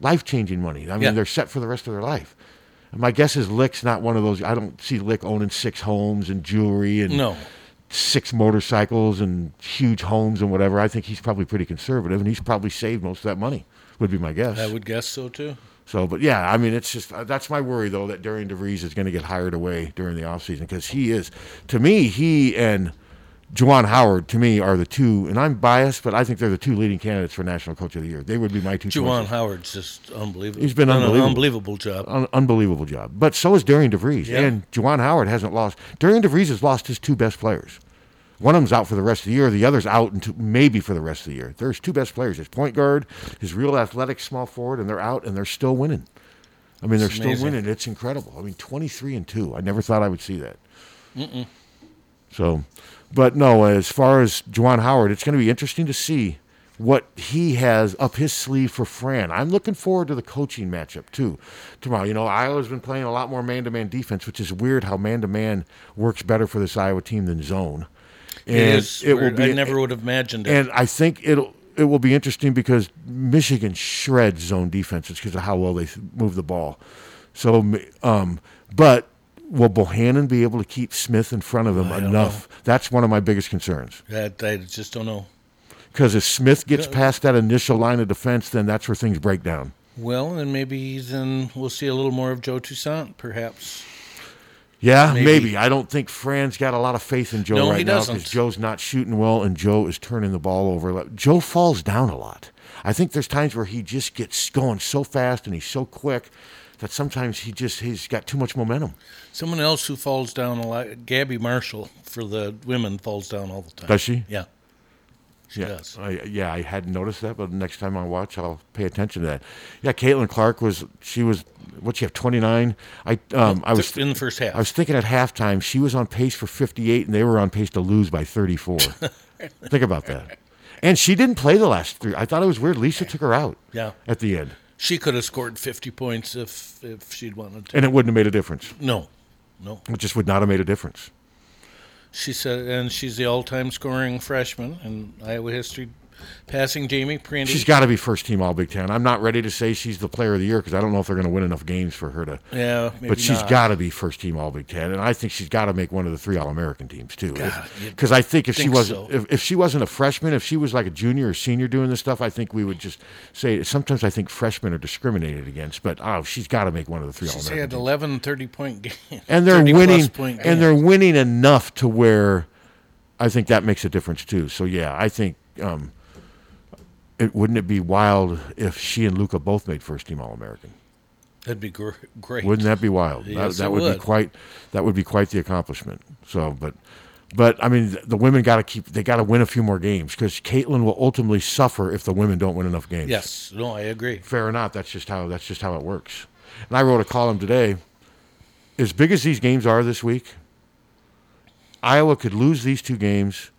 Speaker 2: life changing money. I mean,
Speaker 4: Yeah.
Speaker 2: they're set for the rest of their life. My guess is Lick's not one of those. I don't see Lick owning six homes and jewelry and
Speaker 4: No.
Speaker 2: six motorcycles and huge homes and whatever. I think he's probably pretty conservative, and he's probably saved most of that money. Would be my guess.
Speaker 4: I would guess so too.
Speaker 2: So, but yeah, I mean, it's just uh, that's my worry though that Darian DeVries is going to get hired away during the offseason because he is, to me, he and Juwan Howard to me are the two, and I'm biased, but I think they're the two leading candidates for National Coach of the Year. They would be my two.
Speaker 4: Juwan
Speaker 2: choices.
Speaker 4: Howard's just unbelievable.
Speaker 2: He's been
Speaker 4: Done an
Speaker 2: unbelievable.
Speaker 4: unbelievable job.
Speaker 2: Un- unbelievable job. But so is Darian DeVries.
Speaker 4: Yeah.
Speaker 2: And Juwan Howard hasn't lost. Darian DeVries has lost his two best players. One of them's out for the rest of the year. The other's out and maybe for the rest of the year. There's two best players: his point guard, his real athletic small forward, and they're out and they're still winning. I mean,
Speaker 4: It's
Speaker 2: they're
Speaker 4: amazing.
Speaker 2: still winning. It's incredible. I mean, 23 and two. I never thought I would see that.
Speaker 4: Mm-mm.
Speaker 2: So, but no, as far as Juwan Howard, it's going to be interesting to see what he has up his sleeve for Fran. I'm looking forward to the coaching matchup too tomorrow. You know, Iowa's been playing a lot more man to man defense, which is weird how man to man works better for this Iowa team than zone.
Speaker 4: It is weird. I never would have imagined it.
Speaker 2: And I think it'll. It will be interesting because Michigan shreds zone defenses because of how well they move the ball. So, um, but will Bohannon be able to keep Smith in front of him
Speaker 4: I don't
Speaker 2: enough? That's one of my biggest concerns.
Speaker 4: That I just don't know.
Speaker 2: Because if Smith gets
Speaker 4: Yeah.
Speaker 2: past that initial line of defense, then that's where things break down.
Speaker 4: Well, and maybe then we'll see a little more of Joe Toussaint, perhaps.
Speaker 2: Yeah,
Speaker 4: Maybe.
Speaker 2: maybe. I don't think Fran's got a lot of faith in Joe
Speaker 4: No,
Speaker 2: right
Speaker 4: he
Speaker 2: now
Speaker 4: doesn't.
Speaker 2: Joe's not shooting well and Joe is turning the ball over. Joe falls down a lot. I think there's times where he just gets going so fast and he's so quick that sometimes he just he's got too much momentum.
Speaker 4: Someone else who falls down a lot, Gabby Marshall for the women falls down all the time.
Speaker 2: Does she?
Speaker 4: Yeah.
Speaker 2: yeah, I, yeah, I hadn't noticed that, but next time I watch, I'll pay attention to that. Yeah, Caitlin Clark was she was what she have twenty nine. I um I was
Speaker 4: in the first half.
Speaker 2: I was thinking at halftime she was on pace for fifty eight, and they were on pace to lose by thirty four. Think about that. And she didn't play the last three. I thought it was weird. Lisa took her out.
Speaker 4: Yeah.
Speaker 2: At the end,
Speaker 4: She could have scored 50 points if if she'd wanted to.
Speaker 2: and it wouldn't have made a difference.
Speaker 4: No. No.
Speaker 2: It just would not have made a difference.
Speaker 4: She said, and she's the all-time scoring freshman in Iowa history, passing Jamie Prandy.
Speaker 2: She's got to be first team All Big Ten. I'm not ready to say she's the player of the year because I don't know if they're going to win enough games for her to.
Speaker 4: Yeah, maybe
Speaker 2: but she's
Speaker 4: not.
Speaker 2: got to be first team All Big Ten, and I think she's got to make one of the three All American teams too.
Speaker 4: God, you'd
Speaker 2: Because I think if she
Speaker 4: think
Speaker 2: wasn't
Speaker 4: so.
Speaker 2: if, if she wasn't a freshman, if she was like a junior or senior doing this stuff, I think we would just say. Sometimes I think freshmen are discriminated against, but oh, she's got to make one of the three All
Speaker 4: She's
Speaker 2: American.
Speaker 4: had 11 30-point games.
Speaker 2: And they're
Speaker 4: 30 plus
Speaker 2: winning,
Speaker 4: point
Speaker 2: and
Speaker 4: games.
Speaker 2: they're winning enough to where I think that makes a difference too. So yeah, I think um, it wouldn't it be wild if she and Luca both made first team All American?
Speaker 4: That'd be gr- great.
Speaker 2: Wouldn't that be wild?
Speaker 4: Yes,
Speaker 2: that that
Speaker 4: it
Speaker 2: would, be quite that would be quite the accomplishment. So, but but I mean, th- the women got to keep they got to win a few more games because Caitlin will ultimately suffer if the women don't win enough games.
Speaker 4: Yes. No, I agree.
Speaker 2: Fair or not, that's just how that's just how it works. And I wrote a column today. As big as these games are this week, Iowa could lose these two games,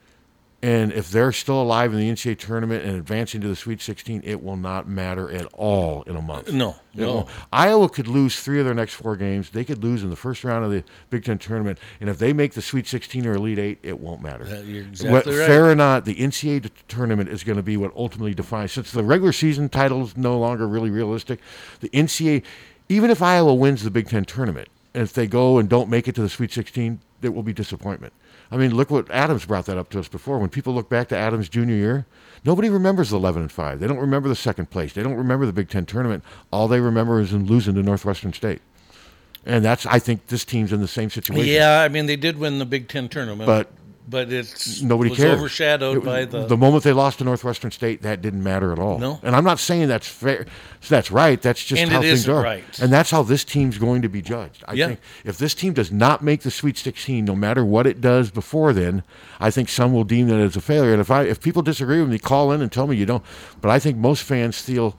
Speaker 2: and if they're still alive in the NCAA tournament and advancing to the Sweet 16, it will not matter at all in a month.
Speaker 4: No,
Speaker 2: It
Speaker 4: no.
Speaker 2: won't. Iowa could lose three of their next four games. They could lose in the first round of the Big Ten tournament, and if they make the Sweet 16 or Elite Eight, it won't matter.
Speaker 4: That- you're exactly right.
Speaker 2: Fair or not, the NCAA t- tournament is going to be what ultimately defines. Since the regular season title's no longer really realistic, the NCAA, even if Iowa wins the Big Ten tournament, and if they go and don't make it to the Sweet 16, it will be disappointment. I mean, look what Adams brought that up to us before. When people look back to Adams' junior year, nobody remembers the 11 and 5. They don't remember the second place. They don't remember the Big Ten tournament. All they remember is in losing to Northwestern State. And that's, I think, this team's in the same situation.
Speaker 4: Yeah, I mean they did win the Big Ten tournament,
Speaker 2: But-
Speaker 4: but it's
Speaker 2: nobody
Speaker 4: was
Speaker 2: cares.
Speaker 4: overshadowed
Speaker 2: It-
Speaker 4: by the,
Speaker 2: moment they lost to Northwestern State. That didn't matter at all.
Speaker 4: No.
Speaker 2: and I'm not saying that's fair. That's right. That's just
Speaker 4: And
Speaker 2: how
Speaker 4: it
Speaker 2: things
Speaker 4: isn't
Speaker 2: are,
Speaker 4: right.
Speaker 2: and that's how this team's going to be judged. I
Speaker 4: Yeah.
Speaker 2: think if this team does not make the Sweet 16, no matter what it does before then, I think some will deem that as a failure. And if I if people disagree with me, call in and tell me you don't. But I think most fans feel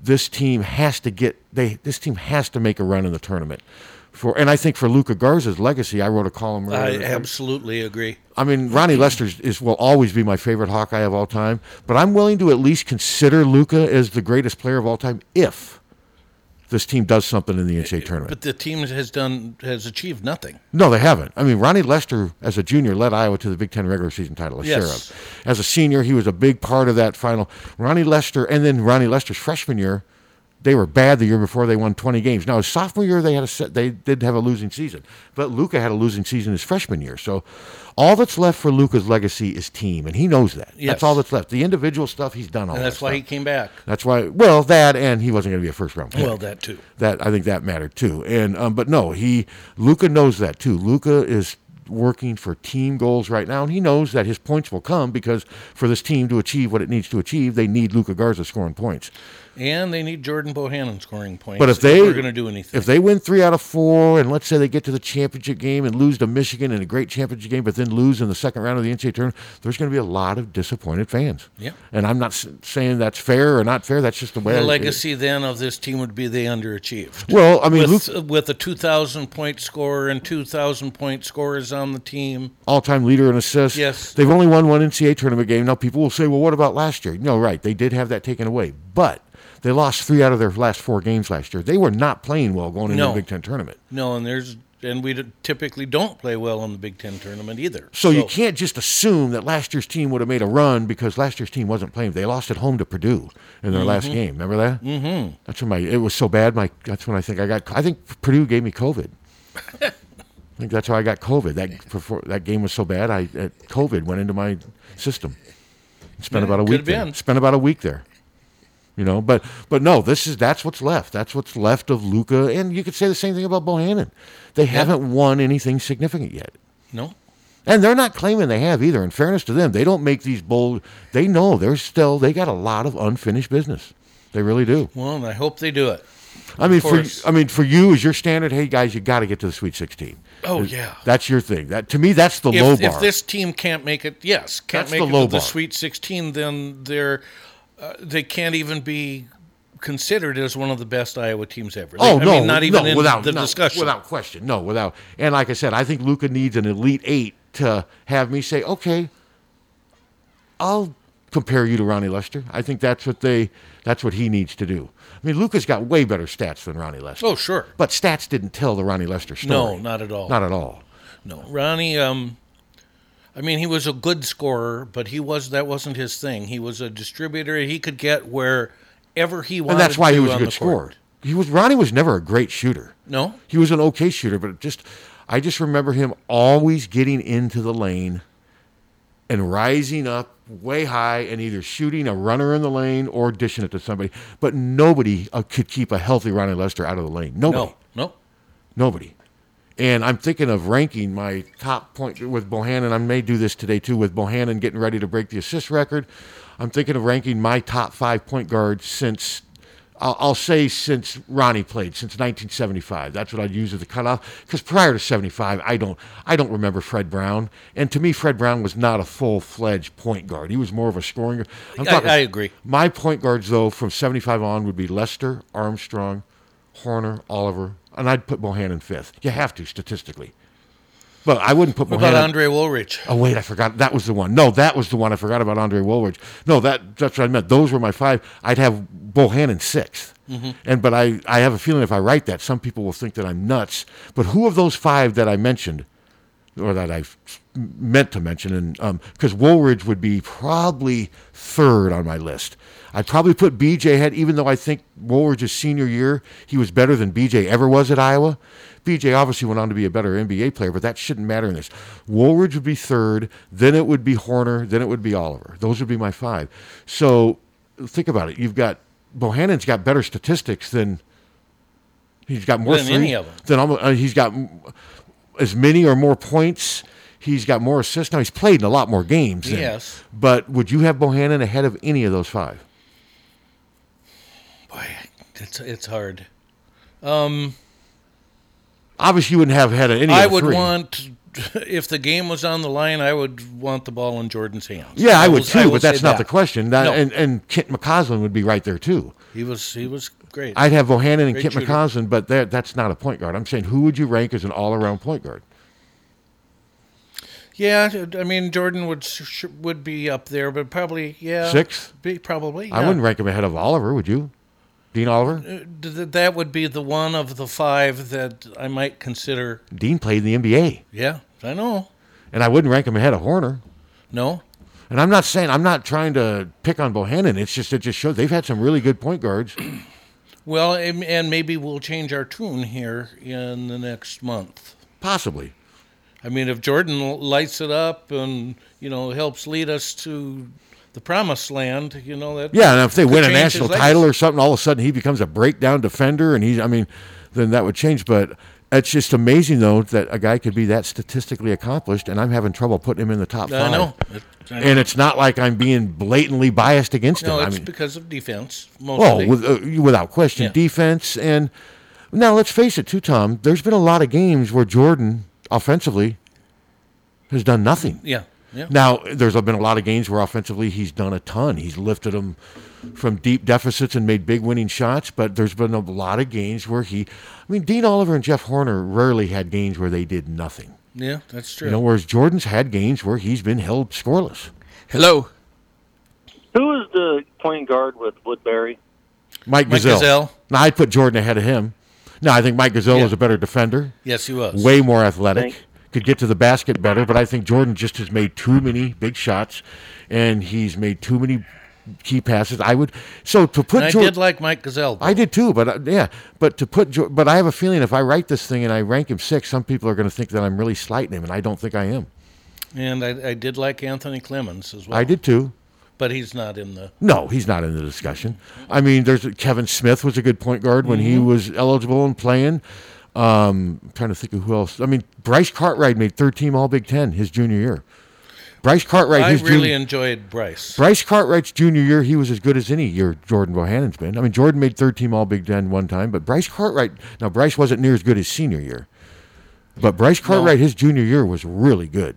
Speaker 2: this team has to get they this team has to make a run in the tournament. For, and I think for Luca Garza's legacy, I wrote a column.
Speaker 4: I
Speaker 2: earlier-
Speaker 4: absolutely agree.
Speaker 2: I mean, Ronnie Lester is, is will always be my favorite Hawkeye of all time, but I'm willing to at least consider Luca as the greatest player of all time if this team does something in the NCAA tournament.
Speaker 4: But the team has done has achieved nothing.
Speaker 2: No, they haven't. I mean, Ronnie Lester, as a junior, led Iowa to the Big Ten regular season title. as
Speaker 4: Yes.
Speaker 2: sheriff. As a senior, he was a big part of that final. Ronnie Lester, and then Ronnie Lester's freshman year, They were bad the year before. They won 20 games. Now his sophomore year they had a set, they did have a losing season, but Luca had a losing season his freshman year. So all that's left for Luca's legacy is team, and he knows that.
Speaker 4: Yes.
Speaker 2: That's all that's left. The individual stuff he's done all.
Speaker 4: and that's
Speaker 2: that
Speaker 4: why
Speaker 2: stuff.
Speaker 4: he came back.
Speaker 2: That's why. Well, that and he wasn't going to be a first round. Pick.
Speaker 4: Well, that too.
Speaker 2: That I think that mattered too. And um, but no, he Luca knows that too. Luca is working for team goals right now, and he knows that his points will come because for this team to achieve what it needs to achieve, they need Luca Garza scoring points.
Speaker 4: And they need Jordan Bohannon scoring points.
Speaker 2: But if they
Speaker 4: we're going to do anything,
Speaker 2: if they win three out of four, and let's say they get to the championship game and lose to Michigan in a great championship game, but then lose in the second round of the NCAA tournament, there's going to be a lot of disappointed fans.
Speaker 4: Yeah.
Speaker 2: and I'm not s- saying that's fair or not fair. That's just the way
Speaker 4: the
Speaker 2: I-
Speaker 4: legacy then of this team would be they underachieved.
Speaker 2: Well, I mean,
Speaker 4: with, with a two thousand point scorer and two thousand point scorers on the team,
Speaker 2: all-time leader in assists.
Speaker 4: Yes.
Speaker 2: they've only won one NCAA tournament game. Now people will say, "Well, what about last year?" No, right, they did have that taken away, but they lost three out of their last four games last year. They were not playing well going into
Speaker 4: No.
Speaker 2: the Big Ten tournament.
Speaker 4: no, and there's and we d- typically don't play well in the Big Ten tournament either.
Speaker 2: So, you can't just assume that last year's team would have made a run because last year's team wasn't playing. They lost at home to Purdue in their last
Speaker 4: Mhm.
Speaker 2: game. Remember that?
Speaker 4: Mhm.
Speaker 2: That's when my it was so bad. My that's when I think I got. I think Purdue gave me COVID. I think that's how I got COVID. That before, that game was so bad, I uh, COVID went into my system. Spent
Speaker 4: Yeah,
Speaker 2: about a
Speaker 4: could
Speaker 2: week.
Speaker 4: have
Speaker 2: there.
Speaker 4: been.
Speaker 2: Spent about a week there. You know, but but no, this is that's what's left. That's what's left of Luca, and you could say the same thing about Bohannon. They haven't won anything significant yet.
Speaker 4: No.
Speaker 2: And they're not claiming they have either. In fairness to them, they don't make these bold. They know they're still. They got a lot of unfinished business. They really do.
Speaker 4: Well, and I hope they do it.
Speaker 2: I mean,
Speaker 4: Of
Speaker 2: for
Speaker 4: course.
Speaker 2: I mean, for you is your standard. Hey guys, you got to get to the Sweet Sixteen.
Speaker 4: Oh, yeah.
Speaker 2: that's your thing. That to me, that's the
Speaker 4: if,
Speaker 2: low
Speaker 4: if
Speaker 2: bar.
Speaker 4: this team can't make it, yes, can't
Speaker 2: That's
Speaker 4: make
Speaker 2: the
Speaker 4: it
Speaker 2: low
Speaker 4: to the
Speaker 2: bar.
Speaker 4: Sweet 16, then they're uh, they can't even be considered as one of the best Iowa teams ever.
Speaker 2: oh
Speaker 4: I
Speaker 2: no,
Speaker 4: mean, not even
Speaker 2: no,
Speaker 4: in
Speaker 2: without
Speaker 4: the
Speaker 2: no,
Speaker 4: discussion.
Speaker 2: without question, no, without. And like I said, I think Luca needs an elite eight to have me say, okay, I'll compare you to Ronnie Lester. I think that's what they. That's what he needs to do. I mean, Luca's got way better stats than Ronnie Lester.
Speaker 4: Oh, sure.
Speaker 2: But stats didn't tell the Ronnie Lester story.
Speaker 4: No, not at all.
Speaker 2: Not at all.
Speaker 4: No, Ronnie. Um, I mean, he was a good scorer, but he was that wasn't his thing. He was a distributor. He could get wherever he wanted.
Speaker 2: and that's why he
Speaker 4: to
Speaker 2: was a
Speaker 4: on
Speaker 2: good
Speaker 4: the court.
Speaker 2: scorer. He was Ronnie was never a great shooter.
Speaker 4: No?
Speaker 2: he was an okay shooter, but just I just remember him always getting into the lane and rising up way high and either shooting a runner in the lane or dishing it to somebody. But nobody uh, could keep a healthy Ronnie Lester out of the lane. Nobody.
Speaker 4: No, no.
Speaker 2: Nobody. And I'm thinking of ranking my top point with Bohannon. I may do this today too with Bohannon getting ready to break the assist record. I'm thinking of ranking my top five point guards since, I'll, I'll say since Ronnie played, since 1975. That's what I'd use as a cutoff. Because prior to 75, I don't, I don't remember Fred Brown. And to me, Fred Brown was not a full fledged point guard. He was more of a scoring.
Speaker 4: I- I agree.
Speaker 2: My point guards, though, from 75 on would be Lester, Armstrong, Horner, Oliver, and I'd put Bohannon fifth. You have to, statistically. But I wouldn't put
Speaker 4: What about
Speaker 2: Bohannon-
Speaker 4: Andre Woolridge?
Speaker 2: Oh, wait, I forgot. That was the one. No, that was the one. I forgot about Andre Woolridge. No, that that's what I meant. Those were my five. I'd have Bohannon 6th
Speaker 4: Mm-hmm.
Speaker 1: Mhm.
Speaker 2: And But I, I have a feeling if I write that, some people will think that I'm nuts. But who of those five that I mentioned, or that I've meant to mention, and because Woolridge would be probably third on my list. I'd probably put BJ head, even though I think Woolridge's senior year, he was better than BJ ever was at Iowa. BJ obviously went on to be a better NBA player, but that shouldn't matter in this. Woolridge would be third, then it would be Horner, then it would be Oliver. Those would be my five. So think about it. You've got Bohannon's got better statistics than he's got more
Speaker 4: Than
Speaker 2: free-
Speaker 4: any of 'em.
Speaker 2: Than almost, uh, he's got m- as many or more points. He's got more assists. Now he's played in a lot more games. than-
Speaker 4: Yes.
Speaker 2: But would you have Bohannon ahead of any of those five?
Speaker 4: It's it's hard. Um,
Speaker 2: Obviously, you wouldn't have ahead of any.
Speaker 4: I
Speaker 2: of the
Speaker 4: would
Speaker 2: three.
Speaker 4: want, if the game was on the line, I would want the ball in Jordan's hands.
Speaker 2: Yeah, I, would
Speaker 4: will-
Speaker 2: too,
Speaker 4: will
Speaker 2: but
Speaker 4: say
Speaker 2: that's not
Speaker 4: that.
Speaker 2: the question. That,
Speaker 4: No,
Speaker 2: and, and Kent McCausland would be right there too.
Speaker 4: he was he was great.
Speaker 2: I'd have Bohannon and
Speaker 4: Great
Speaker 2: Kent
Speaker 4: shooter.
Speaker 2: McCausland, but that, that's not a point guard. I'm saying who would you rank as an all-around point guard?
Speaker 4: Yeah, I mean Jordan would sh- sh- would be up there, but probably yeah
Speaker 2: Sixth?
Speaker 4: Be, probably
Speaker 2: I
Speaker 4: yeah.
Speaker 2: wouldn't rank him ahead of Oliver, would you? Dean Oliver?
Speaker 4: Uh, th- th- That would be the one of the five that I might consider.
Speaker 2: Dean played in the NBA,
Speaker 4: Yeah, I know.
Speaker 2: and I wouldn't rank him ahead of Horner.
Speaker 4: No,
Speaker 2: And I'm not saying I'm not trying to pick on Bohannon. It's just it just shows they've had some really good point guards.
Speaker 4: Well, and, and maybe we'll change our tune here in the next month.
Speaker 2: Possibly.
Speaker 4: I mean, if Jordan l- lights it up and you know helps lead us to the promised land, you know that.
Speaker 2: Yeah, and if they
Speaker 4: could
Speaker 2: win a
Speaker 4: change his
Speaker 2: national
Speaker 4: legacy.
Speaker 2: title or something, all of a sudden he becomes a breakdown defender, and he's—I mean—then that would change. But it's just amazing, though, that a guy could be that statistically accomplished, and I'm having trouble putting him in the top
Speaker 4: I
Speaker 2: five.
Speaker 4: know. It- I know.
Speaker 2: And it's not like I'm being blatantly biased against
Speaker 4: no,
Speaker 2: him.
Speaker 4: it's
Speaker 2: I mean,
Speaker 4: because of defense.
Speaker 2: oh,
Speaker 4: Mostly.
Speaker 2: with, uh, without question,
Speaker 4: Yeah.
Speaker 2: defense and now let's face it, too, Tom. There's been a lot of games where Jordan offensively has done nothing.
Speaker 4: Yeah, yeah.
Speaker 2: Now there's been a lot of games where offensively he's done a ton. He's lifted them from deep deficits and made big winning shots. But there's been a lot of games where he, I mean, Dean Oliver and Jeff Horner rarely had games where they did nothing.
Speaker 4: yeah, that's true.
Speaker 2: You know, whereas Jordan's had games where he's been held scoreless.
Speaker 3: Hello.
Speaker 1: Who is the point guard with Woodbury?
Speaker 2: Mike
Speaker 4: Mike
Speaker 2: Gazelle.
Speaker 4: Gasol.
Speaker 2: Now I'd put Jordan ahead of him. No, I think Mike Gazelle is a better defender.
Speaker 4: Yes, he was.
Speaker 2: Way more athletic. Could get to the basket better, but I think Jordan just has made too many big shots, and he's made too many key passes. I would so to put
Speaker 4: and I
Speaker 2: Jordan.
Speaker 4: did like Mike Gazelle.
Speaker 2: I did too, but uh, yeah, but to put Jor- but I have a feeling if I write this thing and I rank him six, some people are going to think that I'm really slighting him, and I don't think I am.
Speaker 4: And I, I did like Anthony Clemens as well.
Speaker 2: I did too.
Speaker 4: But he's not in the.
Speaker 2: No, he's not in the discussion. I mean, there's Kevin Smith was a good point guard when he
Speaker 4: Mhm.
Speaker 2: was eligible and playing. Um, I'm trying to think of who else. I mean, Bryce Cartwright made third team All Big Ten his junior year. Bryce Cartwright,
Speaker 4: I
Speaker 2: his
Speaker 4: really
Speaker 2: junior,
Speaker 4: enjoyed Bryce.
Speaker 2: Bryce Cartwright's junior year, he was as good as any year Jordan Bohannon's been. I mean, Jordan made third team All Big Ten one time, but Bryce Cartwright now Bryce wasn't near as good as senior year, but Bryce Cartwright his junior year was really good.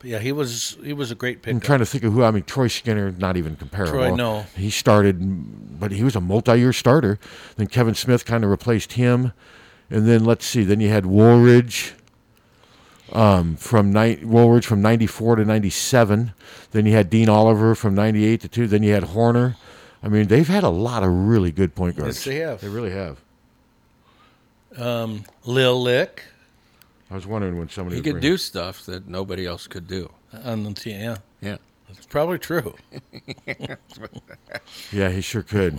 Speaker 4: But yeah, he was he was a great
Speaker 2: I'm
Speaker 4: pickup.
Speaker 2: trying to think of who. I mean, Troy Skinner, not even comparable.
Speaker 4: Troy, no.
Speaker 2: He started, but he was a multi-year starter. Then Kevin Smith kind of replaced him, and then let's see. Then you had Woolridge um, from ni- Woolridge from '94 to '97. Then you had Dean Oliver from '98 to two. Then you had Horner. I mean, they've had a lot of really good point
Speaker 4: yes,
Speaker 2: guards.
Speaker 4: they have. They
Speaker 2: really have.
Speaker 4: Um, Lil Lick
Speaker 2: I was wondering when somebody
Speaker 3: He
Speaker 2: would
Speaker 3: could
Speaker 2: bring
Speaker 3: do stuff that nobody else could do.
Speaker 4: on the team. Yeah,
Speaker 3: Yeah.
Speaker 4: that's probably true.
Speaker 2: Yeah, he sure could.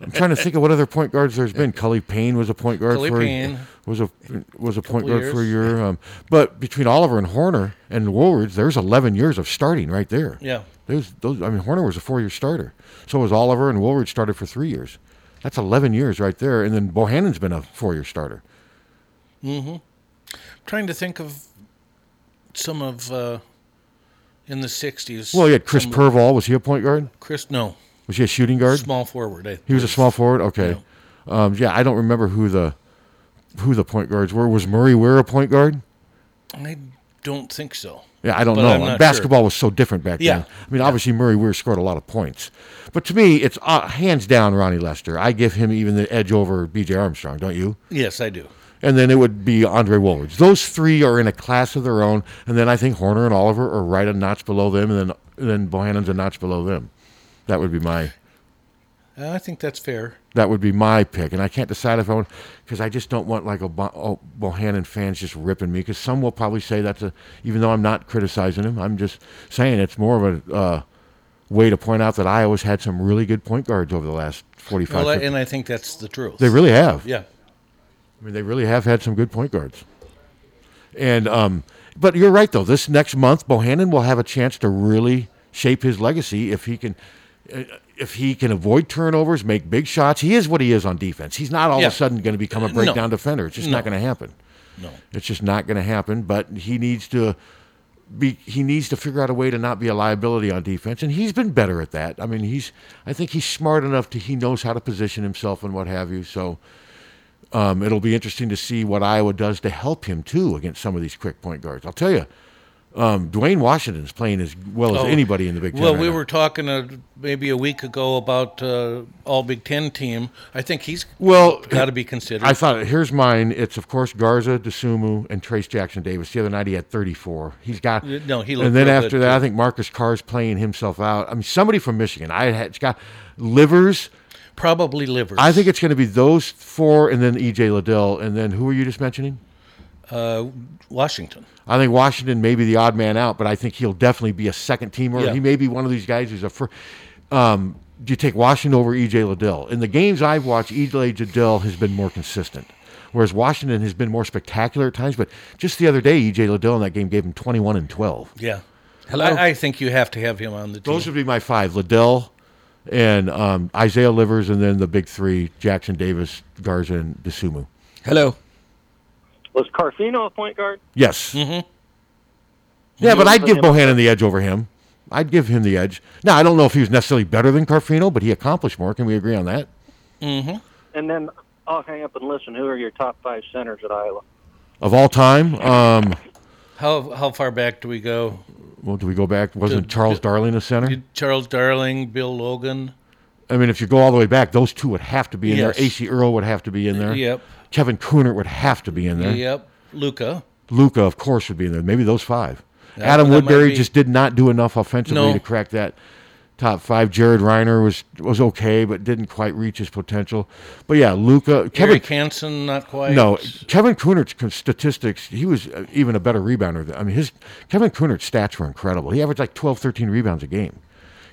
Speaker 2: I'm trying to think of what other point guards there's been. Cully Payne was a point guard
Speaker 4: Cully
Speaker 2: for
Speaker 4: Payne.
Speaker 2: was a was a point
Speaker 4: Couple
Speaker 2: guard for a year. Um, but between Oliver and Horner and Woolridge, there's 11 years of starting right there.
Speaker 4: Yeah.
Speaker 2: those those. I mean, Horner was a four year starter. So was Oliver, and Woolridge started for three years. That's 11 years right there. And then Bohannon's been a four year starter.
Speaker 4: mm-hmm. trying to think of some of uh, in the '60s.
Speaker 2: Well, you had Chris
Speaker 4: some-
Speaker 2: Perval. Was he a point guard?
Speaker 4: Chris, no,
Speaker 2: Was he a shooting guard?
Speaker 4: Small forward, I
Speaker 2: he was a
Speaker 4: believe.
Speaker 2: small forward. Okay. Um, yeah, I don't remember who the who the point guards were. Was Murray Ware a point guard?
Speaker 4: I don't think so.
Speaker 2: Yeah, I don't
Speaker 4: But I'm
Speaker 2: know.
Speaker 4: not
Speaker 2: Basketball
Speaker 4: sure.
Speaker 2: was so different back
Speaker 4: Yeah.
Speaker 2: then. I mean, obviously Murray Weir scored a lot of points, but to me, it's uh, hands down Ronnie Lester. I give him even the edge over B.J. Armstrong. Don't you?
Speaker 4: Yes, I do.
Speaker 2: And then it would be Andre Woolridge. Those three are in a class of their own. And then I think Horner and Oliver are right a notch below them, and then and then Bohannon's a notch below them. That would be my
Speaker 4: uh, I think that's fair.
Speaker 2: that would be my pick, and I can't decide if I want because I just don't want like a Bo- oh, Bohannon fans just ripping me because some will probably say that's a even though I'm not criticizing him, I'm just saying it's more of a uh, way to point out that Iowa's had some really good point guards over the last 45.
Speaker 4: Well, I-
Speaker 2: 50
Speaker 4: and I think that's the truth.
Speaker 2: They really have.
Speaker 4: Yeah.
Speaker 2: I mean, they really have had some good point guards. And um, but you're right though. This next month, Bohannon will have a chance to really shape his legacy if he can. uh, If he can avoid turnovers, make big shots, he is what he is on defense. He's not all
Speaker 4: Yeah.
Speaker 2: of a sudden going to become
Speaker 4: Uh,
Speaker 2: a
Speaker 4: no.
Speaker 2: breakdown defender. It's just not
Speaker 4: No.
Speaker 2: going to happen.
Speaker 4: No.
Speaker 2: it's just not going to happen. But he needs to be. He needs to figure out a way to not be a liability on defense, and he's been better at that. I mean, he's. I think he's smart enough to. He knows how to position himself and what have you. So, um, it'll be interesting to see what Iowa does to help him too against some of these quick point guards. I'll tell you, um, Dwayne Washington's playing as well as
Speaker 4: Oh,
Speaker 2: anybody in the Big Ten.
Speaker 4: Well,
Speaker 2: right
Speaker 4: we
Speaker 2: now.
Speaker 4: were talking uh maybe a week ago about uh, all Big Ten team. I think he's
Speaker 2: Well,
Speaker 4: got to be considered.
Speaker 2: I thought here's mine. It's of course Garza, DeSumo, and Trace Jackson Davis. The other night he had 34. He's got
Speaker 4: No, he looked
Speaker 2: And then
Speaker 4: real
Speaker 2: after
Speaker 4: good,
Speaker 2: that, I
Speaker 4: too.
Speaker 2: think Marcus Carr's playing himself out. I mean, somebody from Michigan. I had it's got Livers.
Speaker 4: probably Livers.
Speaker 2: I think it's going to be those four, and then EJ Liddell, and then who were you just mentioning?
Speaker 4: uh, Washington.
Speaker 2: I think Washington may be the odd man out, but I think he'll definitely be a second teamer.
Speaker 4: Yeah.
Speaker 2: He may be one of these guys who's a first. Um, you take Washington over EJ Liddell. In the games I've watched, EJ Liddell has been more consistent, whereas Washington has been more spectacular at times. But just the other day, EJ Liddell in that game gave him 21 and 12.
Speaker 4: Yeah. I, I think you have to have him on the team.
Speaker 2: Those would be my five: Liddell and um, Isaiah Livers, and then the big three: Jackson Davis, Garza, and DeSumo.
Speaker 3: Hello.
Speaker 1: Was Carfino a point guard?
Speaker 2: Yes. Mm-hmm. Yeah, but I'd give Bohannon the edge over him. I'd give him the edge. Now, I don't know if he was necessarily better than Carfino, but he accomplished more. Can we agree on that?
Speaker 4: Mm-hmm.
Speaker 1: And then I'll hang up and listen. Who are your top five centers at Iowa?
Speaker 2: Of all time, um,
Speaker 4: How how far back do we go?
Speaker 2: well, do we go back? Wasn't
Speaker 4: Did-
Speaker 2: Charles
Speaker 4: did-
Speaker 2: Darling a center?
Speaker 4: You- Charles Darling, Bill Logan.
Speaker 2: I mean, if you go all the way back, those two would have to be in
Speaker 4: Yes.
Speaker 2: there. AC Earl would have to be in there.
Speaker 4: Yep.
Speaker 2: Kevin Coonert would have to be in there.
Speaker 4: Yep. Luca.
Speaker 2: Luca, of course, would be in there. Maybe those five.
Speaker 4: That-
Speaker 2: Adam
Speaker 4: that might
Speaker 2: Woodbury
Speaker 4: be-
Speaker 2: just did not do enough offensively
Speaker 4: No.
Speaker 2: to crack that top five. Jared Reiner was was okay, but didn't quite reach his potential. But yeah, Luca, Kevin
Speaker 4: Eric Hansen, not quite.
Speaker 2: No, Kevin Kunert's con- statistics, he was uh, even a better rebounder. than- I mean, his Kevin Kunert's stats were incredible. He averaged like 12, 13 rebounds a game.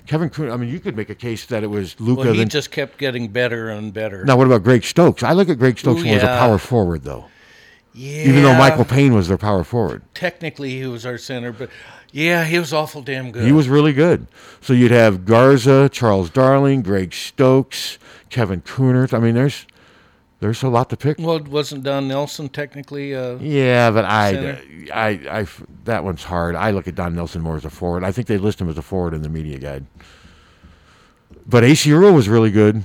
Speaker 2: Kevin Kunert, I mean, you could make a case that it was Luca.
Speaker 4: Well, he
Speaker 2: then,
Speaker 4: just kept getting better and better.
Speaker 2: now, what about Greg Stokes? I look at Greg Stokes
Speaker 4: Ooh,
Speaker 2: more as a
Speaker 4: yeah.
Speaker 2: power forward, though. Even though
Speaker 4: Yeah.
Speaker 2: Michael Payne was their power forward,
Speaker 4: Technically, he was our center, but yeah, he was awful damn good.
Speaker 2: he was really good. So you'd have Garza, Charles Darling, Greg Stokes, Kevin Kunert. I mean, there's there's a lot to pick.
Speaker 4: Well, wasn't Don Nelson technically? Uh,
Speaker 2: Yeah, but I,
Speaker 4: center?
Speaker 2: I, I, that one's hard. I look at Don Nelson more as a forward. I think they list him as a forward in the media guide. But AC Earl was really good.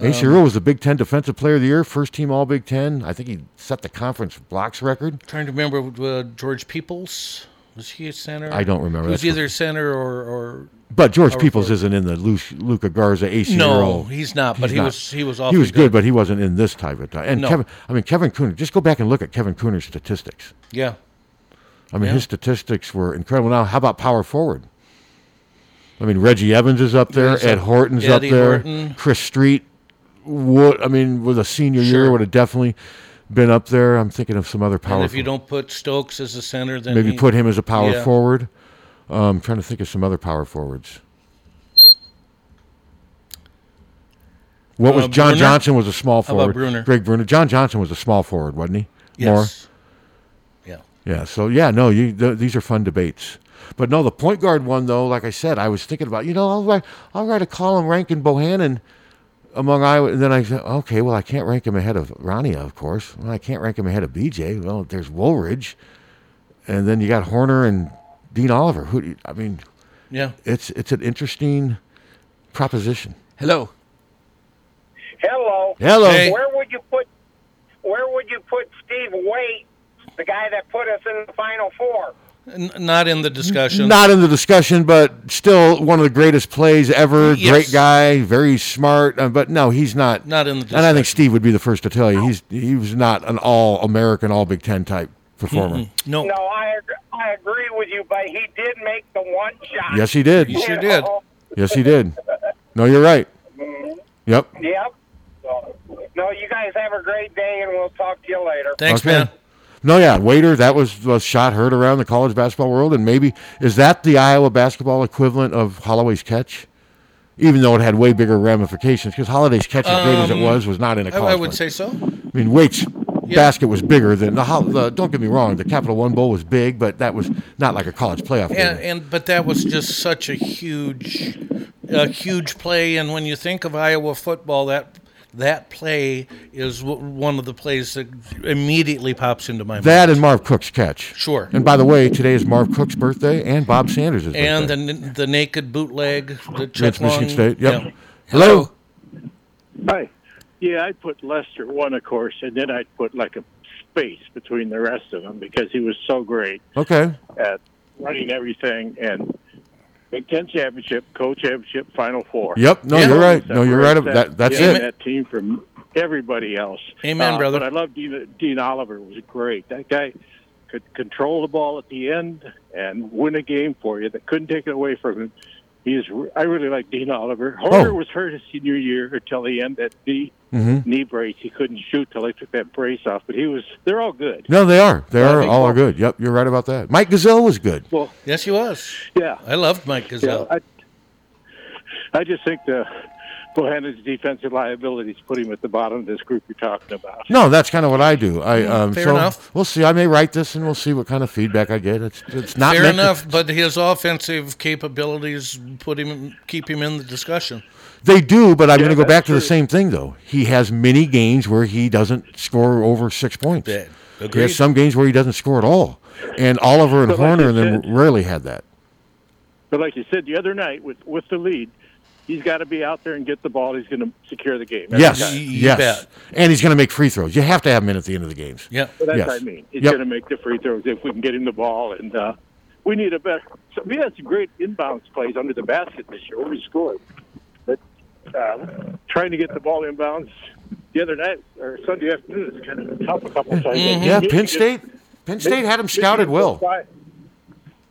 Speaker 2: AC
Speaker 4: Um,
Speaker 2: Earl was the Big Ten Defensive Player of the Year, first team All Big Ten. I think he set the conference blocks record.
Speaker 4: trying to remember uh, George Peoples. Was he a center?
Speaker 2: I don't remember.
Speaker 4: He was
Speaker 2: That's-
Speaker 4: either center or, or
Speaker 2: But George
Speaker 4: power
Speaker 2: Peoples
Speaker 4: forward.
Speaker 2: isn't in the Lu- Luca Garza AC
Speaker 4: No,
Speaker 2: Earl.
Speaker 4: he's not, but he was- he was
Speaker 2: he
Speaker 4: awfully
Speaker 2: was good,
Speaker 4: good.
Speaker 2: but he wasn't in this type of time. And
Speaker 4: No.
Speaker 2: Kevin, I mean Kevin Cooner. Just go back and look at Kevin Cooner's statistics.
Speaker 4: Yeah.
Speaker 2: I mean,
Speaker 4: Yeah.
Speaker 2: his statistics were incredible. Now, how about power forward? I mean, Reggie Evans is up there.
Speaker 4: Yes,
Speaker 2: Ed
Speaker 4: uh,
Speaker 2: Horton's
Speaker 4: Eddie
Speaker 2: up there.
Speaker 4: Horton.
Speaker 2: Chris Street would. I mean, with a senior year,
Speaker 4: Sure.
Speaker 2: would have definitely been up there. I'm thinking of some other power.
Speaker 4: And if you don't put Stokes as a center, then
Speaker 2: maybe
Speaker 4: he-
Speaker 2: put him as a power
Speaker 4: Yeah.
Speaker 2: forward. Um, trying to think of some other power forwards. What was
Speaker 4: Uh,
Speaker 2: John
Speaker 4: Bruner?
Speaker 2: Johnson was a small
Speaker 4: How about
Speaker 2: forward.
Speaker 4: Bruner?
Speaker 2: Greg Bruner. John Johnson was a small forward, wasn't he? More.
Speaker 4: Yes. Yeah.
Speaker 2: Yeah. So yeah, no, you th- these are fun debates. But no, the point guard one though, like I said, I was thinking about. You know, I'll write, I'll write a column ranking Bohannon among Iowa, and then I said, okay, well, I can't rank him ahead of Ronnie, of course. Well, I can't rank him ahead of BJ. Well, there's Woolridge, and then you got Horner and Dean Oliver. Who do you- I mean,
Speaker 4: Yeah.
Speaker 2: it's it's an interesting proposition.
Speaker 3: Hello.
Speaker 8: Hello.
Speaker 2: Hello. Hey.
Speaker 8: Where would you put Where would you put Steve Waite, the guy that put us in the Final Four?
Speaker 4: N- not in the discussion.
Speaker 2: Not in the discussion, but still one of the greatest plays ever.
Speaker 4: Yes.
Speaker 2: Great guy, very smart. uh, but no, he's not.
Speaker 4: Not in the
Speaker 2: And I think Steve would be the first to tell you he's he was not an all American, all Big Ten type performer.
Speaker 4: No.
Speaker 8: No, I ag- I agree with you, but he did make the one shot.
Speaker 2: Yes, he did.
Speaker 8: You know?
Speaker 2: Yes, he did. No, you're right. Yep.
Speaker 8: Yep. No, you guys have a great day, and we'll talk to you later.
Speaker 2: No, yeah, Waiter. That was was shot heard around the college basketball world, and maybe is that the Iowa basketball equivalent of Holloway's catch? Even though it had way bigger ramifications, because Holloway's catch, as great as it
Speaker 4: Um,
Speaker 2: was, was not in a
Speaker 4: I,
Speaker 2: college.
Speaker 4: I would
Speaker 2: play.
Speaker 4: say so.
Speaker 2: I mean, Waite's
Speaker 4: Yeah.
Speaker 2: basket was bigger than the, Hol- the. Don't get me wrong, the Capital One Bowl was big, but that was not like a college playoff game.
Speaker 4: And, and but that was just such a huge, a huge play. And when you think of Iowa football, that that play is w- one of the plays that immediately pops into my
Speaker 2: That and Marv Cook's catch.
Speaker 4: Sure.
Speaker 2: And by the way, today is Marv Cook's birthday and Bob Sanders'
Speaker 4: mind.
Speaker 2: birthday.
Speaker 4: And the n- the naked bootleg that Chet
Speaker 2: Against Michigan
Speaker 4: Long-
Speaker 2: State. Yep.
Speaker 4: yeah.
Speaker 2: Hello.
Speaker 10: Hi. Yeah, I'd put Lester one, of course, and then I'd put like a space between the rest of them because he was so great
Speaker 2: Okay.
Speaker 10: at running everything and Big Ten championship, co championship, Final Four.
Speaker 2: Yep. No, you're right. No, you're right. That- that's
Speaker 10: yeah,
Speaker 2: it.
Speaker 10: That team from everybody else.
Speaker 4: Amen,
Speaker 10: Uh,
Speaker 4: brother.
Speaker 10: But I love Dean, Dean Oliver was great. That guy could control the ball at the end and win a game for you. That couldn't take it away from him. He's. re- I really like Dean Oliver. Horner
Speaker 2: Oh.
Speaker 10: was hurt his senior year until the end that knee
Speaker 2: Mhm.
Speaker 10: knee brace. He couldn't shoot till they took that brace off. But he was. They're all good.
Speaker 2: No, they are. They
Speaker 10: I
Speaker 2: are
Speaker 10: think
Speaker 2: all
Speaker 10: Marv-
Speaker 2: are good. Yep, you're right about that. Mike Gazelle was good.
Speaker 10: Well,
Speaker 4: yes, he was.
Speaker 10: Yeah,
Speaker 4: I loved Mike Gazelle.
Speaker 10: I, I just think the Bohannon's defensive liabilities put him at the bottom of this group you're talking about.
Speaker 2: No, that's kind of what I do. I um,
Speaker 4: Mm, fair
Speaker 2: so
Speaker 4: enough.
Speaker 2: We'll see. I may write this, and we'll see what kind of feedback I get. It's it's not
Speaker 4: Fair
Speaker 2: meant to-
Speaker 4: enough, but his offensive capabilities put him keep him in the discussion.
Speaker 2: they do, but I'm
Speaker 4: Yeah,
Speaker 2: going to go back
Speaker 4: that's
Speaker 2: to the
Speaker 4: true.
Speaker 2: same thing though. He has many games where he doesn't score over six points.
Speaker 4: That-
Speaker 2: He
Speaker 4: agreed.
Speaker 2: has some games where he doesn't score at all, and Oliver and
Speaker 10: But like
Speaker 2: Horner
Speaker 10: you
Speaker 2: and them rarely had that.
Speaker 10: But like you said the other night, with with the lead, he's got to be out there and get the ball. He's going to secure the game. every
Speaker 2: Yes,
Speaker 10: time.
Speaker 2: yes, and he's going to make free throws. You have to have him in at the end of the games.
Speaker 4: Yeah,
Speaker 10: But that's
Speaker 2: Yes.
Speaker 10: what I mean. He's
Speaker 2: Yep.
Speaker 10: going to make the free throws if we can get him the ball, and uh, we need a better. So we had some great inbounds plays under the basket this year. We scored, but uh, trying to get the ball inbounds the other night or Sunday afternoon is kind of tough a couple times.
Speaker 4: Mm-hmm.
Speaker 2: Yeah, Penn State. Penn State had him scouted
Speaker 10: Michigan
Speaker 2: well.
Speaker 10: put five-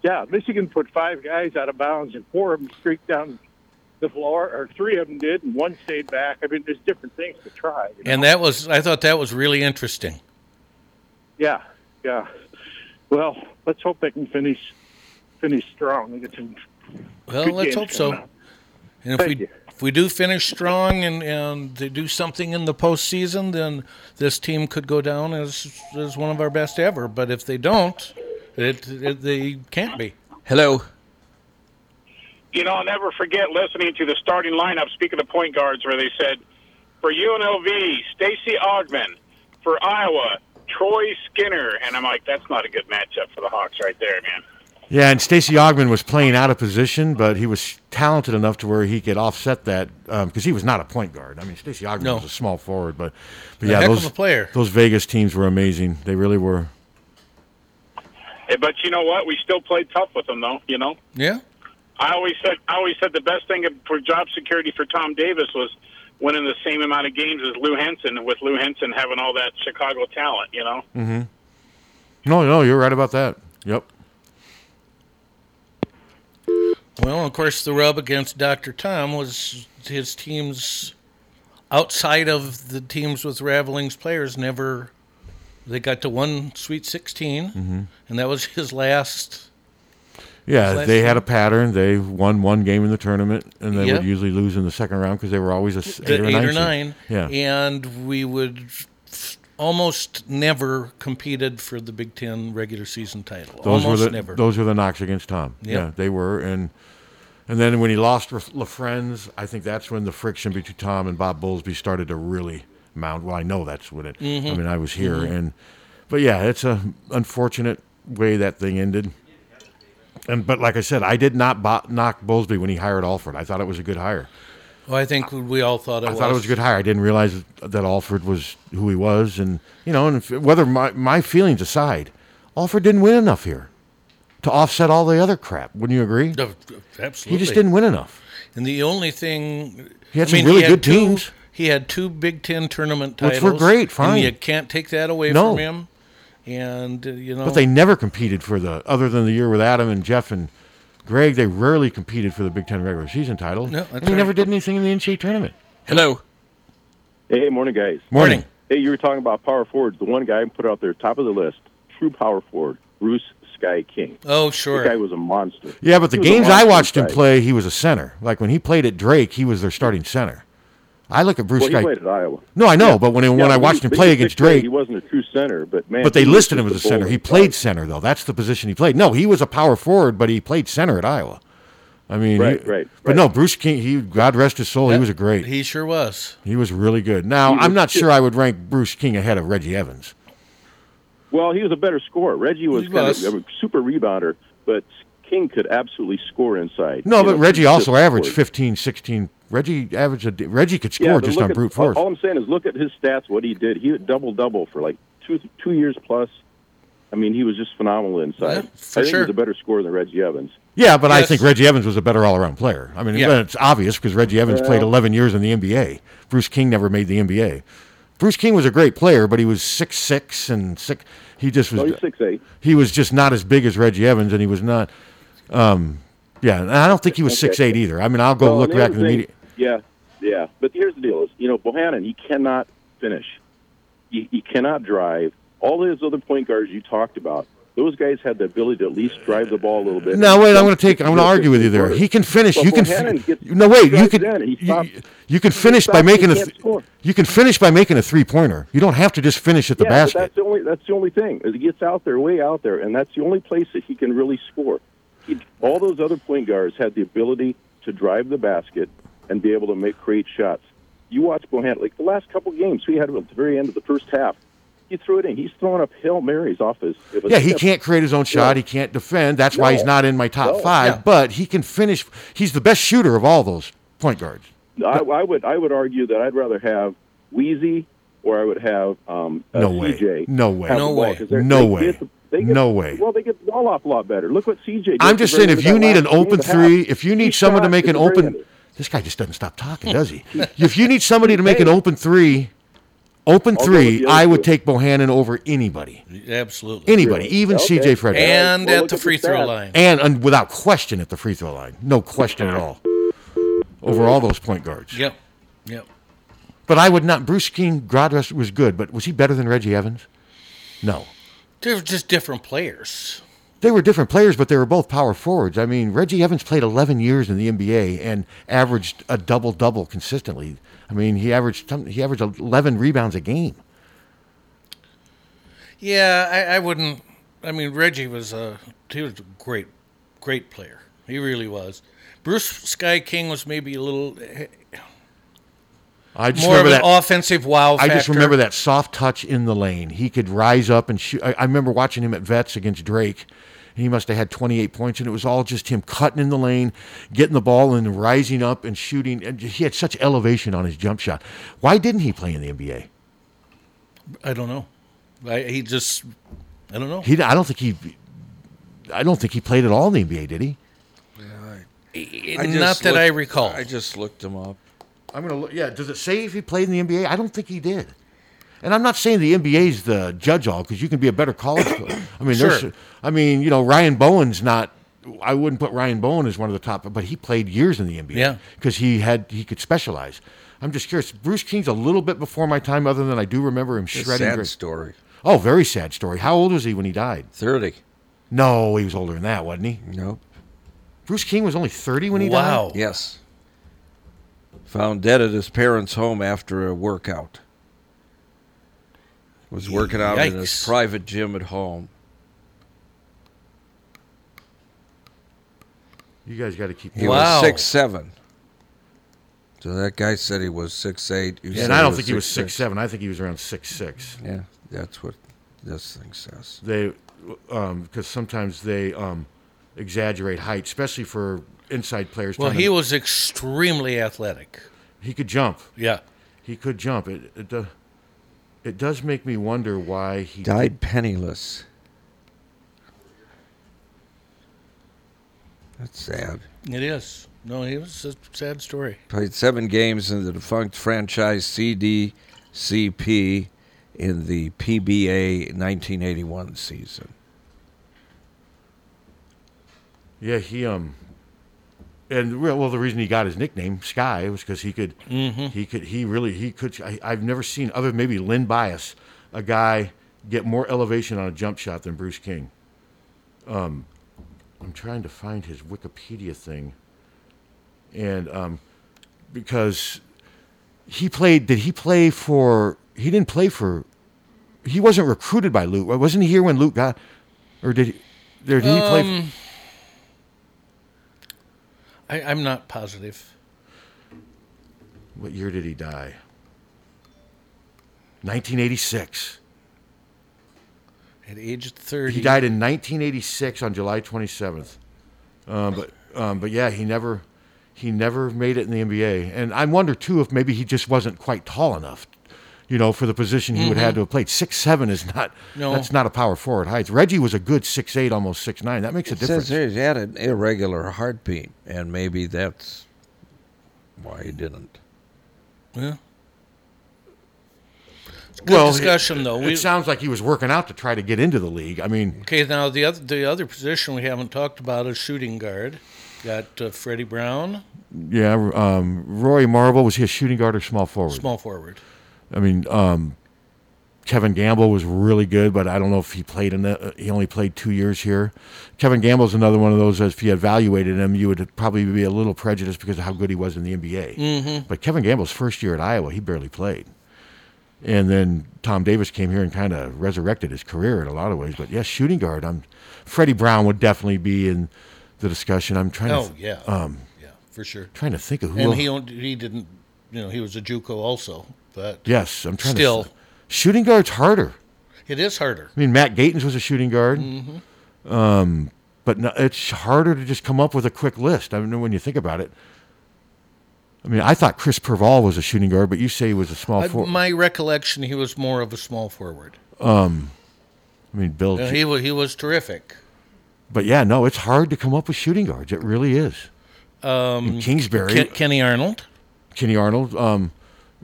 Speaker 10: yeah, Michigan put five guys out of bounds, and four of them streaked down the floor, or three of them did, and one stayed back. I mean, there's different things to try. you know?
Speaker 4: And that was I thought that was really interesting.
Speaker 10: Yeah, yeah. Well, let's hope they can finish finish strong and get some.
Speaker 4: Well,
Speaker 10: good
Speaker 4: let's
Speaker 10: games
Speaker 4: hope so.
Speaker 10: coming up.
Speaker 4: And if
Speaker 10: Thank
Speaker 4: we
Speaker 10: you.
Speaker 4: if we do finish strong and and they do something in the postseason, then this team could go down as as one of our best ever. But if they don't, it, it they can't be.
Speaker 3: Hello.
Speaker 6: you know, I'll never forget listening to the starting lineup. Speaking of point guards, where they said, for UNLV, Stacy Ogman, for Iowa, Troy Skinner, and I'm like, that's not a good matchup for the Hawks, right there, man.
Speaker 2: Yeah, and Stacy Ogman was playing out of position, but he was talented enough to where he could offset that because he was not a point guard. I mean, Stacy Ogman
Speaker 4: No.
Speaker 2: was a small forward, but but
Speaker 4: A
Speaker 2: yeah,
Speaker 4: heck of
Speaker 2: those
Speaker 4: a player.
Speaker 2: those Vegas teams were amazing. They really were.
Speaker 6: Eh, But you know what? We still played tough with them, though. You know,
Speaker 4: Yeah.
Speaker 6: I always said, I always said the best thing for job security for Tom Davis was winning the same amount of games as Lou Henson, with Lou Henson having all that Chicago talent. You know.
Speaker 2: Mm-hmm. No, no, you're right about that. Yep.
Speaker 4: Well, of course, the rub against Dr. Tom was his teams outside of the teams with Raveling's players never. They got to one Sweet 16,
Speaker 2: Mhm.
Speaker 4: and that was his last.
Speaker 2: Yeah,
Speaker 4: Last
Speaker 2: they had a pattern. They won one game in the tournament, and they
Speaker 4: Yeah.
Speaker 2: would usually lose in the second round because they were always a s-
Speaker 4: the
Speaker 2: eight, or, nine seed. Yeah.
Speaker 4: And we would f- almost never competed for the Big Ten regular season title.
Speaker 2: Those
Speaker 4: almost
Speaker 2: were the
Speaker 4: never.
Speaker 2: those were the knocks against Tom.
Speaker 4: Yeah.
Speaker 2: Yeah, they were, and and then when he lost Ref- LaFrenz, I think that's when the friction between Tom and Bob Bullsby started to really mount. Well, I know that's when it. I
Speaker 4: Mhm.
Speaker 2: mean, I was here,
Speaker 4: Mhm.
Speaker 2: and but yeah, it's a unfortunate way that thing ended. And but like I said, I did not bo- knock Bullsby when he hired Alford. I thought it was a good hire.
Speaker 4: well, I think we all thought it
Speaker 2: I
Speaker 4: was.
Speaker 2: thought it was a good hire. I didn't realize that Alford was who he was, and you know, and if, whether my, my feelings aside, Alford didn't win enough here to offset all the other crap. Wouldn't you agree?
Speaker 4: Absolutely.
Speaker 2: He just didn't win enough.
Speaker 4: And the only thing
Speaker 2: He had some really good
Speaker 4: two-
Speaker 2: teams.
Speaker 4: He had two Big Ten tournament
Speaker 2: Which
Speaker 4: titles,
Speaker 2: were great, fine.
Speaker 4: And you can't take that away
Speaker 2: No.
Speaker 4: from him. And uh, you know,
Speaker 2: But they never competed for the other than the year with Adam and Jeff and Greg. They rarely competed for the Big Ten regular season title.
Speaker 4: No, that's
Speaker 2: and he
Speaker 4: right.
Speaker 2: never did anything in the NCAA tournament.
Speaker 3: Hello.
Speaker 11: Hey, morning, guys.
Speaker 2: Morning.
Speaker 11: Hey, you were talking about power forwards. The one guy I put out there, top of the list, true power forward, Bruce Sky King.
Speaker 4: Oh, sure.
Speaker 11: The guy was a monster.
Speaker 2: Yeah, but the
Speaker 11: He was a
Speaker 2: games I
Speaker 11: monster
Speaker 2: watched him
Speaker 11: guy.
Speaker 2: play, he was a center. Like when he played at Drake, he was their starting center. I look at Bruce
Speaker 11: well,
Speaker 2: Guy.
Speaker 11: he played at Iowa.
Speaker 2: No, I know,
Speaker 11: Yeah.
Speaker 2: but when
Speaker 11: Yeah,
Speaker 2: when I
Speaker 11: he
Speaker 2: watched
Speaker 11: was
Speaker 2: him
Speaker 11: big
Speaker 2: play
Speaker 11: at
Speaker 2: against
Speaker 11: sixth grade.
Speaker 2: Drake,
Speaker 11: he wasn't a true center, but man,
Speaker 2: but they
Speaker 11: he was
Speaker 2: listed him as
Speaker 11: just
Speaker 2: a center.
Speaker 11: bowler.
Speaker 2: He played center though. That's the position he played. No, he was a power forward, but he played center at Iowa. I mean, he-
Speaker 11: Right, right,
Speaker 2: But no, Bruce King. He God rest his soul. He was a great.
Speaker 4: he sure was.
Speaker 2: He was really good. Now
Speaker 11: He
Speaker 2: I'm
Speaker 11: was
Speaker 2: not
Speaker 11: good.
Speaker 2: sure I would rank Bruce King ahead of Reggie Evans.
Speaker 11: Uh, Well, he was a better scorer. Reggie was,
Speaker 2: He
Speaker 11: kind
Speaker 2: was.
Speaker 11: of a super rebounder, but King could absolutely score inside.
Speaker 2: No,
Speaker 11: You
Speaker 2: but
Speaker 11: know,
Speaker 2: Reggie
Speaker 11: just
Speaker 2: also averaged
Speaker 11: scored.
Speaker 2: 15, 16. Reggie averaged. A, Reggie could score
Speaker 11: Yeah, but
Speaker 2: just
Speaker 11: look
Speaker 2: on
Speaker 11: at-
Speaker 2: brute force.
Speaker 11: All I'm saying is look at his stats, what he did. He had double double for like two two years plus. I mean, he was just phenomenal inside.
Speaker 4: for
Speaker 11: I think
Speaker 4: sure.
Speaker 11: he was a better scorer than Reggie Evans.
Speaker 2: yeah, but I
Speaker 4: Yes.
Speaker 2: think Reggie Evans was a better all-around player. I mean,
Speaker 11: Yeah.
Speaker 2: but it's obvious because Reggie Evans
Speaker 11: Well-
Speaker 2: played 11 years in the NBA. Bruce King never made the NBA. Bruce King was a great player, but he was six six and six. He just was.
Speaker 11: No, Oh, he's six eight.
Speaker 2: he was just not as big as Reggie Evans, and he was not. Um, yeah, and I don't think he was
Speaker 11: Okay.
Speaker 2: six eight either. I mean, I'll go look back in the media.
Speaker 11: Yeah, yeah. But here's the deal: is you know Bohannon, he cannot finish. He, he cannot drive. All those other point guards you talked about, Those guys had the ability to at least drive the ball a little bit.
Speaker 2: Now wait, I'm going to take. I'm going to argue with you there. He can finish.
Speaker 11: But
Speaker 2: You can.
Speaker 11: Bohannon
Speaker 2: Fi-
Speaker 11: gets-
Speaker 2: no wait. You
Speaker 11: drives
Speaker 2: can.
Speaker 11: it in and he
Speaker 2: You,
Speaker 11: stops.
Speaker 2: you can finish by
Speaker 11: stops, he
Speaker 2: making a.
Speaker 11: can't
Speaker 2: th-
Speaker 11: score.
Speaker 2: You can finish by making a three pointer. You don't have to just finish at the
Speaker 11: yeah, but
Speaker 2: basket.
Speaker 11: that's the only that's the only thing. Is he gets out there, way out there, and that's the only place that he can really score. He, all those other point guards had the ability to drive the basket and be able to make create shots. You watch Bohan like the last couple games we had him at the very end of the first half. He threw it in. He's throwing up hail marys off his. of a
Speaker 2: Yeah, he
Speaker 11: step.
Speaker 2: can't create his own shot. He can't defend. That's why he's
Speaker 11: No.
Speaker 2: not in my top
Speaker 11: No.
Speaker 2: five.
Speaker 11: Yeah.
Speaker 2: But he can finish. He's the best shooter of all those point guards.
Speaker 11: I, I would I would argue that I'd rather have Wheezy or I would have um, uh,
Speaker 2: No way.
Speaker 11: CJ.
Speaker 2: No way.
Speaker 11: have the
Speaker 2: No
Speaker 11: ball,
Speaker 2: way.
Speaker 11: 'cause they're-
Speaker 2: No
Speaker 11: they
Speaker 2: way.
Speaker 11: get the- they get-
Speaker 2: No way.
Speaker 11: Well, they get the ball off a lot better. Look what CJ. did
Speaker 2: I'm
Speaker 11: to
Speaker 2: just
Speaker 11: bring
Speaker 2: saying,
Speaker 11: them
Speaker 2: if
Speaker 11: to
Speaker 2: you
Speaker 11: that
Speaker 2: need
Speaker 11: last
Speaker 2: an
Speaker 11: game
Speaker 2: open
Speaker 11: and a half.
Speaker 2: three, if you need
Speaker 11: He
Speaker 2: someone to
Speaker 11: shot
Speaker 2: make
Speaker 11: to
Speaker 2: an
Speaker 11: the very
Speaker 2: open,
Speaker 11: end.
Speaker 2: this guy just doesn't stop talking, does he? if you need somebody to make an open three, open
Speaker 4: I'll go with
Speaker 2: three,
Speaker 4: the other
Speaker 2: I
Speaker 4: two.
Speaker 2: would take Bohannon over anybody,
Speaker 4: Absolutely.
Speaker 2: anybody, even C.J. Frederick,
Speaker 4: And at the free throw line.
Speaker 2: and, and without question at the free throw line, no question at all, over all those point guards.
Speaker 4: Yep. Yep.
Speaker 2: But I would not. Bruce King Gradress was good, but was he better than Reggie Evans? No.
Speaker 4: They're just different players.
Speaker 2: They were different players, but they were both power forwards. I mean, Reggie Evans played 11 years in the NBA and averaged a double double consistently. I mean, he averaged some- he averaged 11 rebounds a game.
Speaker 4: Yeah, I, I wouldn't. I mean, Reggie was a he was a great, great player. He really was. Bruce Sky King was maybe a little eh,
Speaker 2: I just
Speaker 4: more of an
Speaker 2: remember that
Speaker 4: offensive wow.
Speaker 2: I just
Speaker 4: factor.
Speaker 2: remember that soft touch in the lane. He could rise up and shoot. I, I remember watching him at Vets against Drake. And he must have had 28 points, and it was all just him cutting in the lane, getting the ball, and rising up and shooting. And he had such elevation on his jump shot. Why didn't he play in the NBA?
Speaker 4: I don't know. I, he just. I don't know.
Speaker 2: He, I don't think he, I don't think he played at all in the NBA, did he?
Speaker 4: Not that I recall.
Speaker 3: I just looked him up.
Speaker 2: I'm gonna look. Yeah, does it say if he played in the NBA? I don't think he did. And I'm not saying the NBA's the judge all because you can be a better college. player. I mean,
Speaker 4: Sure.
Speaker 2: there's, I mean, you know, Ryan Bowen's not. I wouldn't put Ryan Bowen as one of the top, but he played years in the NBA.
Speaker 4: Yeah.
Speaker 2: because he had he could specialize. I'm just curious. Bruce King's a little bit before my time, other than I do remember him
Speaker 3: It's a
Speaker 2: shredding.
Speaker 3: sad
Speaker 2: great-
Speaker 3: story.
Speaker 2: Oh, very sad story. How old was he when he died?
Speaker 3: Thirty.
Speaker 2: No, he was older than that, wasn't he?
Speaker 3: Nope.
Speaker 2: Bruce King was only thirty when he died.
Speaker 3: Yes. Found dead at his parents' home after a workout. Was working out in his
Speaker 4: Yikes.
Speaker 3: private gym at home.
Speaker 2: You guys got to keep.
Speaker 3: He
Speaker 2: Wow.
Speaker 3: was six seven. So that guy said he was six eight. You said
Speaker 2: and I don't think he was six
Speaker 3: six
Speaker 2: seven. I think he was around six six.
Speaker 3: Yeah, that's what this thing says.
Speaker 2: They, because sometimes they um, exaggerate height, especially for inside players.
Speaker 4: Well,
Speaker 2: trying to-
Speaker 4: he was extremely athletic.
Speaker 2: he could jump.
Speaker 4: Yeah,
Speaker 2: he could jump. It it, do- it does make me wonder why he
Speaker 3: Died penniless. That's sad.
Speaker 4: It is. No, he was a sad story.
Speaker 3: Played seven games in the defunct franchise CDCP in the PBA 1981 season.
Speaker 2: Yeah, he um, and well, well, the reason he got his nickname Sky was because he could, he could, he really, he could. I, I've never seen other than maybe Lynn Bias, a guy get more elevation on a jump shot than Bruce King. Um, I'm trying to find his Wikipedia thing, and um, because he played, did he play for? He didn't play for. He wasn't recruited by Luke. Wasn't he here when Luke got, or did he? Or did he play? for-
Speaker 4: Um, I, I'm not positive.
Speaker 2: What year did he die? 1986.
Speaker 4: At age 30.
Speaker 2: He died in 1986 on July 27th. Um, but um, but yeah, he never he never made it in the NBA. And I wonder too if maybe he just wasn't quite tall enough, you know, for the position he would have
Speaker 4: Mhm.
Speaker 2: had to have played. Six seven is not
Speaker 3: No.
Speaker 2: that's not a power forward height. Reggie was a good six eight, almost six nine. That makes a
Speaker 3: It
Speaker 2: difference.
Speaker 3: says here he had an irregular heartbeat, and maybe that's why he didn't.
Speaker 4: Yeah. It's a good
Speaker 2: Well,
Speaker 4: discussion,
Speaker 2: it,
Speaker 4: though.
Speaker 2: It
Speaker 4: We-
Speaker 2: sounds like he was working out to try to get into the league. I mean,
Speaker 4: Okay, now the other the other position we haven't talked about is shooting guard. Got uh, Freddie Brown.
Speaker 2: Yeah, um, Roy Marble was he a shooting guard or small forward?
Speaker 4: Small forward.
Speaker 2: I mean, um, Kevin Gamble was really good, but I don't know if he played in the, uh, he only played two years here. Kevin Gamble's another one of those. If you evaluated him, you would probably be a little prejudiced because of how good he was in the NBA.
Speaker 4: Mhm.
Speaker 2: But Kevin Gamble's first year at Iowa, he barely played. And then Tom Davis came here and kind of resurrected his career in a lot of ways. But yeah, shooting guard, I'm Freddie Brown would definitely be in the discussion. I'm trying.
Speaker 4: Oh,
Speaker 2: to,
Speaker 4: yeah.
Speaker 2: Um,
Speaker 4: yeah, for sure.
Speaker 2: Trying to think of who.
Speaker 4: and
Speaker 2: else-
Speaker 4: he don't- he didn't, you know, he was a JUCO also, but
Speaker 2: yes, I'm trying
Speaker 4: still
Speaker 2: to. Shooting guard's harder.
Speaker 4: it is harder.
Speaker 2: I mean, Matt Gatins was a shooting guard.
Speaker 4: Mhm.
Speaker 2: Um, but no, it's harder to just come up with a quick list. I mean, when you think about it, I mean, I thought Chris Perval was a shooting guard, but you say he was a small
Speaker 4: I-
Speaker 2: forward.
Speaker 4: my recollection, he was more of a small forward.
Speaker 2: Um, I mean, Bill.
Speaker 4: Uh, he was he was terrific.
Speaker 2: but yeah, no, it's hard to come up with shooting guards. It really is.
Speaker 4: Um,
Speaker 2: And Kingsbury,
Speaker 4: Ken- Kenny Arnold.
Speaker 2: Kenny Arnold, um,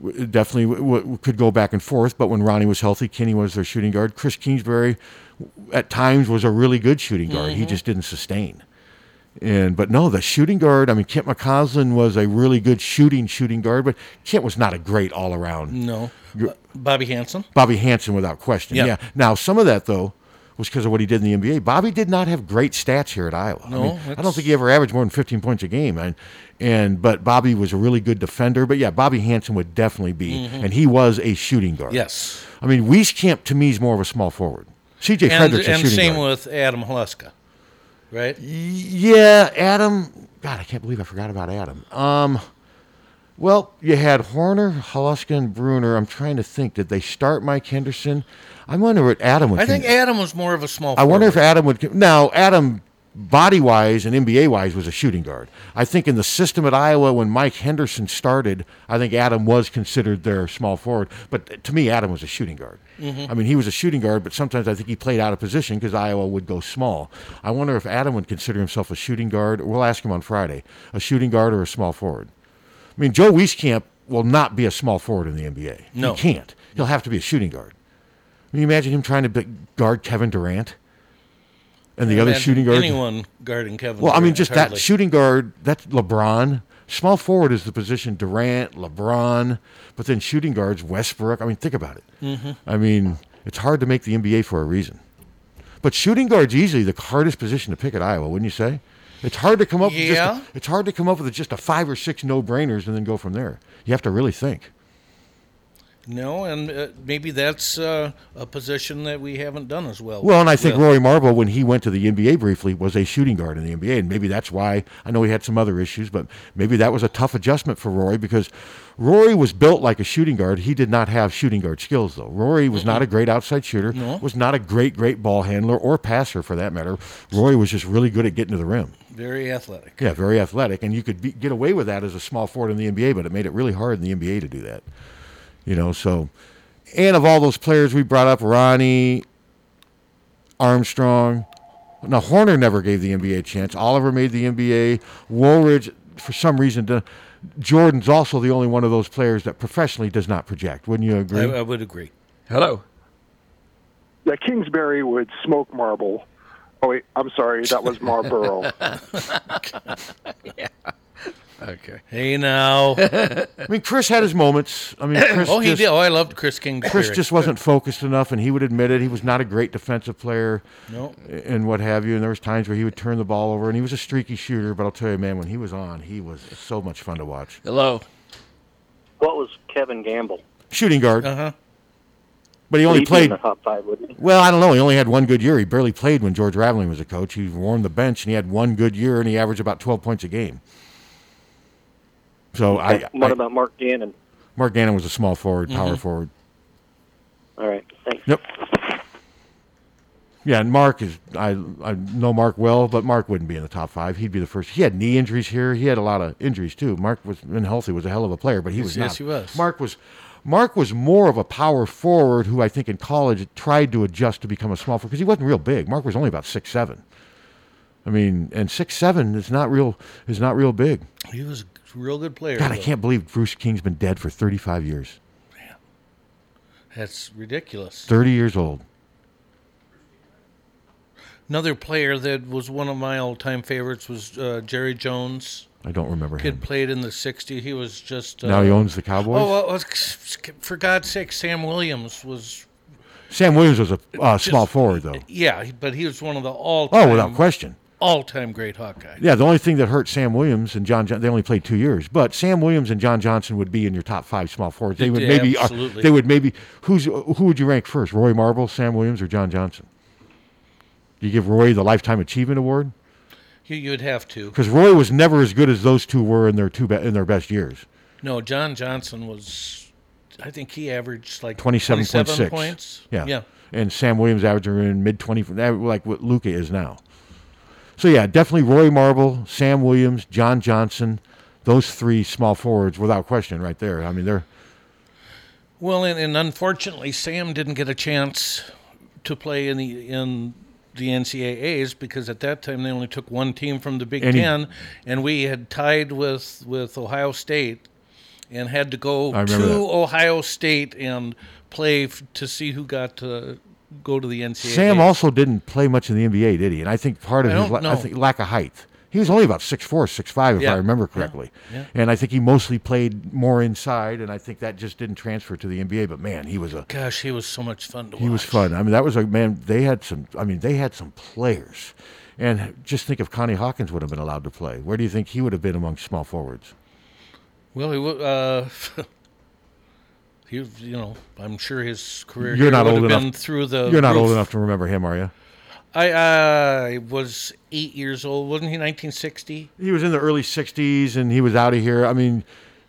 Speaker 2: w- definitely w- w- could go back and forth. But when Ronnie was healthy, Kenny was their shooting guard. Chris Kingsbury, w- at times, was a really good shooting guard. He
Speaker 4: Mm-hmm.
Speaker 12: Mhm.
Speaker 2: just didn't sustain. And but no, the shooting guard. I mean, Kent McCausland was a really good shooting shooting guard, but Kent was not a great all around.
Speaker 4: No, Bobby Hanson.
Speaker 2: Bobby Hanson, without question.
Speaker 4: Yeah.
Speaker 2: Yeah. Now, some of that though was because of what he did in the NBA. Bobby did not have great stats here at Iowa.
Speaker 4: No,
Speaker 2: I, mean, I don't
Speaker 4: that's-
Speaker 2: think he ever averaged more than 15 points a game. And and but Bobby was a really good defender. But yeah, Bobby Hanson would definitely be,
Speaker 4: Mhm.
Speaker 2: and he was a shooting guard.
Speaker 4: Yes.
Speaker 2: I mean, Wieskamp to me is more of a small forward. C.J.
Speaker 4: And,
Speaker 2: Frederick's a
Speaker 4: and
Speaker 2: shooting
Speaker 4: same
Speaker 2: guard.
Speaker 4: with Adam Haluska, right?
Speaker 2: Yeah, Adam. God, I can't believe I forgot about Adam. Um, well, you had Horner, Haluska, and Bruner. I'm trying to think. Did they start Mike Henderson? I wonder what Adam would.
Speaker 4: I think Adam was more of a small.
Speaker 2: I wonder if
Speaker 4: forward.
Speaker 2: Adam would. Now, Adam, body wise and NBA wise, was a shooting guard. I think in the system at Iowa when Mike Henderson started, I think Adam was considered their small forward. But uh, to me, Adam was a shooting guard.
Speaker 12: Mhm.
Speaker 4: Mm-hmm.
Speaker 2: I mean, he was a shooting guard, but sometimes I think he played out of position because Iowa would go small. I wonder if Adam would consider himself a shooting guard. We'll ask him on Friday a shooting guard or a small forward. I mean, Joe Wieskamp will not be a small forward in the NBA.
Speaker 4: No.
Speaker 2: He can't. He'll have to be a shooting guard. Can you imagine him trying to be- guard Kevin Durant and the other
Speaker 4: Imagine
Speaker 2: shooting guard?
Speaker 4: anyone guarding Kevin
Speaker 2: Well, I mean,
Speaker 4: Durant,
Speaker 2: just
Speaker 4: hardly.
Speaker 2: that shooting guard. That's LeBron. Small forward is the position Durant, LeBron, but then shooting guards Westbrook. I mean, think about it.
Speaker 4: Mhm.
Speaker 2: I mean, it's hard to make the NBA for a reason. But shooting guard's easily the hardest position to pick at Iowa, wouldn't you say? It's hard to come up. With
Speaker 4: Yeah.
Speaker 2: just a, it's hard to come up with just a five or six no brainers and then go from there. You have to really think.
Speaker 4: No, and uh, maybe that's uh, a position that we haven't done as well.
Speaker 2: Well, and I think
Speaker 4: with.
Speaker 2: Rory Marble, when he went to the NBA briefly, was a shooting guard in the NBA, and maybe that's why I know he had some other issues, but maybe that was a tough adjustment for Rory because Rory was built like a shooting guard. He did not have shooting guard skills though. Rory was not a great outside shooter,
Speaker 4: No.
Speaker 2: was not a great great ball handler or passer for that matter. Rory was just really good at getting to the rim.
Speaker 4: Very athletic.
Speaker 2: Yeah, very athletic, and you could be, get away with that as a small forward in the NBA, but it made it really hard in the NBA to do that. You know, so and of all those players we brought up, Ronnie Armstrong, now Horner never gave the NBA a chance. Oliver made the NBA. Woolridge, for some reason, did- Jordan's also the only one of those players that professionally does not project. Wouldn't you agree?
Speaker 4: I, I would agree.
Speaker 3: Hello.
Speaker 23: Yeah, Kingsbury would smoke marble. Oh wait, I'm sorry, that was Marlboro.
Speaker 3: Okay.
Speaker 4: Hey now.
Speaker 2: I mean, Chris had his moments. I mean, Chris
Speaker 4: oh, he
Speaker 2: just-
Speaker 4: did. Oh, I loved Chris King.
Speaker 2: Chris just wasn't focused enough, and he would admit it. He was not a great defensive player,
Speaker 4: No.
Speaker 2: and what have you. And there was times where he would turn the ball over, and he was a streaky shooter. But I'll tell you, man, when he was on, he was so much fun to watch.
Speaker 3: Hello.
Speaker 14: What was Kevin Gamble?
Speaker 2: Shooting guard,
Speaker 4: Uh-huh.
Speaker 2: but he
Speaker 14: He'd
Speaker 2: only
Speaker 14: be in
Speaker 2: played.
Speaker 14: the top five, wouldn't he?
Speaker 2: Well, I don't know. He only had one good year. He barely played when George Raveling was a coach. He warmed the bench, and he had one good year, and he averaged about twelve points a game. So Oh, I,
Speaker 14: what
Speaker 2: I-
Speaker 14: about Mark Gannon?
Speaker 2: Mark Gannon was a small forward, power
Speaker 4: Mm-hmm.
Speaker 14: Mhm.
Speaker 2: forward.
Speaker 14: All right, thanks.
Speaker 2: Yep. Yeah, and Mark is I I know Mark well, but Mark wouldn't be in the top five. He'd be the first. He had knee injuries here. He had a lot of injuries too. Mark was been healthy, was a hell of a player, but he
Speaker 4: Yes,
Speaker 2: was
Speaker 4: yes,
Speaker 2: not.
Speaker 4: he was.
Speaker 2: Mark was Mark was more of a power forward who I think in college tried to adjust to become a small forward because he wasn't real big. Mark was only about six seven. I mean, and six seven is not real is not real big.
Speaker 4: He was a real good player.
Speaker 2: God, I
Speaker 4: though.
Speaker 2: can't believe Bruce King's been dead for thirty five years.
Speaker 4: That's ridiculous.
Speaker 2: Thirty years old.
Speaker 4: Another player that was one of my all-time favorites was uh, Jerry Jones.
Speaker 2: I don't remember
Speaker 4: Kid
Speaker 2: him.
Speaker 4: played in the '60s. He was just. Uh,
Speaker 2: Now he owns the Cowboys?
Speaker 4: Oh, well, well, for God's sake, Sam Williams was
Speaker 2: Sam Williams was a uh, small forward, though.
Speaker 4: Yeah, but he was one of the all.
Speaker 2: Oh, without question.
Speaker 4: All time great Hawkeye.
Speaker 2: Yeah, the only thing that hurt Sam Williams and John, John they only played two years, but Sam Williams and John Johnson would be in your top five small forwards. They would
Speaker 4: Yeah,
Speaker 2: maybe uh,
Speaker 4: absolutely.
Speaker 2: they would maybe who's who would you rank first? Roy Marble, Sam Williams, or John Johnson? Do you give Roy the lifetime achievement award
Speaker 4: You, you'd have to.
Speaker 2: because Roy was never as good as those two were in their two be- in their best years.
Speaker 4: No, John Johnson was. I think he averaged like
Speaker 2: Twenty-seven point
Speaker 4: 27
Speaker 2: six
Speaker 4: points.
Speaker 2: Yeah,
Speaker 4: Yeah.
Speaker 2: And Sam Williams averaging in mid twenty, like what Luca is now. So yeah, definitely Roy Marble, Sam Williams, John Johnson, those three small forwards without question, right there. I mean, they're
Speaker 4: Well, and, and unfortunately, Sam didn't get a chance to play in the in the NCAA's because at that time they only took one team from the Big
Speaker 2: And he-
Speaker 4: Ten, and we had tied with with Ohio State, and had to go
Speaker 2: I
Speaker 4: to
Speaker 2: remember that.
Speaker 4: Ohio State and play f- to see who got to go to the NCAA.
Speaker 2: Sam also didn't play much in the NBA, did he? And I think part of
Speaker 4: I
Speaker 2: his
Speaker 4: don't
Speaker 2: la- I
Speaker 4: know.
Speaker 2: think lack of height. He was only about 6'4", 6'5", if
Speaker 4: Yeah.
Speaker 2: I remember correctly.
Speaker 4: Yeah.
Speaker 2: And I think he mostly played more inside, and I think that just didn't transfer to the NBA. But man, he was a
Speaker 4: Gosh, he was so much fun to
Speaker 2: he was fun. I mean, that was a man. They had some. I mean, they had some players. And just think if Connie Hawkins would have been allowed to play, where do you think he would have been among small forwards?
Speaker 4: Well, he wa- uh, he was, you know, I'm sure his career.
Speaker 2: You're
Speaker 4: here
Speaker 2: not
Speaker 4: would
Speaker 2: old
Speaker 4: have
Speaker 2: enough.
Speaker 4: Been through the
Speaker 2: You're not old
Speaker 4: roof.
Speaker 2: enough to remember him, are you?
Speaker 4: I uh, I was eight years old, wasn't he? 1960.
Speaker 2: He was in the early '60s, and he was out of here. I mean,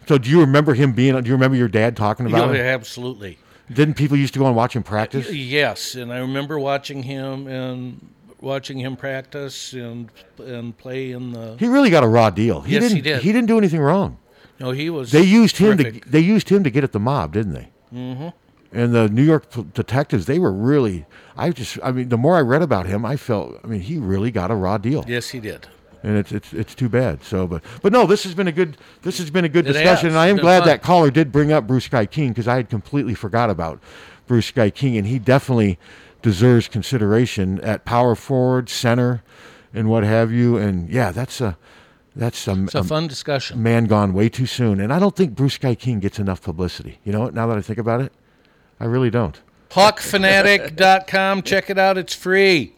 Speaker 2: so do you remember him being? Do you remember your dad talking about
Speaker 4: Yeah,
Speaker 2: him?
Speaker 4: absolutely.
Speaker 2: Didn't people used to go and watch him practice?
Speaker 4: Yes, and I remember watching him and watching him practice and and play in the.
Speaker 2: He really got a raw deal. He
Speaker 4: Yes,
Speaker 2: didn't,
Speaker 4: he did.
Speaker 2: didn't do anything wrong.
Speaker 4: No, he was
Speaker 2: They used him
Speaker 4: terrific.
Speaker 2: to. They used him to get at the mob, didn't they?
Speaker 4: Mhm.
Speaker 2: And the New York p- detectives, they were really. I just. I mean, the more I read about him, I felt. I mean, he really got a raw deal.
Speaker 4: Yes, he did.
Speaker 2: And it's it's it's too bad. So, but but no, this has been a good this has been a good
Speaker 4: It
Speaker 2: discussion,
Speaker 4: has.
Speaker 2: and I am
Speaker 4: Been
Speaker 2: glad
Speaker 4: fun.
Speaker 2: that caller did bring up Bruce Guy King because I had completely forgot about Bruce Guy King, and he definitely deserves consideration at power forward, center, and what have you. And yeah, that's a that's a,
Speaker 4: It's a fun discussion.
Speaker 2: Man gone way too soon, and I don't think Bruce Guy King gets enough publicity. You know what? Now that I think about it, I really don't.
Speaker 4: Hawkfanatic.com. Check it out. It's free.